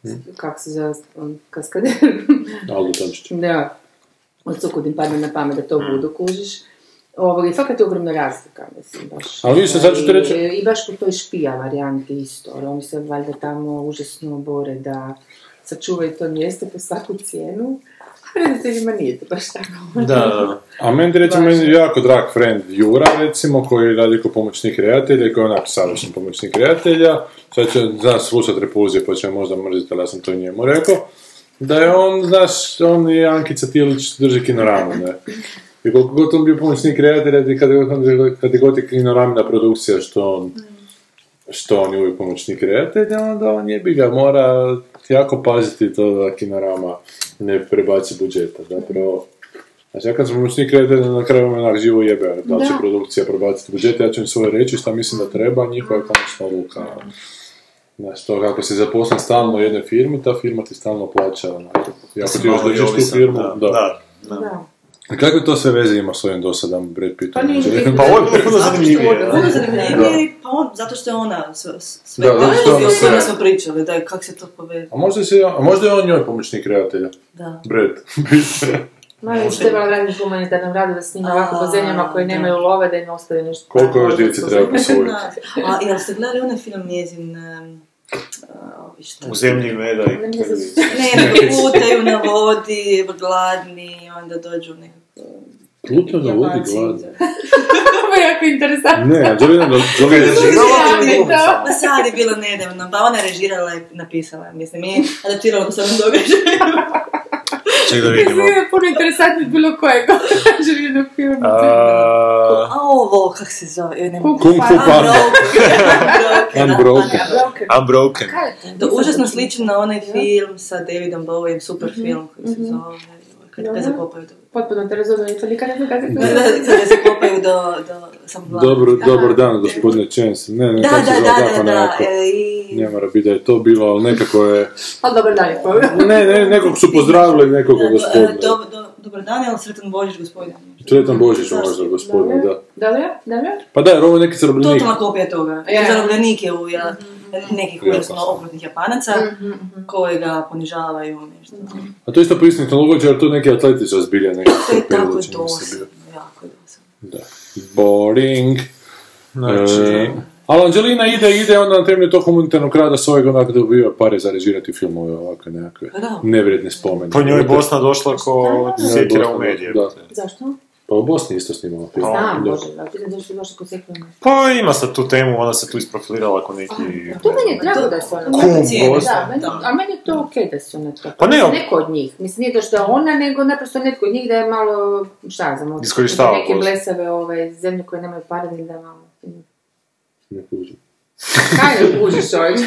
Speaker 10: Mm.
Speaker 8: kako se zove, on kaskader,
Speaker 10: Aldo Tančić.
Speaker 8: da, od sukud im padne na pamet da
Speaker 5: Mm.
Speaker 8: to budu, kužiš. Ovo, I fakat je ogromna razlika, mislim, baš. E,
Speaker 10: Ali vidiš, sad ću ti reći-
Speaker 8: I, I baš po toj špija varijanti isto, jer oni se valjda tamo užasno bore da sačuvaju to mjesto po svaku cijenu. A Rediteljima nije to baš tako.
Speaker 5: Da,
Speaker 10: A meni recimo
Speaker 8: Baš.
Speaker 10: meni je jako drag friend Jura recimo koji radi kao pomoćnik redatelja i koji je onako savršen pomoćnik redatelja. Sad će znaš slušat repulzije pa će me možda mrziti, ali ja sam to i njemu rekao. Da je on, znaš, on je Ankica Tilić drži kinoramu, ne? I koliko god on bio pomoćnik redatelja, i kad, je god- kad je god je kinoramina produkcija što on što on je uvijek pomoćnik redatelja, onda on je ga mora jako paziti to da kinorama ne prebaci budžeta. Zapravo, znači ja kad sam pomoćnik redatelja, na kraju me onak živo jebe, ono, da li će
Speaker 8: Da.
Speaker 10: produkcija prebaciti budžet, ja ću im svoje reći šta mislim da treba, njihova je konačna odluka. Znači to kako si zaposlen stalno u jednoj firmi, ta firma ti stalno plaća onako. I ako ti još
Speaker 5: Malo i
Speaker 10: dođeš tu
Speaker 5: ovisan,
Speaker 10: firmu,
Speaker 5: da,
Speaker 10: da.
Speaker 5: da.
Speaker 8: Da.
Speaker 10: A kakve to sve veze ima s ovim dosadom Brad Pittom? Znači,
Speaker 14: Pa nije nikakve.
Speaker 5: Pa ovo je puno zanimljivije.
Speaker 14: Puno
Speaker 5: da.
Speaker 14: zanimljivije, pa on, zato što je ona sve... sve
Speaker 10: Da, zato što je ona
Speaker 14: o tome
Speaker 10: sve.
Speaker 14: smo pričali, da, kako se to povede.
Speaker 10: pa, A možda, si, a možda je on njoj pomoćnik redatelja?
Speaker 14: Da.
Speaker 10: Brad.
Speaker 8: Ma je što je raditi humanitarnom radu da snima ovako po zemljama koje nemaju love, da im ostave nešto.
Speaker 10: Koliko još djeci treba posvojiti?
Speaker 14: A jel ste gledali onaj film njezin... em, a, ovi šta-
Speaker 5: U zemlji meda i
Speaker 8: Ne znam.
Speaker 5: krvi.
Speaker 14: Ne, nego plutaju na vodi, gladni, onda dođu nekako...
Speaker 10: Pluto na vodi
Speaker 14: Japanci.
Speaker 10: glad.
Speaker 8: Ovo je jako interesantno.
Speaker 10: Ne, Angelina Jolie je
Speaker 14: Mislim,
Speaker 8: Ovo ti je
Speaker 14: ja,
Speaker 8: to.
Speaker 14: Ma Pa sad je bilo nedavno, pa ona je režirala i napisala, mislim, i adaptirala po samom događaju.
Speaker 5: Ček da vidimo.
Speaker 8: Mislim, je puno interesantno od bilo kojeg Angelina filma.
Speaker 5: A,
Speaker 14: A ovo, kak se zove, joj, ne mogu.
Speaker 10: Kung Fu Panda.
Speaker 14: Unbroken.
Speaker 10: Unbroken.
Speaker 8: Broker.
Speaker 5: Unbroken.
Speaker 8: Kaj je to?
Speaker 14: Da,
Speaker 8: Nisam
Speaker 14: užasno
Speaker 8: to
Speaker 14: sličan na onaj film sa Davidom Bowiem, super film koji se zove, joj, kad
Speaker 8: Mhm. Dobro.
Speaker 14: te zakopaju do...
Speaker 8: Potpuno te razumijem, to nikad ne znam kada
Speaker 6: Да,
Speaker 14: Da, da, kad te zakopaju do, do samoglavnice.
Speaker 10: Dobro, dobar dan, gospodine Chance. Ne, ne,
Speaker 14: Da,
Speaker 10: kako se
Speaker 14: da,
Speaker 10: zove,
Speaker 14: da, da,
Speaker 10: tako
Speaker 14: da,
Speaker 10: nekako.
Speaker 14: e, i...
Speaker 10: Ne mora biti da je to bilo, ali nekako je...
Speaker 8: Ali dobar dan je povijek.
Speaker 10: Ne, ne, nekog su pozdravili nekog
Speaker 14: Da, e, do-
Speaker 10: gospodina.
Speaker 14: do- do- Dobar dan, jel sretan Božić, gospodine.
Speaker 10: Sretan Božić možda, gospodine, da.
Speaker 8: Dobro, dobro.
Speaker 10: Pa da, jer ovo je neki zarobljenik.
Speaker 14: Totalna kopija toga.
Speaker 8: Ja. Mhm,
Speaker 14: Zarobljenik je u ja, nekih
Speaker 10: Ja,
Speaker 14: užasno
Speaker 10: opasno.
Speaker 14: okrutnih Japanaca koji ga ponižavaju nešto.
Speaker 8: Mhm.
Speaker 10: A to je isto prisnitno događa, jer to je neki atletičar zbilja neki.
Speaker 14: To je tako
Speaker 10: Peručin se bio.
Speaker 14: dosadno, jako dosadno.
Speaker 10: Da. Boring.
Speaker 5: Znači,
Speaker 10: E, Ali Anđelina ide, ide, onda na temelju tog humanitarnog rada s ovega onako dobiva pare za režirati filmove ovakve nekakve
Speaker 8: Pa
Speaker 14: da.
Speaker 10: nevredne spomene.
Speaker 5: Po Pa njoj je Bosna došla ko
Speaker 10: Njoj je
Speaker 5: sjekira
Speaker 10: Bosna
Speaker 5: u medije.
Speaker 10: došla, da.
Speaker 8: Zašto?
Speaker 10: Pa u Bosni isto snimala film.
Speaker 8: Znam,
Speaker 10: Da.
Speaker 8: Bože, da, ti znaš što je došlo kod sekundara.
Speaker 5: Pa ima sad tu temu, ona se tu isprofilirala ko neki... ne
Speaker 8: To meni je
Speaker 5: znam,
Speaker 8: drago da su ona...
Speaker 5: Kum, Bosna.
Speaker 8: Da, meni, a meni je to okej da su ona to.
Speaker 5: Pa ne, ali-
Speaker 8: Neko od njih. Mislim, nije to što je ona, nego naprosto netko od njih da je malo, šta ja znam, od-
Speaker 5: Iskorištava
Speaker 8: neke
Speaker 5: Bosnu.
Speaker 8: blesave ove zemlje koje nemaju pare ili da malo...
Speaker 10: Ne kužim.
Speaker 8: Kaj ne kužiš čovječ?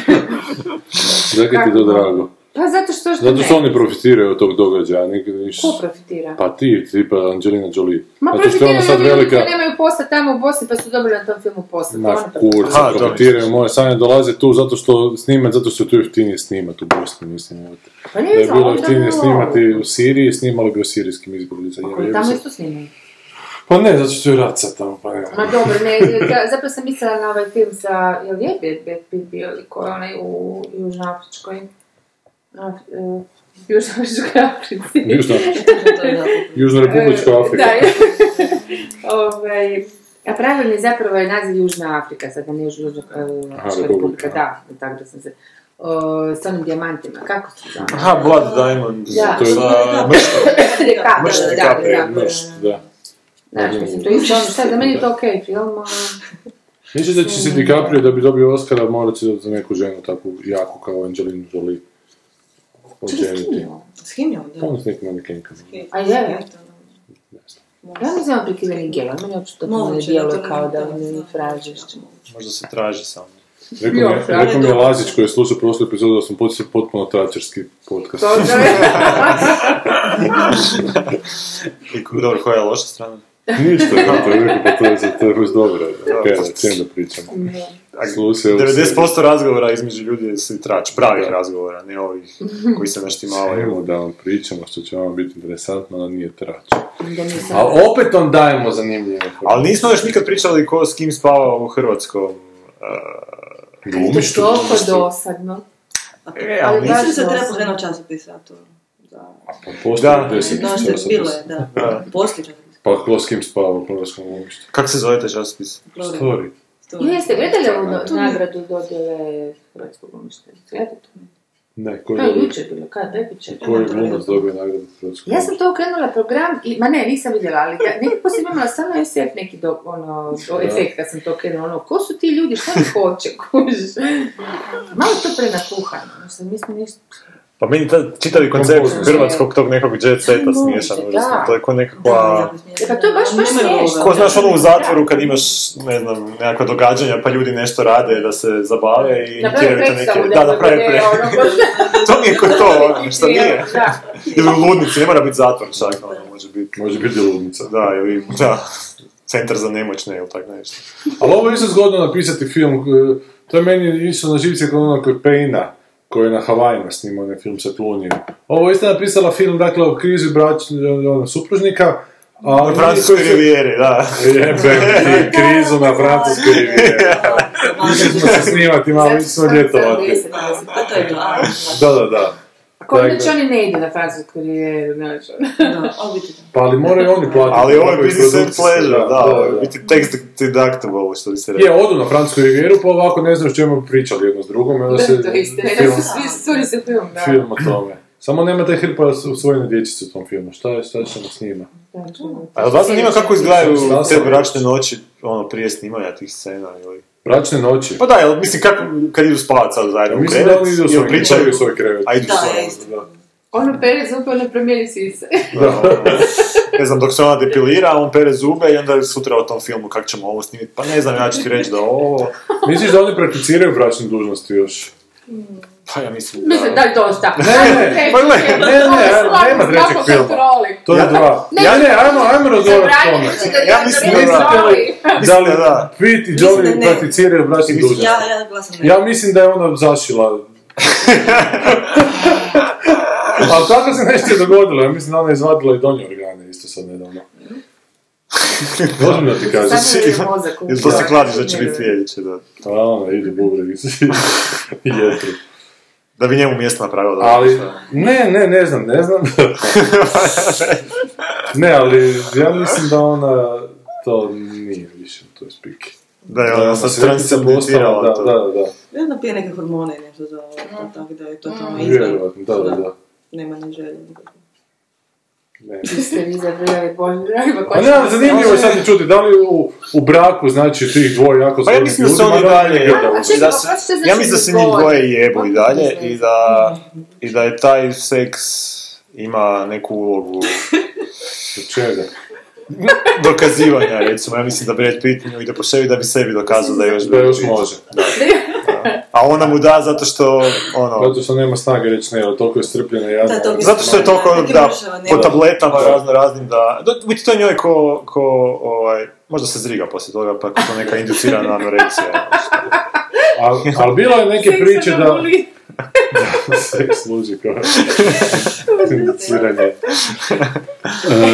Speaker 10: Zakaj ti je to drago?
Speaker 8: Pa zato što što
Speaker 10: Zato što
Speaker 8: ne.
Speaker 10: oni profitiraju od tog događaja, neki više.
Speaker 8: Ko profitira?
Speaker 10: Pa ti, tipa Angelina Jolie.
Speaker 8: Ma
Speaker 10: Zato što je ona
Speaker 8: profitiraju
Speaker 10: sad
Speaker 8: ljudi
Speaker 10: velika...
Speaker 8: koji nemaju posla tamo u Bosni pa su dobili na tom filmu posla.
Speaker 10: Ma
Speaker 8: to ona
Speaker 10: kurca,
Speaker 5: Aha, dobro.
Speaker 10: profitiraju moje sanje, dolaze tu zato što snimaju, zato što je tu jeftinije snimat u Bosni, mislim. evo te.
Speaker 8: Pa
Speaker 10: Da
Speaker 8: ne
Speaker 10: je
Speaker 8: znam,
Speaker 10: bilo
Speaker 8: onda
Speaker 10: jeftinije
Speaker 8: ovo.
Speaker 10: snimati u Siriji, snimalo bi u sirijskim izbjeglicama.
Speaker 8: profitira.
Speaker 10: jebi
Speaker 8: Tamo
Speaker 10: se.
Speaker 8: isto snimaju.
Speaker 10: Pa ne, zato što je rat sad tamo, pa ne.
Speaker 8: Ma dobro, ne, da- zapravo sam mislila na ovaj film sa, jel je Brad Brad Pitt bio ili ko je onaj u Južnoafričkoj? Af, uh, Južnoafričkoj Africi.
Speaker 10: Južnoafričkoj. Južna Republička Afrika.
Speaker 8: Da, je. ovaj, a pravilni zapravo je naziv Južna Afrika, sada ne Južna eh, Afrička
Speaker 10: Republika,
Speaker 8: Republika, da, tako da sam se, o, s onim dijamantima, kako se zove?
Speaker 5: Aha, Blood Diamond.
Speaker 8: Da.
Speaker 5: To je za mršta.
Speaker 8: Da,
Speaker 5: Mršta
Speaker 8: da,
Speaker 5: DiCaprio,
Speaker 8: da, da.
Speaker 5: mršt, da.
Speaker 8: Znaš, mislim, to je isto ono, šta, za meni je to okej film, ali...
Speaker 10: Mislim da će se DiCaprio da bi dobio Oscara morat će za neku ženu takvu jaku kao Angelina Jolie. Oženiti.
Speaker 14: S kim je onda?
Speaker 10: Ono s nekim manekenkama.
Speaker 8: A je, ja ne znam prikriveni gel, ali meni očito to ne
Speaker 14: Moguće,
Speaker 8: djeluje
Speaker 14: to ne
Speaker 8: kao da
Speaker 14: znam,
Speaker 8: mi fražiš.
Speaker 5: Možda se traži samo.
Speaker 10: Rekao mi, je-
Speaker 8: Joj,
Speaker 10: rekao mi je
Speaker 8: dobro.
Speaker 10: Lazić koji je slušao prošlu epizodu da smo potpuno, potpuno tračarski podcast.
Speaker 8: To da
Speaker 5: I ko- dobro, koja je loša strana?
Speaker 10: Ništa, da, to je rekao, pa to je, za- to je baš dobro. Ok,
Speaker 5: Da.
Speaker 10: o čem da pričamo.
Speaker 5: A
Speaker 10: Slušaj, evo
Speaker 5: 90% razgovora između ljudi je svi trač, pravih razgovora, ne ovih koji se naštimavaju.
Speaker 10: Ajmo da vam pričamo što će vam biti interesantno, ali nije trač.
Speaker 8: Onda nisam...
Speaker 10: Ali opet vam dajemo zanimljive
Speaker 5: Ali nismo još nikad pričali ko s kim spava u hrvatskom... Uh,
Speaker 8: To je
Speaker 10: ono
Speaker 8: toliko dosadno.
Speaker 5: E,
Speaker 14: Ali
Speaker 5: ali
Speaker 14: mislim
Speaker 8: baš
Speaker 14: da se treba
Speaker 8: dosadno.
Speaker 14: pokrenuti časopis, a to... Da,
Speaker 10: Postoje
Speaker 5: Da.
Speaker 10: Pa deset
Speaker 14: da što je
Speaker 10: časopisa.
Speaker 14: bilo je, da.
Speaker 5: Da.
Speaker 14: Poslije časopis.
Speaker 10: Pa ko s kim spava u Hrvatskom glumištu?
Speaker 5: Kako se zove taj časopis?
Speaker 14: Glory.
Speaker 10: Story.
Speaker 14: Story.
Speaker 8: I jeste gledali ono-
Speaker 14: To mi-
Speaker 8: ovu nagradu dodjele Hrvatskog glumišta? Gledate to?
Speaker 10: Ne, ko je
Speaker 8: To je
Speaker 10: dobio?
Speaker 8: jučer bilo, kada prekjučer.
Speaker 10: Ko je glumac dobio nagradu Hrvatskog
Speaker 8: Ja sam to okrenula program, i, ma ne, nisam vidjela, ali da, nekako sam imala samo efekt, neki do, ono, do
Speaker 10: Da.
Speaker 8: efekt kad sam to okrenula, ono, ko su ti ljudi, šta mi hoće, kužiš? Malo to prenakuhano, mislim, mi smo ništa...
Speaker 5: Pa meni tad čitavi koncept
Speaker 10: Kompozicija.
Speaker 5: hrvatskog tog nekog jet seta smiješan,
Speaker 8: Da.
Speaker 5: užasno. To je ko
Speaker 14: Da,
Speaker 5: nekakva...
Speaker 14: jako smiješno.
Speaker 8: E, pa to je baš, baš
Speaker 14: Nema
Speaker 8: smiješno.
Speaker 5: Ko znaš ono u zatvoru kad imaš, ne znam, nekakva događanja pa ljudi nešto rade da se zabave i
Speaker 8: Napravi
Speaker 5: tjeraju te
Speaker 8: predstavu,
Speaker 5: neke... Da, naprave
Speaker 8: bude,
Speaker 5: pre...
Speaker 8: ono, baš-
Speaker 5: to mi je kod to, ono, šta nije.
Speaker 8: Da.
Speaker 5: Ili u ludnici, ne mora biti zatvor čak, ono, može biti.
Speaker 10: Može biti ludnica.
Speaker 5: Da, ili, da, centar za nemoćne ili tak nešto.
Speaker 10: Ali ovo je isto zgodno napisati film, e, to je meni išlo na živce kod onog Payna, koji je na Havajima snimao onaj film sa Clooneyem. Ovo je isto napisala film, dakle, o krizi brač- ono, supružnika, a
Speaker 5: Na
Speaker 10: oni
Speaker 5: Francuskoj
Speaker 10: koji su-
Speaker 5: rivijeri, da.
Speaker 10: Jebe, ti krizu na francuskoj rivijeri. Išli smo se snimati malo, išli smo ljetovati.
Speaker 14: Pa to je to. a,
Speaker 10: Da, da, da.
Speaker 8: Ko
Speaker 10: Tako
Speaker 8: znači
Speaker 10: da-
Speaker 8: oni ne idu na francusku rivijeru, znači.
Speaker 14: Da, ovo biti to.
Speaker 10: Pa ali moraju oni platiti.
Speaker 5: Ali ovo je
Speaker 10: Moraju
Speaker 5: business and
Speaker 10: produkcijski,
Speaker 5: pleasure, da, ovo je biti text deductible, što bi se rekao.
Speaker 10: Je, odu na Francusku rivjeru, pa ovako ne znaš čemu bi pričali jedno s drugom, i onda se
Speaker 8: To je isto, ne,
Speaker 10: film,
Speaker 8: su svi suri se film, da.
Speaker 10: film o tome. Samo nema taj hrpa u svojene dječice u tom filmu, šta je, šta ćemo s njima?
Speaker 8: Da, to-
Speaker 5: A Pa jel vas zanima kako izgledaju
Speaker 10: Sam sam-
Speaker 5: te bračne noći ono, prije snimanja tih scena ili...
Speaker 10: Bračne noći.
Speaker 5: Pa da, jel, mislim kako, kad idu spavat sad zajedno u
Speaker 10: Mislim da
Speaker 5: krevet,
Speaker 10: oni idu u
Speaker 5: jel
Speaker 10: svoj,
Speaker 5: pričaju,
Speaker 10: pričaju u svoj krevet.
Speaker 5: a idu
Speaker 14: Da,
Speaker 5: svoje,
Speaker 14: isto.
Speaker 5: da.
Speaker 8: Ono pere zupe, ono promijeni sise.
Speaker 5: Da. ne znam, dok se ona depilira, on pere zube i onda sutra o tom filmu kako ćemo ovo snimiti. Pa ne znam, ja ću ti reći da ovo...
Speaker 10: Misliš da oni prakticiraju bračne dužnosti još?
Speaker 5: Pa ja mislim da...
Speaker 8: Mislim, daj dosta.
Speaker 10: ne, pa gle, ne, ne,
Speaker 8: Ono
Speaker 10: ajmo, nema trećeg filma. To je dva. Ja ne, ajmo, ajmo razgovarati o tome.
Speaker 5: Ja mislim da da.
Speaker 10: Da li
Speaker 5: Mislim da da.
Speaker 10: Pitt i
Speaker 14: Mislim da
Speaker 10: Jolie
Speaker 14: ne.
Speaker 10: prakticiraju bračne dužnosti?
Speaker 14: Ja, ja glasam ne.
Speaker 10: Ja mislim da je ona zašila. Ali tako se nešto je dogodilo, ja mislim da ona je izvadila i donje organe isto sad nedavno. Ozbiljno ti kažem. Pa
Speaker 5: Jel to se kladiš
Speaker 10: znači,
Speaker 5: da će biti sljedeće, da.
Speaker 10: A ona ide bubrevi i jetru.
Speaker 5: Da bi njemu mjesto napravila. Da
Speaker 10: Ali, ne, ne, ne znam, ne znam. ne, ali ja mislim da ona to nije više u toj spiki.
Speaker 5: Da je ona sa transcendentirala
Speaker 10: Da, da, da.
Speaker 6: Vjerojatno pije neke hormone i nešto za ovo, to, tako da je to tamo izvan.
Speaker 10: Vjerojatno, da, da, da.
Speaker 6: Nema ni želje.
Speaker 10: Ne.
Speaker 8: Vi ste vi zabrljali Bože dragima
Speaker 10: A Pa ne, ali zanimljivo je sad i čuti, da li u, u braku, znači, tih dvoje jako
Speaker 5: Pa ja
Speaker 10: zgodnih
Speaker 5: mislim da se
Speaker 10: ljudi,
Speaker 5: oni
Speaker 10: ma
Speaker 5: dalje
Speaker 10: ne
Speaker 5: jebu.
Speaker 10: gledaju.
Speaker 8: čekaj,
Speaker 5: Da se-
Speaker 8: oprosti, što znači
Speaker 5: Ja mislim da se njih
Speaker 8: izgovor?
Speaker 5: dvoje jebu i dalje i da, i da je taj seks ima neku ulogu
Speaker 10: Čega?
Speaker 5: dokazivanja, recimo. Ja mislim da Brad Pitt nju ide po sebi da bi sebi dokazao da je još
Speaker 10: Da
Speaker 5: Brad
Speaker 10: još
Speaker 5: Pitt.
Speaker 10: može.
Speaker 5: Da. Da. A ona mu da zato što, ono,
Speaker 10: Zato što nema snage reći ne, ali toliko je strpljena jadna.
Speaker 6: Da, to bi-
Speaker 5: zato što je toliko,
Speaker 6: Neki
Speaker 5: da,
Speaker 6: mršava, ne.
Speaker 5: po tabletama razno raznim, da, da, u biti to je njoj ko, ko, ovaj, možda se zriga poslije toga, pa to neka inducirana anoreksija. ono,
Speaker 10: Ali, ali bilo je neke priče da... Seks služi kao indiciranje. E,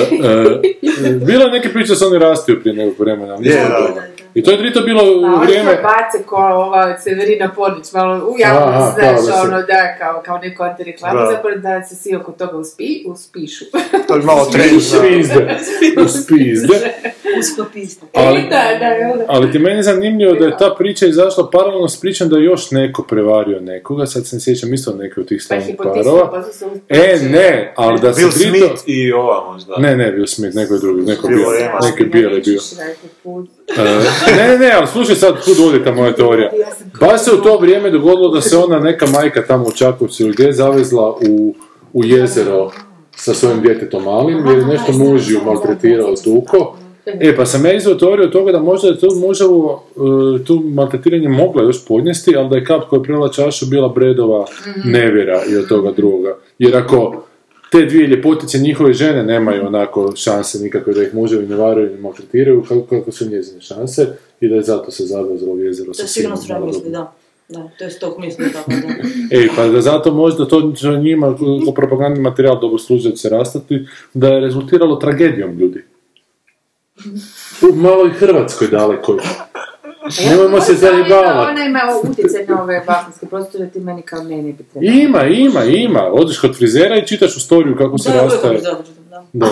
Speaker 10: e, bilo je neke priče da se oni rastaju prije nekog vremena.
Speaker 5: Je, E, da.
Speaker 10: I to je drito bilo
Speaker 8: A
Speaker 10: u
Speaker 8: oni
Speaker 10: vrijeme...
Speaker 8: to Ono, bace ko ova Severina Ponić, malo u javnost,
Speaker 10: Aha, kao da
Speaker 8: znaš,
Speaker 10: se-
Speaker 8: ono, da, kao, kao neko antireklamu,
Speaker 5: Da.
Speaker 8: zapravo da se svi oko toga uspi, uspišu.
Speaker 5: To je malo trenutno.
Speaker 10: Uspizde. Uspizde.
Speaker 6: Usko pizda.
Speaker 10: Ali,
Speaker 8: E, da, ono, pa da, da.
Speaker 10: ali ti meni je zanimljivo da je ta priča izašla paralelno s pričom da je još neko prevario nekoga, sad se ne sjećam isto neke od tih
Speaker 8: Pa
Speaker 10: slavnih
Speaker 8: hipotisno,
Speaker 10: parova.
Speaker 8: pa su se
Speaker 10: E, ne, ali da se
Speaker 5: Bill
Speaker 10: drito...
Speaker 5: Smith i ova možda.
Speaker 10: Ne, ne, bio Smith, neko je pa- drugi, neko
Speaker 5: Bill
Speaker 10: bio,
Speaker 5: Evans.
Speaker 10: neki bijeli bio.
Speaker 8: bio.
Speaker 10: E, ne, ne, ne, ali slušaj sad, kud vodi ta moja teorija. Baš se u to vrijeme dogodilo da se ona neka majka tamo u Čakovcu ili gdje je zavezla u, u jezero sa svojim djetetom malim, jer je nešto mužiju maltretirao tuko. E, pa sam ja izveo teoriju od toga da možda je tu muževo, e, tu maltretiranje mogla još podnijesti, ali da je kap koja je prela čašu bila Bredova
Speaker 6: Mhm.
Speaker 10: nevjera i od toga drugoga. Jer ako te dvije ljepotice njihove žene nemaju onako šanse nikakve da ih muževi ne varaju ni maltretiraju, kako, kako su njezine šanse i da je zato se zavezalo u jezero
Speaker 6: To
Speaker 10: sa
Speaker 6: je sigurno
Speaker 10: sinom.
Speaker 6: stroje misli, da. Da, to je stok misli, tako da.
Speaker 10: Ej, pa da zato možda to će njima ko propagandni materijal dobro služi da će se rastati, da je rezultiralo tragedijom ljudi. U maloj Hrvatskoj dalekoj. Nemojmo se zajebavati.
Speaker 8: Ona ima utjecaj na ove balkanske prostore, ti meni kao meni bi trebalo.
Speaker 10: Ima, ima, ima. Odeš kod frizera i čitaš u storiju kako se
Speaker 6: Da, uvijek
Speaker 10: rastaje.
Speaker 6: mi dobro, da.
Speaker 10: Da.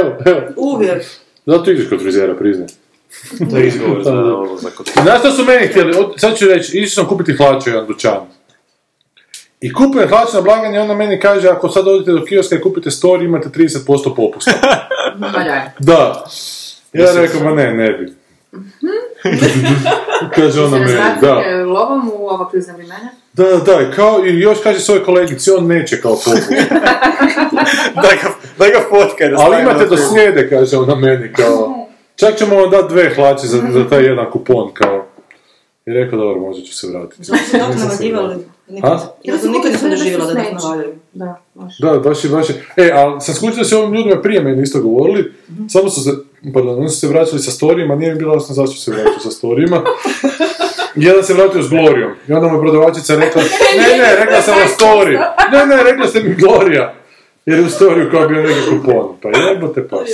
Speaker 10: Evo, evo.
Speaker 6: Uvijek.
Speaker 10: Zato ideš kod frizera, priznaj.
Speaker 5: To je izgovor za odlazak kod
Speaker 10: Znaš što su meni htjeli? Od- sad ću reći, išao sam kupiti hlače u jedan dućan. I kupujem hlače na blaganje i ona meni kaže, ako sad odete do kioska i kupite story, imate 30% popusta.
Speaker 8: Pa da.
Speaker 10: Da. Ja rekao, ma ne, ne bi. kaže ona meni, da.
Speaker 8: Razmatrate lovom u ova krizna vremena?
Speaker 10: Da, da, da, i kao, i još kaže svojoj kolegici, on neće kao popust.
Speaker 5: Daj ga, daj ga fotkaj da
Speaker 10: Ali
Speaker 5: stavim
Speaker 10: imate
Speaker 5: na
Speaker 10: do
Speaker 5: Facebook.
Speaker 10: srijede, kaže ona meni, kao, čak ćemo vam dati dve hlače za, za taj jedan kupon, kao. I rekao, dobro, možda ću se vratiti.
Speaker 6: Zato su tako
Speaker 10: Nisam se
Speaker 6: navadivali.
Speaker 10: A?
Speaker 6: Nikad, ja sam nikad nisam doživjela da tako navadili.
Speaker 8: Da, može.
Speaker 10: Da, baš je, baš je. E, ali sam skučio da se ovim ljudima prije meni isto govorili, samo su se, pardon, oni su se vraćali sa storijima, nije mi bilo jasno zašto su se vraćaju sa storijima. Jedan se vratio s Glorijom i onda mu je prodavačica rekla, ne, ne, rekla sam na story, ne, ne, rekla ste mi Gloria. Jer je u storiju koja je bio neki kupon, pa jebote pas.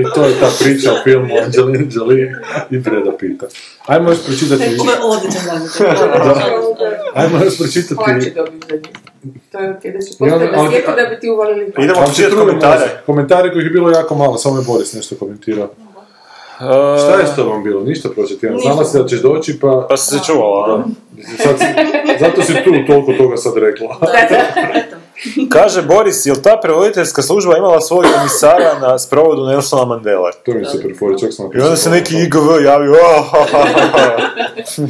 Speaker 10: I to je ta priča o filmu Angelina Jolie i Breda Pita. Ajmo još pročitati,
Speaker 6: Ovo je odličan razlog.
Speaker 10: ajmo još pročitati
Speaker 8: Hoće dobiti za njih. To je okej, da su
Speaker 10: Ja,
Speaker 8: postali na
Speaker 10: ali-
Speaker 8: svijetu da bi ti uvalili.
Speaker 5: Idemo
Speaker 10: Ali
Speaker 5: pročitati
Speaker 10: se trudimo,
Speaker 5: komentare.
Speaker 10: Komentare kojih je bilo jako malo, samo je Boris nešto komentirao. Šta je s tobom bilo? Ništa prošli tjedan. Znala si da ćeš doći, pa...
Speaker 5: Pa si se čuvala, a?
Speaker 10: Sad si- zato si tu toliko toga sad rekla.
Speaker 5: Kaže Boris, jel ta prevoditeljska služba imala svog emisara na sprovodu Nelsona Mandele?
Speaker 10: To mi je super fora, čak sam
Speaker 5: I onda se
Speaker 10: napisao.
Speaker 5: neki IGV javio, "Oh, ha, ha, ha, ha."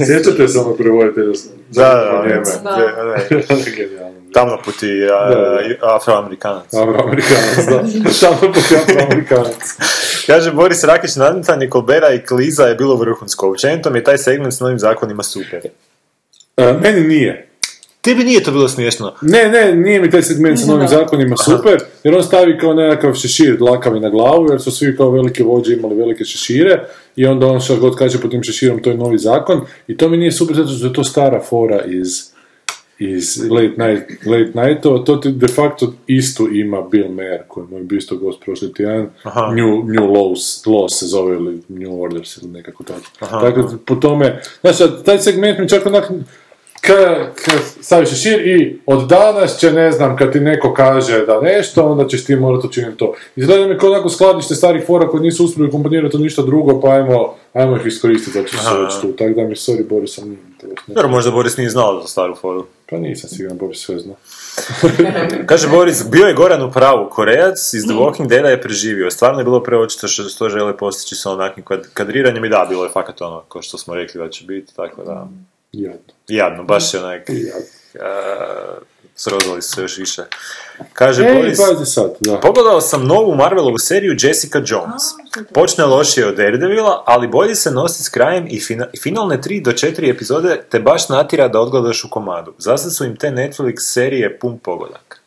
Speaker 10: Sjećate se ono prevoditelja?
Speaker 5: Da, da, ono,
Speaker 10: Vrijeme.
Speaker 5: da, ne, ne.
Speaker 10: Genijalno.
Speaker 5: Tamno puti a,
Speaker 10: Da,
Speaker 5: afroamerikanac.
Speaker 10: Afroamerikanac, da. Samo po Afroamerikanac.
Speaker 5: Kaže Boris Rakić, nadmetanje Kolbera i Kliza je bilo vrhunsko. Općenito mi je taj segment s novim zakonima super.
Speaker 10: E, Meni nije.
Speaker 5: Tebi nije to bilo smiješno.
Speaker 10: Ne, ne, nije mi taj segment sa novim zakonima super, jer on stavi kao nekakav šešir dlakavi na glavu, jer su svi kao velike vođe imali velike šešire, i onda on što god kaže pod tim šeširom, to je novi zakon, i to mi nije super, zato što je to stara fora iz iz late, night, late nightova, to ti de facto isto ima Bill Mayer, koji mu je bio isto gost prošli tjedan,
Speaker 5: Aha.
Speaker 10: New, New Laws, Laws se zove, ili New Orders, ili nekako tako. Dakle, po tome, znaš, a taj segment mi čak onak, K, k, staviš šešir i od danas će, ne znam, kad ti neko kaže da nešto, onda ćeš ti morati učiniti to. Izgleda mi kao onako skladište starih fora koji nisu uspjeli kombinirati u ništa drugo, pa ajmo, ajmo ih iskoristiti, zato što su
Speaker 5: Aha.
Speaker 10: već tu. Tako da mi, sorry, Boris, sam nije interesno.
Speaker 5: Dobro, možda Boris nije znao za staru foru.
Speaker 10: Pa nisam siguran, Boris sve zna.
Speaker 5: Kaže Boris, bio je Goran u pravu, Korejac iz The Walking Deada je preživio. Stvarno je bilo preočito što, što žele postići sa onakvim kad, kadriranjem i da, bilo je fakat ono, ko što smo rekli da će biti, tako da...
Speaker 10: Jadno.
Speaker 5: Jadno, baš je
Speaker 10: Mm.
Speaker 5: onak... a, srozali su se još više. Kaže
Speaker 10: Ej, pa-
Speaker 5: Boris,
Speaker 10: pazi sad, da.
Speaker 5: pogledao sam novu Marvelovu seriju Jessica Jones. Počne lošije od Daredevila, ali bolje se nosi s krajem i fina- i finalne 3 do 4 epizode te baš natira da odgledaš u komadu. Zasad su im te Netflix serije pun pogodak.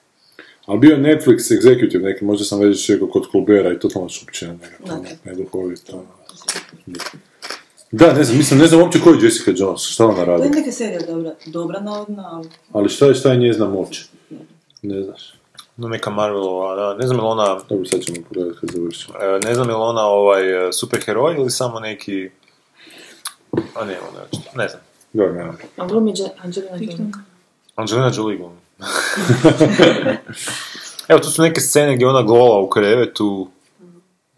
Speaker 10: Ali bio je Netflix executive neki, možda sam već čekao kod Klubera i totalno šupčina nekako,
Speaker 5: Ok.
Speaker 10: neduhovito. Da, ne znam, mislim, ne znam uopće ko je Jessica Jones, šta ona
Speaker 14: To
Speaker 10: radi,
Speaker 14: je neka serija dobra, dobra navodna, ali...
Speaker 10: ali šta je, šta je njezina moć? Ne znaš.
Speaker 5: No neka Marvelova, da, ne znam je li ona...
Speaker 10: Dobro, sad ćemo pogledati kad završimo.
Speaker 5: E, Ne znam je li ona ovaj e, superheroj ili samo neki... A ne, ona je očito, ne znam.
Speaker 10: Da, ne, ne.
Speaker 13: A glumi Đe- Angelina Jolie.
Speaker 5: Angelina Jolie glumi. Evo, tu su neke scene gdje ona gola u krevetu.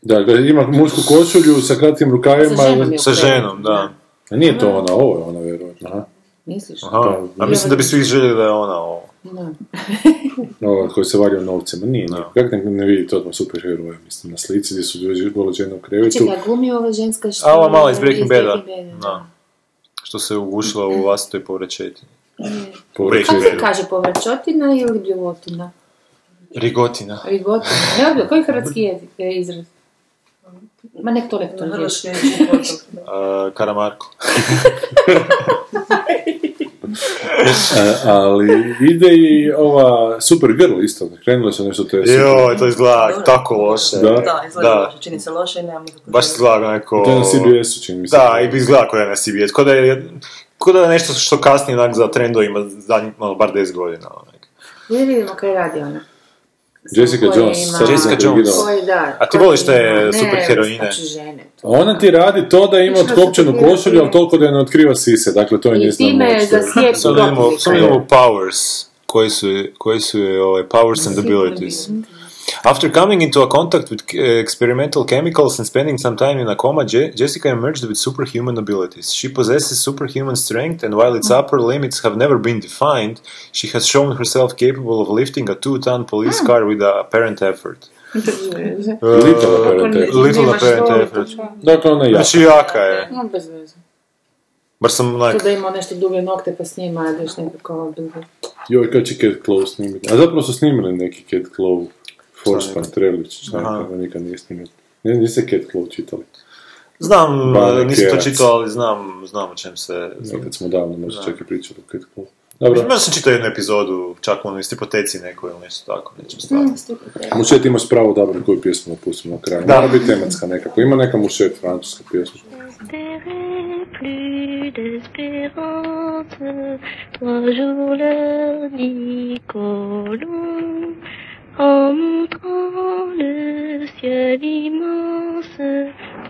Speaker 10: Da, da, ima mušku košulju sa kratkim rukavima.
Speaker 5: Sa ženom,
Speaker 10: i-
Speaker 5: da.
Speaker 10: A nije to ona, ovo je ona vjerojatno, aha.
Speaker 13: Misliš?
Speaker 5: Aha, a mislim da bi svi željeli da je ona ovo.
Speaker 13: Da.
Speaker 10: Ova koja se valja u novcima, nije, no. kako ne, ne vidi to odmah super heroja, mislim, na slici gdje su dvije gole žene u krevetu.
Speaker 13: Čekaj, a glumi ova ženska što...
Speaker 5: A ova mala iz Breaking Bada.
Speaker 13: Breaking Bada.
Speaker 5: Da. Što se ugušila u vlastitoj povraćeti.
Speaker 13: Kako Pa se
Speaker 5: Breaking Bada.
Speaker 13: kaže, povračotina ili bljuvotina?
Speaker 5: Rigotina.
Speaker 13: Rigotina. Ne odbio, koji je hrvatski jezik, e, izraz? Ma nek to nek to
Speaker 14: Hrvatski
Speaker 5: E, Karamarko.
Speaker 10: E, ali ide i ova Supergirl isto, krenule su nešto te
Speaker 5: Joj, to izgleda tako loše.
Speaker 10: Da.
Speaker 14: Da, izgleda loše, čini se loše i nemam nikakve...
Speaker 5: Baš izgleda onako...
Speaker 10: To je na CBS-u, čini mi se.
Speaker 5: Da, i izgleda kao da je na CBS. Kao da je, kao da je nešto što kasnije onak za trendovima zadnjih, ono, bar 10 godina. onak.
Speaker 13: Ne vidimo kaj radi ona.
Speaker 10: Jessica
Speaker 13: Koje
Speaker 10: Jones.
Speaker 13: ima-
Speaker 10: sad
Speaker 5: Jessica
Speaker 10: sam
Speaker 5: Jones.
Speaker 10: reagirao.
Speaker 13: Koje da.
Speaker 5: A ti
Speaker 13: koje
Speaker 5: voliš te
Speaker 13: ima-
Speaker 5: superheroine?
Speaker 13: Ne, znači žene.
Speaker 10: A Ona ti radi to da ima otkopčenu košulju, ali toliko da je ne otkriva sise, dakle to je
Speaker 13: I
Speaker 10: njezina
Speaker 13: time
Speaker 10: moć. to je-
Speaker 13: zasijepi
Speaker 5: Sad imamo, sad imamo Powers, koji su, koji su je, ovaj, Powers and Abilities. After coming into a contact with eh, experimental chemicals and spending some time in a coma, Je- Jessica emerged with superhuman abilities. She possesses superhuman strength, and while its upper limits have never been defined, she has shown herself capable of lifting a two-ton police car with apparent effort.
Speaker 10: Little apparent effort.
Speaker 5: Little apparent effort.
Speaker 10: Dakle, ona je jaka.
Speaker 5: Znači jaka je.
Speaker 13: No, bez veze.
Speaker 5: Bar sam
Speaker 13: To
Speaker 5: onak...
Speaker 13: da ima nešto duge nokte pa s njima radiš nekako ovo bez veze.
Speaker 10: Joj, kad će Cat Claw snimiti? A zapravo su snimili neki Cat Claw Forspan, Trelić, šta
Speaker 5: Aha.
Speaker 10: nekako nikad nije snimio. Ne, niste Cat Claw čitali.
Speaker 5: Znam,
Speaker 10: Barney
Speaker 5: nisam to
Speaker 10: Kerac.
Speaker 5: čitao, ali znam, znam o čem se...
Speaker 10: Nekad smo davno možda
Speaker 5: Da.
Speaker 10: čak i pričali o Cat Claw.
Speaker 5: Dobro.
Speaker 10: Dobro.
Speaker 5: Možda sam čitao jednu epizodu, čak ono iz hipoteci nekoj ili nešto tako, nečem stvarno.
Speaker 10: Mušet imaš pravo odabrati koju pjesmu da pustimo na kraju.
Speaker 5: Da.
Speaker 10: Mora biti tematska nekako. Ima neka mušet francuska pjesma.
Speaker 9: plus d'espérance. Trois jours le Nicolon, en montrant le ciel immense,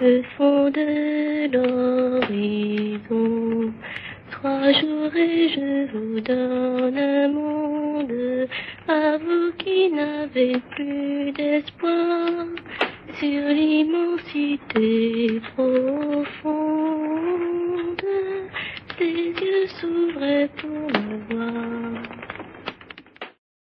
Speaker 9: le fond de l'horizon. Trois jours et je vous donne un monde à vous qui n'avez plus d'espoir sur l'immensité profonde. Les yeux s'ouvraient pour